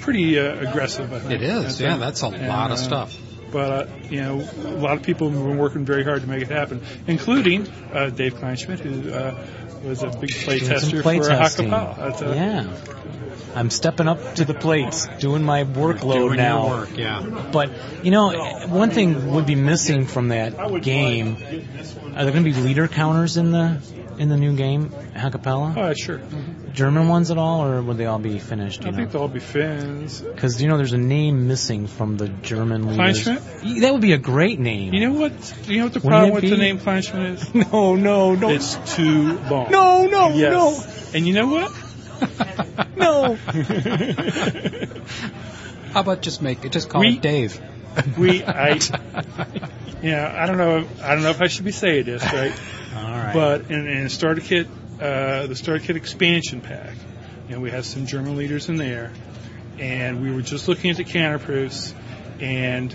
Speaker 6: pretty uh, aggressive. I think.
Speaker 1: It is.
Speaker 6: I
Speaker 1: Yeah,
Speaker 6: think.
Speaker 1: that's a
Speaker 6: And,
Speaker 1: lot
Speaker 6: uh,
Speaker 1: of stuff.
Speaker 6: But uh, you know, a lot of people have been working very hard to make it happen, including uh, Dave Kleinschmidt, who uh, was a big play
Speaker 2: doing some
Speaker 6: tester
Speaker 2: play
Speaker 6: for
Speaker 2: testing.
Speaker 6: Hakapal. That's, uh,
Speaker 2: yeah, I'm stepping up to the plates, doing my workload
Speaker 1: Doing
Speaker 2: now.
Speaker 1: your work, (laughs) yeah.
Speaker 2: But you know, one thing would be missing from that game. Are there going to be leader counters in the in the new game, Acapella?
Speaker 6: Oh, sure.
Speaker 2: German ones at all, or would they all be finished? You
Speaker 6: I think
Speaker 2: know,
Speaker 6: they'll all be Finns.
Speaker 2: because you know, there's a name missing from the German leaders.
Speaker 6: Kleinschmidt?
Speaker 2: Y- That would be a great name.
Speaker 6: You know what? You know what the
Speaker 2: Wouldn't
Speaker 6: problem
Speaker 2: it
Speaker 6: with the
Speaker 2: be?
Speaker 6: name Kleinschmidt is?
Speaker 2: (laughs) no, no, no,
Speaker 6: It's too long.
Speaker 2: no, no,
Speaker 6: Yes.
Speaker 2: no,
Speaker 6: And you know what?
Speaker 2: no.
Speaker 1: (laughs) How about just make it? Just call
Speaker 6: We-
Speaker 1: it Dave. (laughs)
Speaker 6: We, I, yeah, I don't know. I don't know if I should be saying this, right?
Speaker 2: All right.
Speaker 6: But in, in starter kit, uh, the starter kit expansion pack, you know, we had some German leaders in there, and we were just looking at the counter proofs, and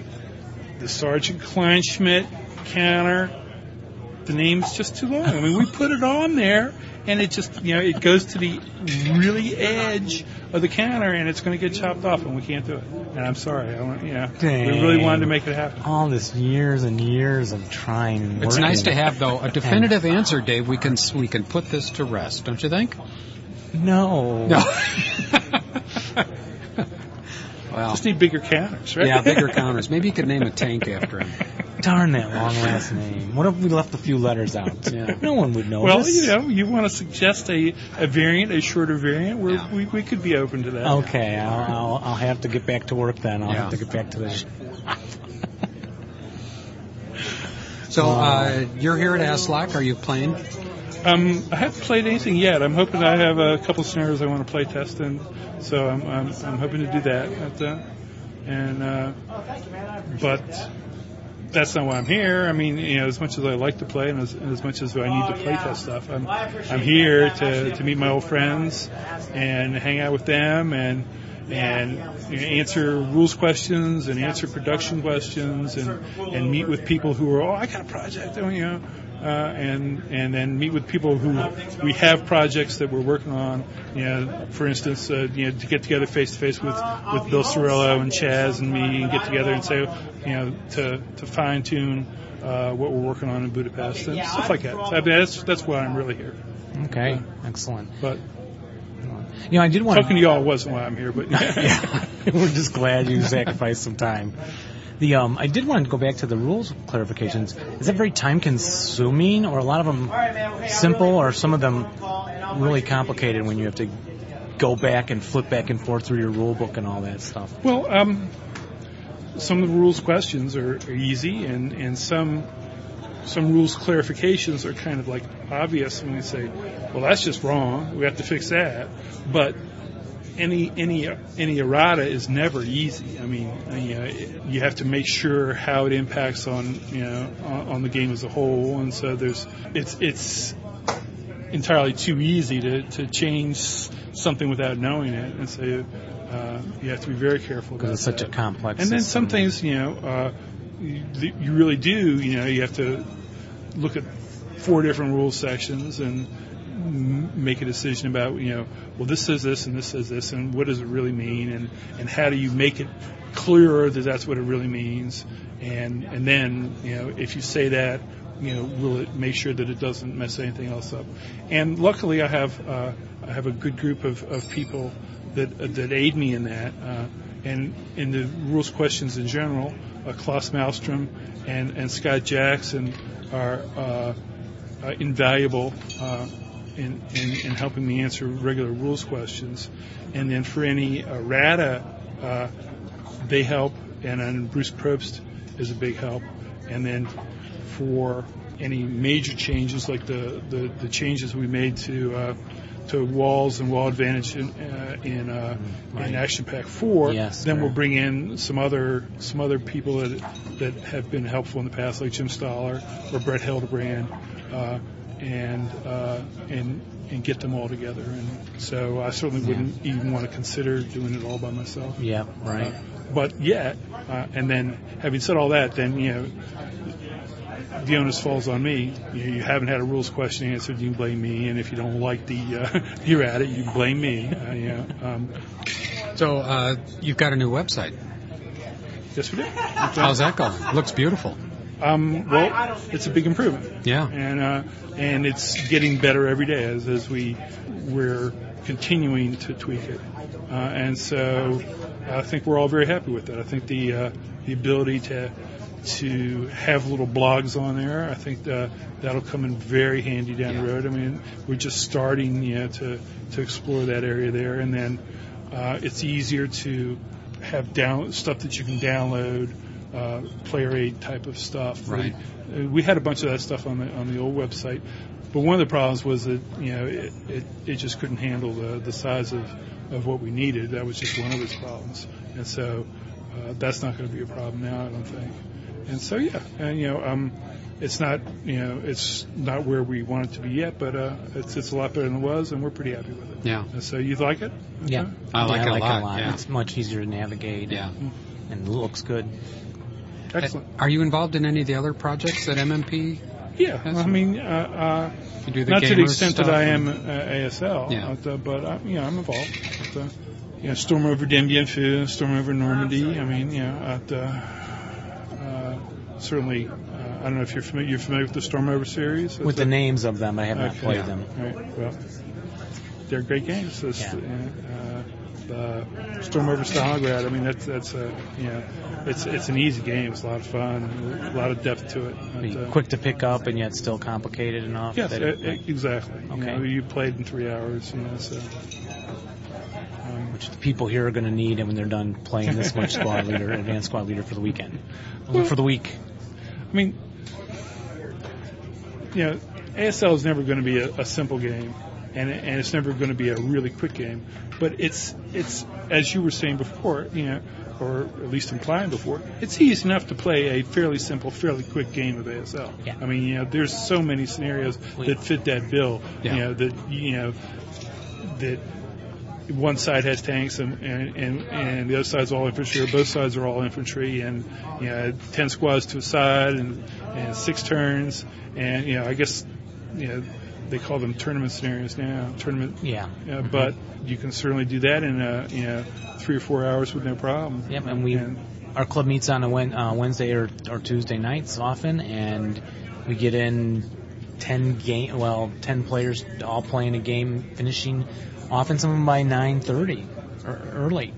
Speaker 6: the Sergeant Kleinschmidt counter, the name's just too long. I mean, we put it on there, and it just, you know, it goes to the really edge of the counter, and it's going to get chopped off, and we can't do it. And I'm sorry, I don't, you know, we really wanted to make it happen.
Speaker 2: all this years and years of trying. And
Speaker 1: It's
Speaker 2: working.
Speaker 1: nice to have though a definitive answer, Dave. We can we can put this to rest, don't you think?
Speaker 2: No.
Speaker 1: No. (laughs) well,
Speaker 6: Just need bigger counters, right?
Speaker 1: yeah, bigger
Speaker 6: (laughs)
Speaker 1: counters. Maybe you could name a tank after him.
Speaker 2: Darn that long last name. What if we left a few letters out?
Speaker 1: (laughs) Yeah.
Speaker 2: (laughs) No one would know.
Speaker 6: Well, you know, you want to suggest a, a variant, a shorter variant, we're,
Speaker 1: Yeah.
Speaker 6: we, we could be open to that.
Speaker 2: Okay, I'll, I'll, I'll have to get back to work then. I'll
Speaker 1: Yeah.
Speaker 2: have to get back to the.
Speaker 1: So uh, you're here at Aslock. Are you playing?
Speaker 6: Um, I haven't played anything yet. I'm hoping I have a couple scenarios I want to play test, and so I'm, I'm, I'm hoping to do that. At the, and uh, but that's not why I'm here. I mean, you know, as much as I like to play, and as, and as much as I need to play test stuff, I'm I'm here to, to meet my old friends and hang out with them and and you know, answer rules questions and answer production questions and and meet with people who are oh I got a project oh, you know uh, and and then meet with people who we have projects that we're working on you know for instance uh, you know to get together face to face with with Bill Cirillo and Chaz and me and get together and say you know to to fine tune. Uh, what we're working on in Budapest and stuff like that. So, I mean, that's that's why I'm really here.
Speaker 2: (laughs) Okay, excellent.
Speaker 6: But
Speaker 2: You know, I did want
Speaker 6: talking to y'all wasn't why I'm here,
Speaker 2: (laughs)
Speaker 6: but
Speaker 2: yeah, we're just glad you sacrificed some time. The um, I did want to go back to the rules clarifications. Is that very time consuming, or a lot of them simple, or some of them really complicated when you have to go back and flip back and forth through your rule book and all that stuff?
Speaker 6: (laughs) Well, um, some of the rules questions are, are easy, and, and some some rules clarifications are kind of like obvious when we say, well, that's just wrong. We have to fix that. But any any any errata is never easy. I mean, you, know, you have to make sure how it impacts on you know on, on the game as a whole, and so there's it's it's entirely too easy to, to change something without knowing it, and so uh, you have to be very careful.
Speaker 2: Because
Speaker 6: about
Speaker 2: it's such a
Speaker 6: that.
Speaker 2: complex.
Speaker 6: And then
Speaker 2: system.
Speaker 6: some things, you know, uh, you, th- you really do, you know, you have to look at four different rule sections and m- make a decision about you know well this says this and this says this and what does it really mean and and how do you make it clearer that that's what it really means and and then you know if you say that you know will it make sure that it doesn't mess anything else up and luckily I have uh, I have a good group of, of people that uh, that aid me in that uh, and in the rules questions in general uh, Klaus Malmstrom and and Scott Jackson are uh, uh, invaluable uh, in, in, in helping me answer regular rules questions. And then for any uh, RADA, uh, they help, and then Bruce Probst is a big help. And then for any major changes, like the, the, the changes we made to uh, to walls and wall advantage in uh, in, uh,
Speaker 2: Right.
Speaker 6: in Action Pack Four,
Speaker 2: Yes,
Speaker 6: then
Speaker 2: right.
Speaker 6: we'll bring in some other some other people that that have been helpful in the past, like Jim Stoller or Brett Hildebrand, uh, and uh, and and get them all together. And so I certainly wouldn't even want to consider doing it all by myself. Uh,
Speaker 2: Yeah, right.
Speaker 6: But yet, uh, and then having said all that, then you know. The onus falls on me. You, you haven't had a rules question answered. You can blame me, and if you don't like the uh, (laughs) you're at it, you blame me. Uh, you know, um,
Speaker 1: So uh, you've got a new website.
Speaker 6: yes, we do.
Speaker 1: How's that going? Looks beautiful.
Speaker 6: Um, well, it's a big improvement.
Speaker 1: Yeah.
Speaker 6: and uh, and it's getting better every day as, as we we're continuing to tweak it. Uh, and so I think we're all very happy with it. I think the uh, the ability to to have little blogs on there, I think the, that'll come in very handy down the road. I mean, we're just starting, you know, to to explore that area there, and then uh, it's easier to have down stuff that you can download, uh, player aid type of stuff.
Speaker 1: Right.
Speaker 6: Uh, we had a bunch of that stuff on the on the old website, but one of the problems was that you know it it, it just couldn't handle the the size of of what we needed. That was just one of its problems, and so uh, that's not going to be a problem now, I don't think. And so yeah, and you know um. It's not, you know, it's not where we want it to be yet, but uh, it's it's a lot better than it was, and we're pretty happy with it.
Speaker 1: Yeah.
Speaker 6: And so you like it?
Speaker 2: Yeah.
Speaker 1: I like
Speaker 2: yeah,
Speaker 1: it a
Speaker 2: I like
Speaker 1: lot,
Speaker 2: It a lot.
Speaker 1: yeah.
Speaker 2: It's much easier to navigate.
Speaker 1: Yeah.
Speaker 2: And looks good.
Speaker 6: Excellent.
Speaker 1: Are you involved in any of the other projects at MMP?
Speaker 6: Yeah,
Speaker 1: That's
Speaker 6: I mean, uh, uh,
Speaker 1: You do the
Speaker 6: not to the
Speaker 1: gamer
Speaker 6: extent that
Speaker 1: stuff
Speaker 6: I am
Speaker 1: and-
Speaker 6: uh, ASL,
Speaker 1: Yeah.
Speaker 6: but, uh, but uh, yeah, I'm involved. But, uh, yeah, storm over Dien Bien Phu, storm over Normandy. I mean, yeah, at, uh, uh, certainly. Uh, I don't know if you're familiar. You're familiar with the storm over series?
Speaker 2: With the names of them, I have not
Speaker 6: Okay.
Speaker 2: played
Speaker 1: Yeah.
Speaker 2: them.
Speaker 6: All right. Well, they're great games. This,
Speaker 2: Yeah.
Speaker 6: uh, uh, the Storm over Stalingrad. I mean, that's that's a you know, it's it's an easy game. It's a lot of fun. A lot of depth to it.
Speaker 2: I
Speaker 6: And,
Speaker 2: mean,
Speaker 6: uh,
Speaker 2: quick to pick up and yet still complicated enough.
Speaker 6: Yes,
Speaker 2: that
Speaker 6: e-
Speaker 2: it-
Speaker 6: e- exactly. You,
Speaker 2: Okay.
Speaker 6: know, you played in three hours, you know, so. Um,
Speaker 2: which the people here are going to need when they're done playing this (laughs) much squad leader, advanced squad leader for the weekend, for the week.
Speaker 6: I mean, you know, ASL is never going to be a, a simple game, and and it's never going to be a really quick game. But it's it's as you were saying before, you know, or at least implying before, it's easy enough to play a fairly simple, fairly quick game of ASL.
Speaker 2: Yeah.
Speaker 6: I mean, you know, there's so many scenarios
Speaker 2: Wait.
Speaker 6: that fit that bill.
Speaker 1: Yeah.
Speaker 6: You know that you know that. One side has tanks and, and, and, and the other side's all infantry, or both sides are all infantry, and you know, ten squads to a side, and and six turns, and you know, I guess you know they call them tournament scenarios now. Tournament,
Speaker 2: Yeah.
Speaker 6: uh, but you can certainly do that in uh, you know three or four hours with no problem.
Speaker 2: Yep, and we- Our club meets on a Wen- uh, Wednesday or, or Tuesday nights often, and we get in ten game, well, ten players all playing a game, finishing often some of them by nine thirty or early.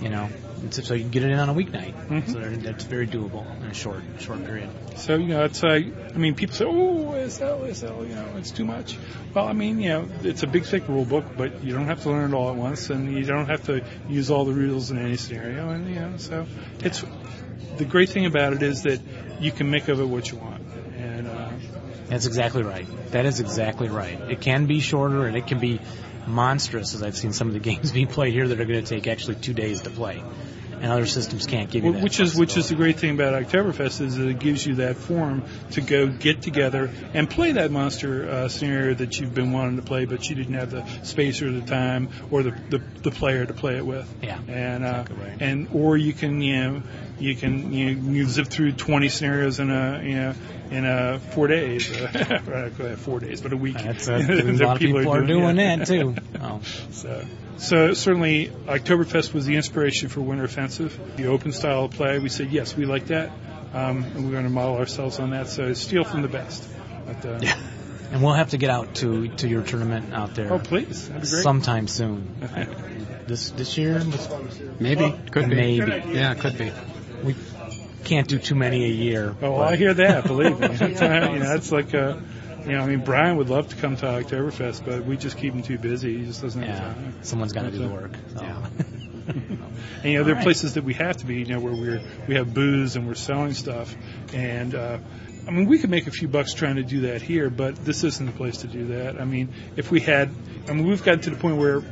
Speaker 2: You know, and so, so you get it in on a weeknight,
Speaker 6: Mhm.
Speaker 2: so they're- that's very doable in a short short period.
Speaker 6: So you know, it's like I mean, people say, "Oh, ASL, ASL, you know, it's too much." Well, I mean, you know, it's a big, thick rule book, but you don't have to learn it all at once, and you don't have to use all the rules in any scenario, and you know, so it's the great thing about it is that you can make of it what you want, and uh,
Speaker 2: That's exactly right. That is exactly right. It can be shorter and it can
Speaker 7: (laughs)
Speaker 2: be monstrous, as I've seen some of the games being played here that are going to take actually two days to play.
Speaker 7: and other systems can't give you that.
Speaker 6: Which is which is the
Speaker 7: flexibility.
Speaker 6: great thing about Oktoberfest is that it gives you that forum to go get together and play that monster uh, scenario that you've been wanting to play, but you didn't have the space or the time or the the, the player to play it with.
Speaker 7: Yeah.
Speaker 6: And uh,
Speaker 7: Exactly right.
Speaker 6: and or you can you know you can you, know, you zip through 20 scenarios in a you know in a four days, (laughs) right? go ahead, Four days, but a week.
Speaker 7: Uh,
Speaker 6: (laughs)
Speaker 7: That's a, a lot of people are doing that too. Oh,
Speaker 6: So, so certainly Oktoberfest was the inspiration for Winter Offensive. The open style of play, we said, yes, we like that, um, and we're going to model ourselves on that. So steal from the best. But, uh,
Speaker 7: and we'll have to get out to to your tournament out there
Speaker 6: Oh, please. That'd be great.
Speaker 7: sometime soon. This this year
Speaker 1: Maybe. could be.
Speaker 7: maybe
Speaker 1: Yeah, could be.
Speaker 7: we can't do too many a year.
Speaker 6: oh, well, I hear that, believe
Speaker 1: (laughs)
Speaker 2: (laughs)
Speaker 6: me. (laughs) That's, uh, you know, that's like, uh, you know, I mean, Brian would love to come to Oktoberfest, but we just keep him too busy. He just doesn't have
Speaker 7: Yeah,
Speaker 6: time.
Speaker 7: someone's got to do the work. So.
Speaker 6: And you know, there are
Speaker 7: Alright.
Speaker 6: places that we have to be, you know, where we're we have booze and we're selling stuff. And uh, I mean, we could make a few bucks trying to do that here, but this isn't the place to do that. I mean, if we had, I mean, we've gotten to the point where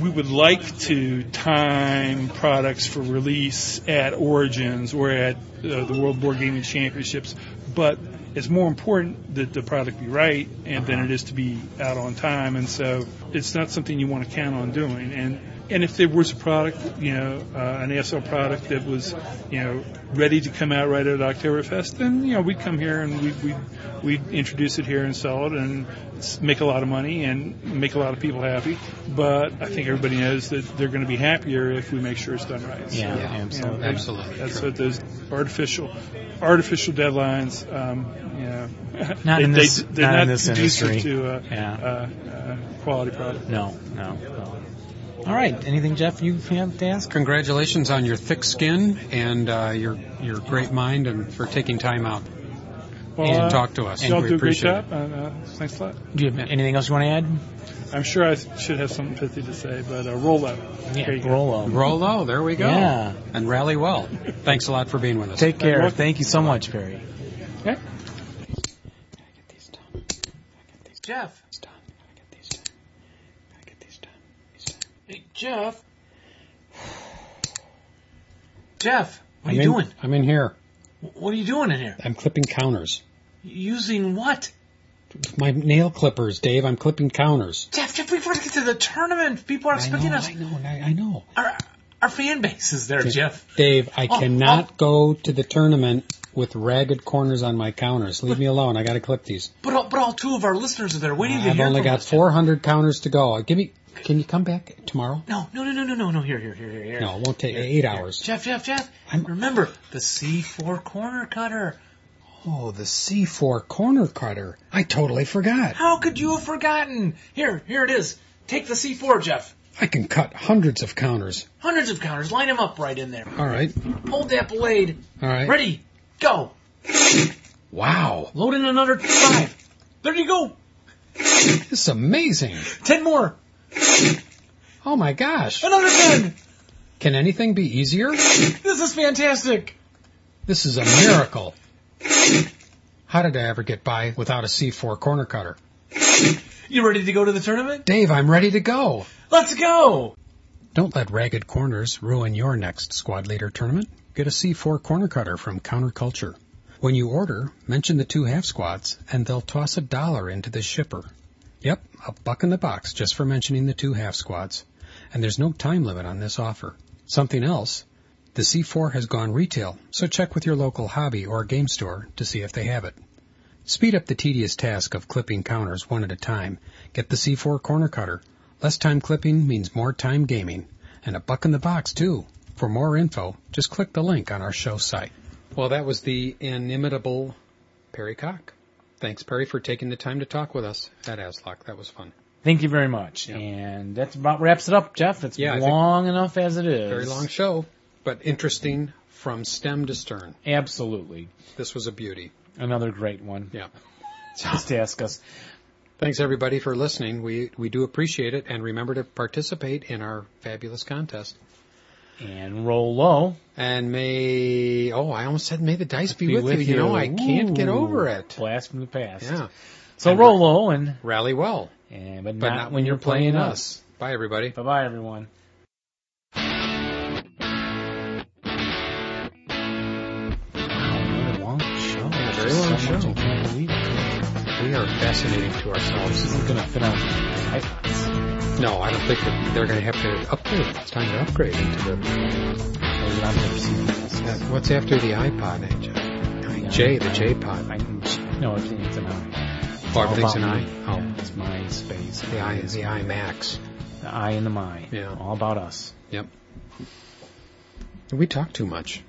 Speaker 6: we would like to time products for release at Origins or at uh, the World Board Gaming Championships, but it's more important that the product be right and than it is to be out on time. And so it's not something you want to count on doing. And and if there was a product, you know, uh, an ASL product that was, you know, ready to come out right at Oktoberfest, then you know we'd come here and we'd we'd, we'd introduce it here and sell it and s- make a lot of money and make a lot of people happy. But I think everybody knows that they're going to be happier if we make sure it's done right. So,
Speaker 7: Yeah,
Speaker 1: Yeah.
Speaker 7: absolutely.
Speaker 6: you know,
Speaker 1: Absolutely.
Speaker 6: That's
Speaker 1: true.
Speaker 6: what those artificial, artificial deadlines. Um, you know, (laughs)
Speaker 7: Not
Speaker 6: they,
Speaker 7: in
Speaker 6: they-
Speaker 7: this-
Speaker 6: they're
Speaker 7: not
Speaker 6: not,
Speaker 7: in this
Speaker 6: conducive
Speaker 7: industry.
Speaker 6: to uh,
Speaker 7: Yeah.
Speaker 6: uh, uh, quality product.
Speaker 7: No, no, no. All right. Anything, Jeff? You have to ask?
Speaker 1: Congratulations on your thick skin and uh, your your great mind, and for taking time out
Speaker 6: Well,
Speaker 1: and
Speaker 6: uh,
Speaker 1: talk to us.
Speaker 6: Y'all
Speaker 1: we
Speaker 6: do a great
Speaker 1: appreciate
Speaker 6: job. and, Uh, thanks a lot.
Speaker 7: Do you have anything else you want to add?
Speaker 6: I'm sure I should have something pithy to say, but uh, roll up. There you go.
Speaker 7: Rolo.
Speaker 1: it. Roll low, there we go.
Speaker 7: Yeah.
Speaker 1: And rally well. Thanks a lot for being with us.
Speaker 7: Take care.
Speaker 6: Well-
Speaker 7: Thank you so much, Perry.
Speaker 6: Okay.
Speaker 7: Jeff. Hey, Jeff. Jeff, what are you
Speaker 1: I'm in-
Speaker 7: doing?
Speaker 1: I'm in here.
Speaker 7: What are you doing in here?
Speaker 1: I'm clipping counters.
Speaker 7: Using what?
Speaker 1: My nail clippers, Dave. I'm clipping counters.
Speaker 7: Jeff, Jeff, we've got to get to the tournament. People are
Speaker 1: I
Speaker 7: expecting
Speaker 1: know,
Speaker 7: us.
Speaker 1: I know, I I know.
Speaker 7: Our, our fan base is there, Jeff.
Speaker 1: Dave, I
Speaker 7: Oh,
Speaker 1: cannot
Speaker 7: oh.
Speaker 1: go to the tournament with ragged corners on my counters. Leave me alone. I got to clip these.
Speaker 7: But all, but all two of our listeners are there waiting to
Speaker 1: I've
Speaker 7: hear
Speaker 1: only
Speaker 7: from
Speaker 1: got
Speaker 7: us.
Speaker 1: 400 counters to go. Give me. Can you come back tomorrow?
Speaker 7: No, no, no, no, no, no, no. Here, here, here, here, here.
Speaker 1: No, it won't take eight hours.
Speaker 7: Jeff, Jeff, Jeff.
Speaker 1: I'm-
Speaker 7: Remember the C4 corner cutter.
Speaker 1: Oh, the C4 corner cutter. I totally forgot.
Speaker 7: How could you have forgotten? Here, here it is. Take the C4, Jeff.
Speaker 1: I can cut hundreds of counters.
Speaker 7: Hundreds of counters. Line them up right in there.
Speaker 1: All right.
Speaker 7: Hold that blade.
Speaker 1: All right.
Speaker 7: Ready. Go.
Speaker 1: Wow.
Speaker 7: Load in another five. There you go.
Speaker 1: This is amazing.
Speaker 7: Ten more.
Speaker 1: Oh my gosh.
Speaker 7: Another ten.
Speaker 1: Can anything be easier?
Speaker 7: This is fantastic.
Speaker 1: This is a miracle. How did I ever get by without a C4 corner cutter?
Speaker 7: You ready to go to the tournament?
Speaker 1: Dave, I'm ready to go.
Speaker 7: Let's go.
Speaker 1: Don't let ragged corners ruin your next squad leader tournament. Get a C4 corner cutter from Counterculture. When you order, mention the two half squads and they'll toss a dollar into the shipper. Yep, a buck in the box just for mentioning the two half squads. And there's no time limit on this offer. Something else, the C4 has gone retail, so check with your local hobby or game store to see if they have it. Speed up the tedious task of clipping counters one at a time. Get the C4 corner cutter. Less time clipping means more time gaming. And a buck in the box, too. For more info, just click the link on our show site. Well, that was the inimitable Perry Cock. Thanks, Perry, for taking the time to talk with us at ASLOC. That was fun.
Speaker 7: Thank you very much. And that about wraps it up, Jeff. It's
Speaker 1: Yeah, I think-
Speaker 7: long enough as it is.
Speaker 1: Very long show, but interesting from stem to stern.
Speaker 7: Absolutely.
Speaker 1: This was a beauty.
Speaker 7: Another great one.
Speaker 1: Yeah.
Speaker 7: Just to ask us.
Speaker 1: Thanks, everybody, for listening. We, we do appreciate it. And remember to participate in our fabulous contest.
Speaker 7: And roll low.
Speaker 1: And may oh, I almost said may the dice be,
Speaker 7: Be
Speaker 1: with, you. You know, I can't get
Speaker 7: Ooh.
Speaker 1: over it.
Speaker 7: Blast from the past.
Speaker 1: Yeah,
Speaker 7: So
Speaker 1: And-
Speaker 7: roll low and,
Speaker 1: rally well,
Speaker 7: and but,
Speaker 1: but not, when you're playing us. Bye, everybody.
Speaker 7: Bye bye everyone.
Speaker 1: Oh, show.
Speaker 2: Can't believe it.
Speaker 1: We are fascinating to
Speaker 2: This
Speaker 1: ourselves.
Speaker 2: is gonna fit on iPods.
Speaker 1: No, I don't think that they're going to have to upgrade. It's time to upgrade into the
Speaker 2: Or you'll have to receive this.
Speaker 1: uh, what's after the iPod, AJ? I mean, J, the J pod.
Speaker 2: I can, no, it's it's an I.
Speaker 1: Oh, everything's an
Speaker 2: All
Speaker 1: I.
Speaker 2: about me.
Speaker 1: Oh,
Speaker 2: Yeah, it's my space.
Speaker 1: the I is the I Max.
Speaker 2: The I and the my.
Speaker 1: Yeah.
Speaker 2: All about us.
Speaker 1: Yep. We talk too much.